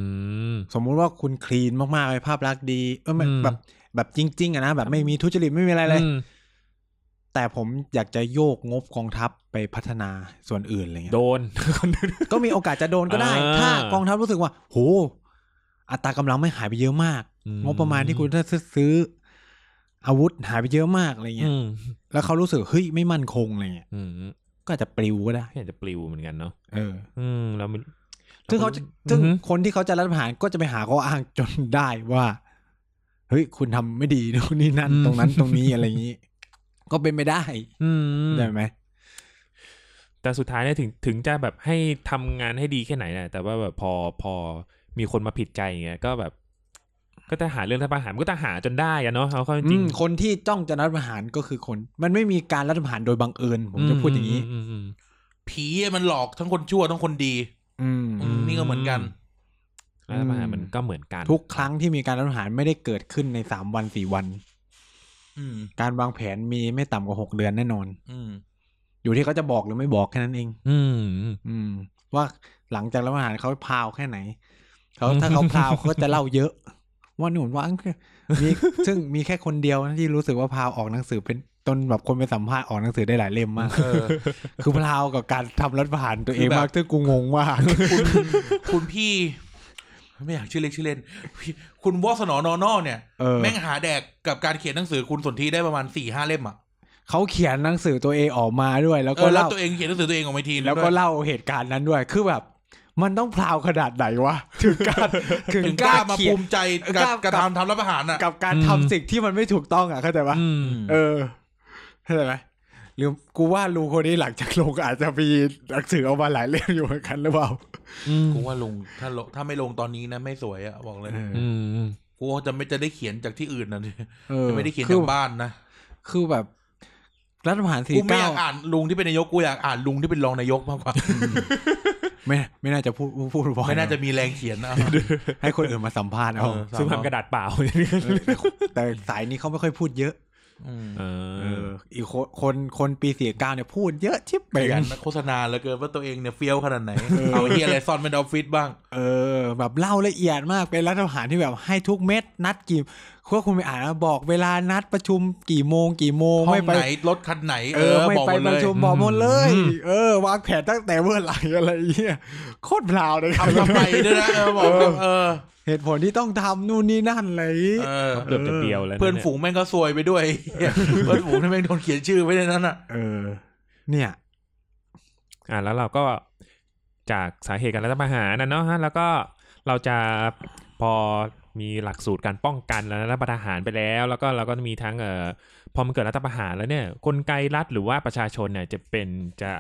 S1: ม
S2: สมมุติว่าคุณคลีนมากๆเลยภาพลักษณ์ดีเออมัน
S1: อืม
S2: แบบแบบจริง ๆอะนะแบบไม่มีทุจริตไม่มีอะไรเลย
S1: อืม
S2: แต่ผมอยากจะโยกงบกองทัพไปพัฒนาส่วนอื่นอะไรเงี้ย
S1: โดน คนอื่น
S2: ก็มีโอกาสจะโดนก็ได้
S1: อ่า
S2: ถ้ากองทัพรู้สึกว่า โห อัตรากำลังไม่หายไปเยอะมาก
S1: อืม
S2: งบประมาณที่คุณถ้าซื้อ อาวุธหายไปเยอะมากอะไรเงี้ย
S1: อืม
S2: แล้วเขารู้สึกเฮ้ยไม่มั่นคงอะไรเงี้ย
S1: อืม
S2: ก็อาจจะปลิวก็ได้
S1: อยากจะปลิวเหมือนกันเนาะ
S2: เออ
S1: อืมแล้วมัน
S2: ซึ่งเขาจะ
S1: อือฮึ
S2: ซึ่งคนที่เขาจะรัฐประหารก็จะไปหาข้ออ้างจนได้ว่า เฮ้ย คุณทำไม่ดีนู่นนี่นั่น ตรงนั้นตรงนี้อะไรอย่างนี้ ก็เป็นไม่ได้
S1: อืม
S2: ได้ไหม
S1: แต่สุดท้ายเนี่ยถึงถึงจะแบบให้ทำงานให้ดีแค่ไหนแหละแต่ว่าแบบพอพอมีคนมาผิดใจอย่างเงี้ยก็แบบ ก็จะหาเรื่องทำประหารมันก็จะหาจนได้อะเนาะเอาเข้าจ
S2: จริ
S1: ริ
S2: ง
S1: ง
S2: คนที่จ้องจะรัฐประหารก็คือคน มันไม่มีการรัฐประหารโดยบังเอิญ ผมจะพูดอย่างนี้
S1: นี้อืมอืม
S3: ผีมันหลอกทั้งคนชั่วทั้งคนดี
S2: อืม
S3: อืมนี่ก็เหมือนกัน
S1: อืมรัฐประหาร
S2: อืม
S1: มันก็เหมือนกัน
S2: ทุกครั้งที่มีการรัฐประหารไม่ได้เกิดขึ้นในสามวันสี่วัน
S3: อืม
S2: การวางแผนมีไม่ต่ำกว่าหกเดือนแน่นอน
S3: อืม
S2: อยู่ที่เขาจะบอกหรือไม่บอกแค่นั้นเอง
S1: อืม
S2: อืม ว่าหลังจากรับประทานเขาพราวแค่ไหน
S3: *laughs*
S2: เขาถ้าเขาพราวเขาก็จะเล่าเยอะ ว่าหนุนว่าอังคือมีซึ่งมีแค่คนเดียวนะที่รู้สึกว่าพราวออกหนังสือเป็นจนแบบคนไปสัมภาษณ์ออกหนังสือได้หลายเล่ม
S3: *laughs*
S2: มาก
S3: เอ
S2: *laughs*
S3: อ
S2: คือพราวกับการทำรัฐประหารตัวเอง
S3: คือแบบ *laughs*
S2: มากซึ่งกูงงมาก
S3: คุณคุณพี่ ไม่อยากชื่อเล็กชื่อเล่นพี่คุณวอสนอนอนอเนี่ย
S2: เออ
S3: แม่งหาแดกกับการเขียนหนังสือคุณสนธิได้ประมาณสี่ห้าเล่มอ่ะ
S2: เขาเขียนหนังสือตัวเองออกมาด้วย แล้ว
S3: เอ
S2: ก็
S3: อแล้ว
S2: เล่า
S3: ตัวเองเขียนหนังสือตัวเองออกมาอีกทีนึง
S2: แล้วก็
S3: ด้วย
S2: เล่าเหตุการณ์นั้นด้วย คือแบบ มันต้องพราวขนาดไหนวะ *laughs* ถึงก
S3: *laughs*
S2: ล้ารถึง
S3: ถึง
S2: ก
S3: ก
S2: ล้า
S3: ล้ามา
S2: เขีย
S3: ภู
S2: น
S3: มิใจ
S2: ก
S3: ก
S2: ล้า
S3: บกระทำทำรับประหารอ่ะ
S2: กับการทำสิ่งที่มันไม่ถูกต้องอ่ะเข้าใจปะ
S1: อืม
S2: เออเข้าใจไหมหรือกูว่าลูคนนี้หลังจากลงอาจจะมีหนังสือออกมาหลายเล่มอยู่เหมือนกันหรือเปล่า
S1: อืม
S3: กูว่าลงถ้าลงถ้าไม่ลงตอนนี้นะ ไม่สวยอะบอกเลย
S1: อืม
S3: กูว่าจะไม่จะได้เขียนจากที่อื่นนะ
S2: เออ
S3: จะไม่ได้เขียน
S2: คื
S3: จา
S2: อก
S3: บ้านนะ
S2: คือแบบ รัฐประหารสี่
S3: กูไม่
S2: เก้าย
S3: อากอ่านลุงที่เป็นนายกกูอยากอ่านลุงที่เป็นรองนายกมากกว่า
S2: ไม่ไม่น่าจะพูดพูดบ่อย
S3: ไม่น่าจะมีแรงเขียนนะ
S2: ให้คนอื่นมาสัมภาษณ์เอา
S3: เออ
S1: ซึ่งทำกระดาษเปล่า *laughs*
S2: เออแต่แต่สายนี้เขาไม่ค่อยพูดเยอะ
S3: อืม
S1: เอ
S2: เอ
S1: อ
S2: ออีกคนคนคนปีสี่เก้าเนี่ยพูดเยอะชิบไป
S3: ข
S2: กั
S3: ยั
S2: น
S3: นโฆษณาเหลือเกินว่าตัวเองเนี่ยเฟี้ยวขนาดไหนเอาไอ้เฮียอะไรซ่อนเป็นออฟฟิศบ้าง
S2: เออ แบบเล่าละเอียดมากเป็นรัฐประหารที่แบบให้ทุกเม็ดนัดกี่ว่าคุณไปอ่านนะบอกเวลานัดประชุมกี่โมง กี่โมง
S3: ห้อ
S2: ไม่
S3: ง
S2: ไป
S3: ไหนรถคันไหน
S2: เอ
S3: เอ
S2: อ
S3: อ
S2: ไม่
S3: บอก
S2: ไปป
S3: หมดเล
S2: ระ
S3: ย
S2: ชุมบอกหมดเลย
S1: อืม
S2: เออ วางแผนตั้งแต่เมื่อไหร่อะไรเงี้ยโคตรพลาวเลยครับ
S3: ทำทำไมด้วยนะเออบอก
S2: เออ
S3: เออ
S2: เหตุผลที่ต้องทำนู่นนี่นั่นอะไร
S3: เออ
S1: เกือบจะเดียวแล้วะ
S3: เพื่อนฝูงแม่งก็ซวยไปด้วย *laughs* เหี้ยเพื่อนฝูงที่แม่งโดนเขียนชื่อไว้ในนั้นอ่ะ
S2: เออ เนี่ย
S1: อ่ะแล้วเราก็จากสาเหตุการรัฐประหารนะเนาะฮะแล้วก็เราจะพอมีหลักสูตรการป้องกันและรัฐประหารไปแล้ว แล้วก็เราก็มีทั้งเอ่อพอมันเกิดรัฐประหารแล้วเนี่ยกลไกรัฐหรือว่าประชาชนเนี่ยจะเป็นจะ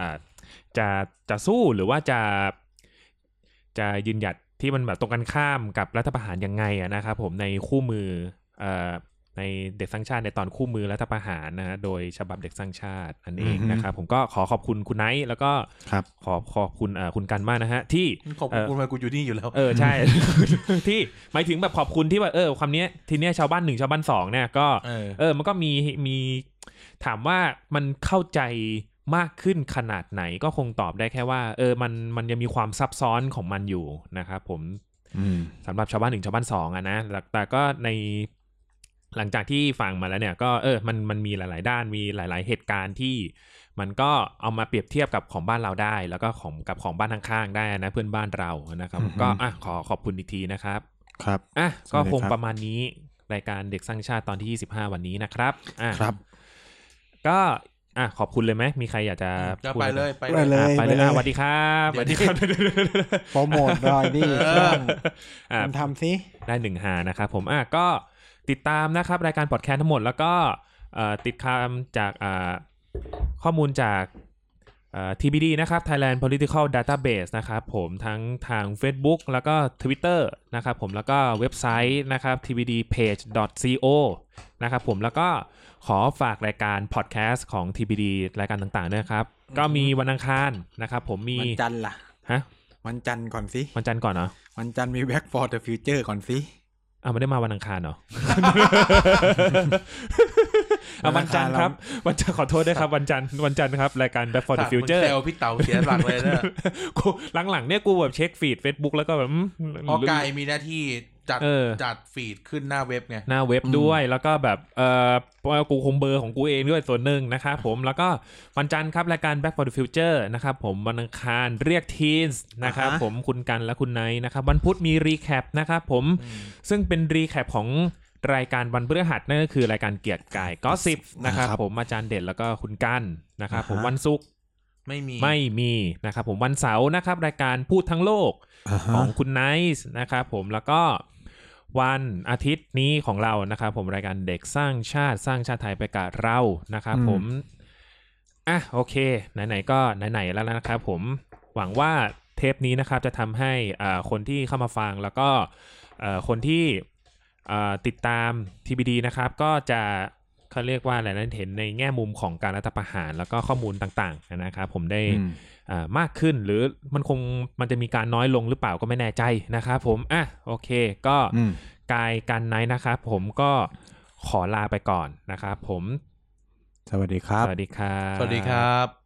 S1: จะจะสู้หรือว่าจะ จะยืนหยัดที่มันแบบตรงกันข้ามกับรัฐประหารยังไงอะนะครับผมในคู่มือเอ่อในเด็กสร้างชาติในตอนคู่มือรัฐประหารนะฮะโดยฉบับเด็กสร้างชาตินั่นเอง
S2: อือฮึ
S1: นะครับผมก็ขอขอบคุณคุณไนท์แล้วก็
S2: ครับ
S1: ขอบขอบคุณเอ่อคุณกันมากนะฮะ ที่
S3: ขอบ
S1: เออ
S3: คุณคุณมากูอยู่นี่อยู่แล้ว
S1: เออใช่ *laughs* ที่หมายถึงแบบขอบคุณที่ว่าเออความเนี้ยทีเนี้ยชาวบ้านหนึ่งชาวบ้านสองเนี่ยก็
S3: เออ
S1: เออมันก็มีมีถามว่ามันเข้าใจมากขึ้นขนาดไหนก็คงตอบได้แค่ว่า เออมันมันยังมีความซับซ้อนของมันอยู่นะครับผม
S2: อืม
S1: สำหรับชาวบ้านหนึ่งชาวบ้านสองอะนะแต่แต่ก็ในหลังจากที่ฟังมาแล้วเนี่ยก็เออมันมันมีหลาย ๆ ด้านมีหลาย ๆ เหตุการณ์ที่มันก็เอามาเปรียบเทียบกับของบ้านเราได้ แล้วก็ของกับของบ้านข้างๆได้นะเพื่อนบ้านเรานะครับ
S2: อือฮึ
S1: ก็อ่ะขอขอบคุณอีกทีนะครับ
S2: ครับ
S1: อ่ะ
S2: ส
S1: ก็
S2: วัสดีครับ
S1: คงประมาณนี้รายการเด็กสร้างชาติตอนที่ 25 วันนี้นะครับอ่ะ
S2: ครับ
S1: ก็อ่ะขอบคุณเลยไหมมีใครอยากจะ
S3: จะ
S1: พูด
S3: ไป
S1: อะร
S3: เลยไป
S2: ไปเล
S3: เล
S2: ย
S3: ย
S1: อ่ะไปเลยอ่ะสวัสดีครับสวัสดีครับ
S2: โปรโมทหน่อยดิ
S3: เออ
S2: ช่วง
S1: อ่ะ
S2: มันทำสิ
S1: ได้หนึ่งหานะครับผมอ่ะก็ติดตามนะครับ รายการพอดแคสต์ทั้งหมด แล้วก็เอ่อติดตามจากอ่าข้อมูลจากเอ่อ TBD นะครับ Thailand Political Database นะครับผมทั้งทาง Facebook แล้วก็ Twitter นะครับผมแล้วก็เว็บไซต์นะครับ tbdpage.co นะครับผมแล้วก็ขอฝากรายการพอดแคสต์ของ TBD รายการต่างๆด้วยนะครับ ก็มีวันอังคารนะครับผมมี
S2: วันจันทร์ล่ะ
S1: ฮะ
S2: วันจันทร์ก่อนสิ
S1: วันจันทร์ก่อนเนาะ
S2: วันจันทร์มี Back for the Future ก่อนสิ
S1: อ้าวไม่ได้มาวันอังคารเหร *laughs* อ เอาวันจันทร์ครับ วันจันทร์ขอโทษด้วยครับ วันจันทร์วันจันทร์ครับ รายการ Back for *laughs*
S3: ฝา
S1: the
S3: กมึง
S1: Future
S3: เซลพี่เต๋าเสียหลักเลยนะ
S1: กูหลังๆเนี่ยกูแบบเช็คฟีด Facebook แล้วก็แบบอืม
S3: ออกไกายมีหน้าที่จัด
S1: เออ
S3: จัดฟีดขึ้นหน้าเว็บไง
S1: หน้าเว็บด้วยแล้วก็แบบเออกูคงเบอร์ของกูเองด้วยส่วนหนึ่งนะครับผมแล้วก็วันจันทร์ครับรายการ Back for the Future นะครับผมวันอังคารเรียกทีนส์นะครับ
S2: อ่าฮะ
S1: ผมคุณกันและคุณไนท์นะครับวันพุธมีรีแคปนะครับผมซึ่งเป็นรีแคปของรายการวันพฤหัสนั่นก็คือรายการเกียรติกายก็สิบนะครับผมอาจารย์เด่นแล้วก็คุณกันนะครับผมวันศุกร์
S3: ไม่มี
S1: ไม่มีนะครับผมวันเสาร์นะครับรายการพูดทั้งโลก ของคุณไนซ์นะครับผมแล้วก็วันอาทิตย์นี้ของเรานะครับผมรายการเด็กสร้างชาติสร้างชาติไทยไปกับเรานะครับ
S2: อืม
S1: ผมอ่ะโอเค ไหนๆก็ไหนๆแล้วนะครับผมหวังว่าเทปนี้นะครับจะทำให้อ่าคนที่เข้ามาฟังแล้วก็เอ่อคนที่อ่าติดตาม TBD นะครับ ก็จะเขาเรียกว่าอะไรนั้นเห็นในแง่มุมของการรัฐประหาร แล้วก็ข้อมูลต่างๆนะครับผมได้
S2: อืม
S1: อ่ามากขึ้นหรือมันคงมันจะมีการน้อยลงหรือเปล่าก็ไม่แน่ใจนะครับผมอ่ะโอเค ก็
S2: อืม
S1: กายกันไนท์นะครับผมก็ ขอลาไปก่อนนะครับผม
S2: สวัสดีครับ
S1: สวัสดีครับ
S3: สวัสดีครับ